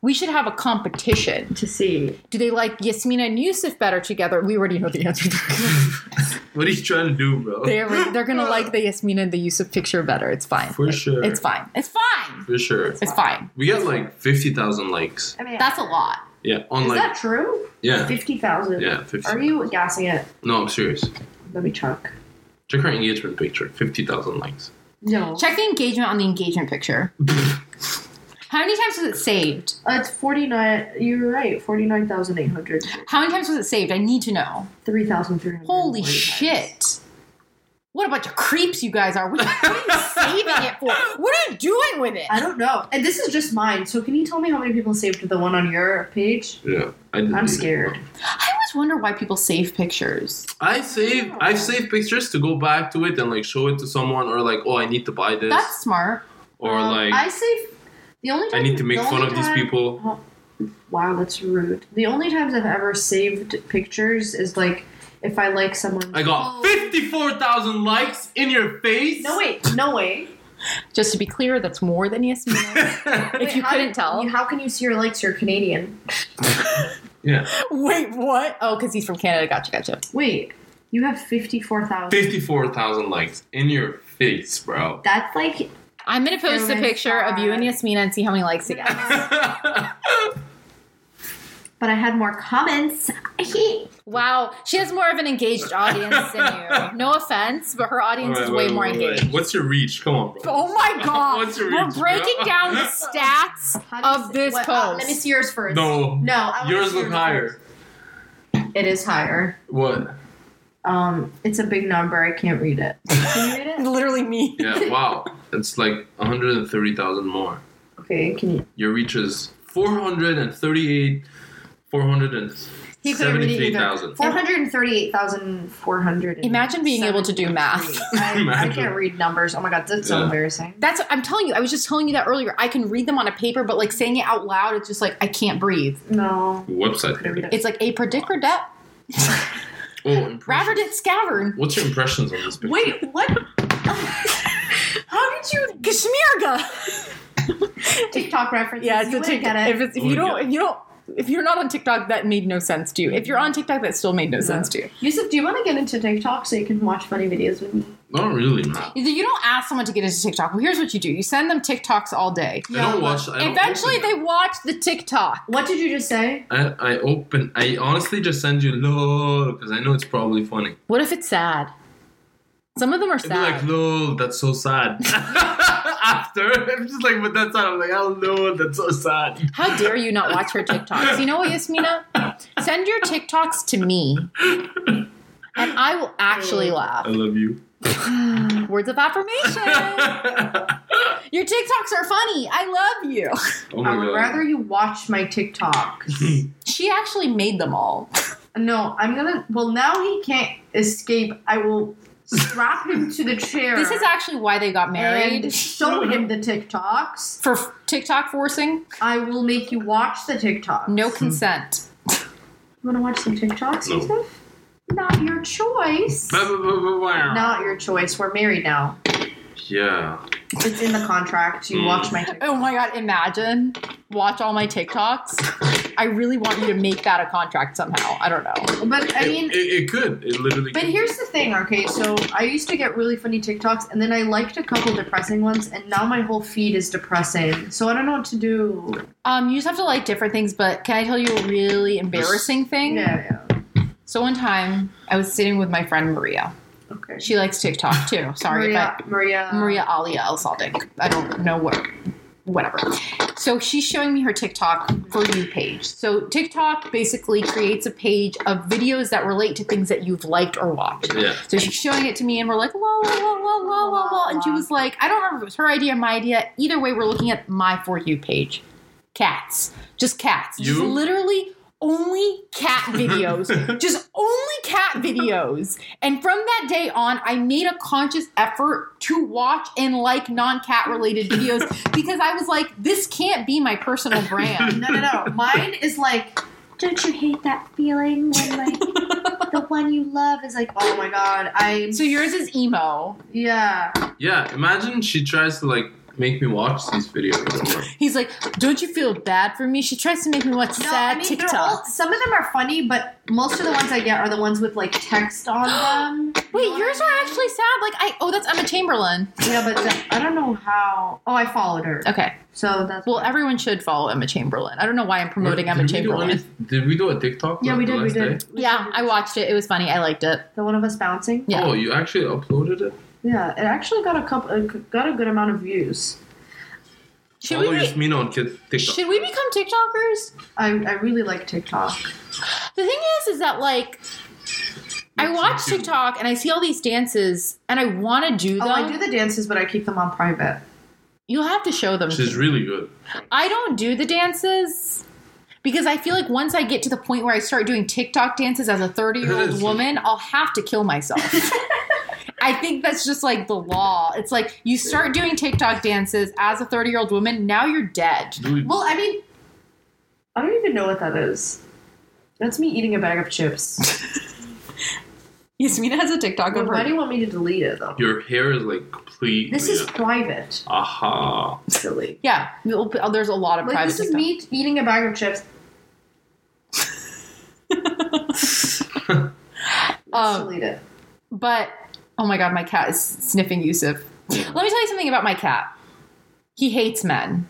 We should have a competition.
To see.
Do they like Yasmina and Yusuf better together? We already know the answer. to that.
what are you trying to do, bro?
They're they're gonna like the Yasmina and the Yusuf picture better. It's fine.
For sure.
It's fine. It's fine.
For sure.
It's fine.
We got like 50,000 likes.
I mean,
That's a lot.
Yeah.
is
On like.
that true?
Yeah.
Fifty thousand.
Yeah. 50.
Are you gassing it?
No, I'm serious.
Let me check.
Check her engagement picture. 50,000 likes.
No.
Check the engagement on the engagement picture. How many times was it saved?
Uh, it's 49. You're right. 49,800.
How many times was it saved? I need to know.
3,300.
Holy shit. What a bunch of creeps you guys are. What are you, what are you saving it for? What are you doing with it?
I don't know. And this is just mine. So can you tell me how many people saved the one on your page?
Yeah. I didn't
I'm
do that.
scared.
I always wonder why people save pictures.
I save I save pictures to go back to it and like show it to someone or like oh I need to buy this
That's smart.
or
Um,
like
I
I,
save. The only time,
need to make
the
fun
only
of these
time-
people.
Wow, that's rude. The only times I've ever saved pictures is like if I like someone.
I got 54,000 likes in your face.
Oh. No wait, no way.
Just to be clear, that's more than Yasmina.
way.
if you
how
couldn't
did-
tell.
How can you see your likes? You're Canadian.
yeah.
Wait, what? Oh, because he's from Canada. Gotcha, gotcha.
Wait, you have fifty-four thousand.
54,000 likes in your face, bro.
That's like
I'm gonna post a
Oh my
picture of you and
God.
Yasmina and see how many likes it gets.
but I had more comments.
Wow, she has more of an engaged audience than you. No offense, but her audience is
Wait,
way
wait,
more
wait, wait.
engaged.
What's your reach? Come on, bro.
Oh my god,
What's your
we're
reach,
breaking
bro?
down the stats of this
what- uh,
post.
let me see yours first.
No.
No, I wanna
Yours
see
look
yours
higher.
It is higher.
What?
Um, it's a big number. I can't read it. Can you read it?
Literally me.
Yeah, wow. it's like 130,000 more.
Okay, can you?
Your reach is 438
He couldn't read it either.
473,000.
Four hundred and thirty-eight thousand four hundred.
Imagine being able to do math.
I, I
Imagine.
can't read numbers. Oh my god, that's so
Yeah.
embarrassing.
That's I'm telling you. I was just telling you that earlier. I can read them on a paper, but like saying it out loud, it's just like I can't breathe.
No,
Website.
can I read it?
It's like a predictor debt,
Oh, impressions.
rather than scavern.
What's your impressions on this picture?
Wait, what?
How did you Kashmirga?
TikTok reference.
Yeah,
you
it's a
wouldn't
TikTok.
Get
If,
it.
it's, if
You
you
wouldn't
don't,
get
if you don't, if you're not on TikTok, that made no sense to you. If you're on TikTok, that still made no sense to you.
Yusuf, do you want to get into TikTok so you can watch funny videos with me?
Not really, man.
Either You don't ask someone to get into TikTok. Well, here's what you do: you send them TikToks all day.
I don't watch. I don't
Eventually,
open
they watch the TikTok.
What did you just say?
it. I, I open. I honestly just send you lol because I know it's probably funny.
What if it's sad? Some of them are
It'd be like
sad.
lol, that's so sad. After I'm just like, but that's sad. I'm like, oh no, that's so sad.
How dare you not watch her TikToks? You know what, Yasmina? Send your TikToks to me, and I will actually
I
laugh.
love you.
Words of affirmation.
oh
Your TikToks are funny. I love you.
my
I would
god.
rather you watch my TikTok.
She actually made them all.
No, I'm gonna. Well, now he can't escape. I will strap him to the chair.
This is actually why they got married
and show him the TikToks.
for f- TikTok forcing.
I will make you watch the TikToks.
No
Hmm.
consent.
You wanna watch some TikToks,
No.
Yusuf? Not your choice.
Ba-ba-ba-ba-wow.
Not your choice. We're married now.
Yeah.
It's in the contract. You
Mm.
watch my TikToks.
Oh my god! Imagine watch all my TikToks. I really want you to make that a contract somehow. I don't know.
But I
It-
mean,
it, it could. It literally.
But
could.
here's the thing, okay? So I used to get really funny TikToks, and then I liked a couple depressing ones, and now my whole feed is depressing. So I don't know what to do.
Um, you just have to like different things, but can I tell you a really embarrassing thing?
Yeah,
So one time I was sitting with my friend Maria.
yeah. Okay.
She likes TikTok too. Sorry,
Maria, Maria, uh,
but Maria Alia El Saldik. I don't know what whatever. So she's showing me her TikTok for you page. So TikTok basically creates a page of videos that relate to things that you've liked or watched.
Yeah.
So she's showing it to me, and we're like, la la la la la la la, and she was like, I don't remember if it was her idea, my idea. Either way, we're looking at my for you page, cats, just cats, just
You?
literally only cat videos, just only cat videos. And from that day on, I made a conscious effort to watch and like non-cat related videos because I was like, this can't be my personal brand.
No, no, no. Mine is like,
Don't you hate that feeling when like the one you love is like
oh my god, I'm.
So yours is emo.
Yeah.
Yeah. Imagine she tries to like make me watch these videos. I'm like,
He's like, don't you feel bad for me? She tries to make me watch
No,
sad
I mean, they're
TikToks.
all, some of them are funny, but most of the ones I get are the ones with like text on them.
Wait, yours are actually sad. Like I oh, that's Emma Chamberlain.
Yeah, but the- I don't know how. Oh, I followed her.
Okay.
So that's.
Well, everyone should follow Emma Chamberlain. I don't know why I'm promoting
did
Emma
we do
Chamberlain.
any- Did we do a TikTok?
yeah,
like,
we
the
did. We
last
did.
day?
Yeah, I watched it. It was funny. I liked it.
The one of us bouncing.
Yeah.
Oh, you actually uploaded it.
Yeah, it actually got a couple, it got a good amount of views.
Should
Follow
we be,
Yasmina on Kid- TikTok.
should we become TikTokers?
I, I really like TikTok.
The thing is, is that like I
Makes
watch
you-
TikTok and I see all these dances and I want to do them.
Oh, I do the dances, but I keep them on private.
You'll have to show them.
She's
to me.
really good.
I don't do the dances because I feel like once I get to the point where I start doing TikTok dances as a 30 year
That
old
is-
woman, I'll have to kill myself. I think that's just like the law. It's like you start doing TikTok dances as a 30 year old woman, now you're dead.
Dude,
Well, I mean, I don't even know what that is. That's me eating a bag of chips.
Yasmina has a TikTok
Why do you want me to delete it though?
your hair is like completely.
This is private,
Aha.
silly.
Yeah, we'll put- oh, there's a lot of
Like
private
this is
TikTok.
me eating a bag of chips. Let's
Um,
delete it.
But oh my god, my cat is sniffing Yusuf. Let me tell you something about my cat. He hates men.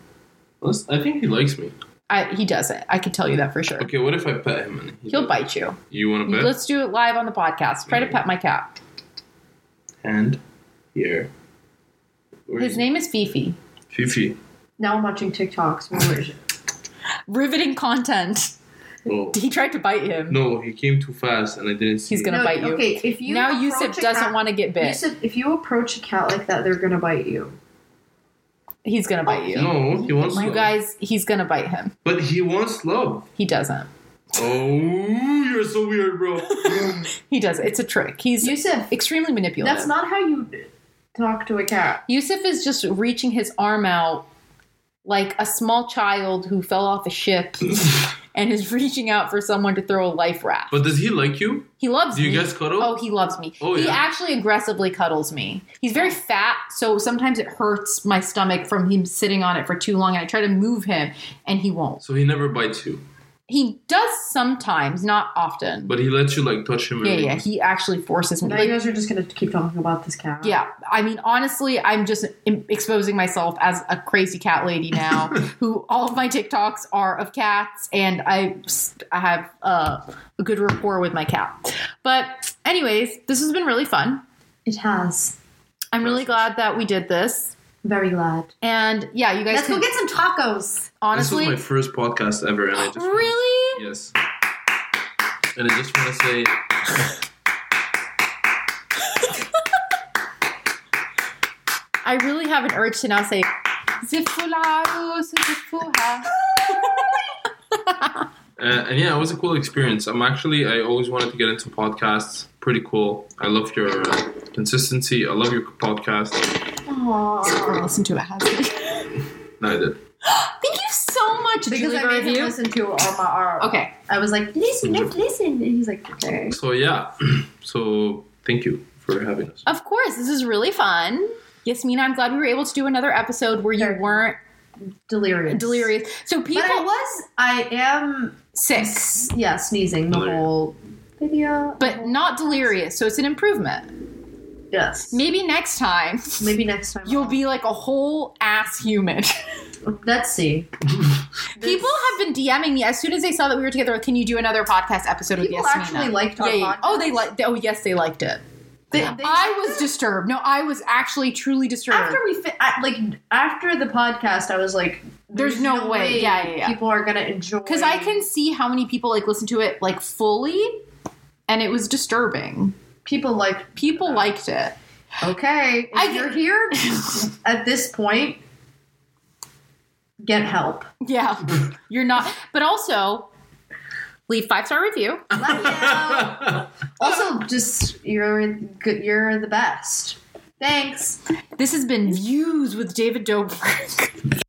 Let's- I think he likes me.
I, he doesn't. I can tell you that for sure.
Okay, what if I pet him? And he
He'll
does-
bite you.
You want to bet?
Let's do it live on the podcast. Try to pet my cat.
And here. Where
His
is-
name is Fifi.
Fifi.
Now I'm watching TikToks. Where is it?
Riveting content.
Oh.
He tried to bite him.
No, he came too fast and I didn't see
He's
it.
gonna bite you.
Okay, if you
now
approach
Yusuf
a
doesn't
cat-
want to get bit.
Yusuf, if you approach a cat like that, they're gonna bite you.
he's gonna bite you.
Oh, No, he wants
You
love.
guys, he's gonna bite him.
But he wants love.
He doesn't.
Oh, you're so weird, bro.
He doesn't. It's a trick. He's
Yusuf,
extremely manipulative.
that's not how you talk to a cat.
Yusuf is just reaching his arm out like a small child who fell off a ship and is reaching out for someone to throw a life raft.
but does he like you?
he loves
Do you
me.
guys cuddle?
Oh, he loves me.
Oh,
he
yeah. Oh.
actually aggressively cuddles me. He's very fat, so sometimes it hurts my stomach from him sitting on it for too long, and I try to move him, and he won't.
So he never bites you,
He does sometimes, not often.
but he lets you like touch him.
yeah,
and-
yeah, he actually forces me.
Now
Like,
you guys are just gonna keep talking about this cat.
yeah, I mean, honestly, I'm just im- exposing myself as a crazy cat lady now, who all of my TikToks are of cats, and I, s- I have uh, a good rapport with my cat. But, anyways, this has been really fun.
It has.
I'm really glad that we did this.
Very glad.
And yeah, you guys
Let's
can
go get some tacos.
This was
honestly
my first podcast ever, and I just
really
Yes. And I just want to say,
I really have an urge to now say,
uh, and yeah, it was a cool experience. I'm actually, I always wanted to get into podcasts. Pretty cool. I love your uh, consistency. I love your podcast.
or listen to it. Has it?
No, I did.
Thank you so much,
Because
Julie
I made him
Review.
listen to all my art.
Okay.
I was like, listen, let's listen. And he's like, okay.
So yeah, so thank you for having us.
Of course, this is really fun. Yasmina, I'm glad we were able to do another episode where you weren't
Delirious.
delirious. So people
But I was, I am,
six,
yeah, sneezing the
Delirious.
whole video.
but not delirious. So it's an improvement.
Yes.
Maybe next time
Maybe next time.
you'll be like a whole ass human.
Let's see.
people have been DMing me as soon as they saw that we were together. Can you do another podcast episode with
People
Yasmina?
actually liked our
Yeah, yeah.
podcast.
Oh, they liked. Oh, yes, they liked it.
They- they
I was disturbed. No, I was actually truly disturbed.
after we fi- I, like after the podcast, I was like,
There's no way. Yeah, yeah, yeah.
People are gonna enjoy
because I can see how many people like listen to it like fully, and it was disturbing.
People like
People liked it.
okay. If
I
you're
get-
here at this point, get help.
Yeah, you're not. But also, leave five star review.
Also, just you're good. You're the best. Thanks.
This has been Views with David Dobrik.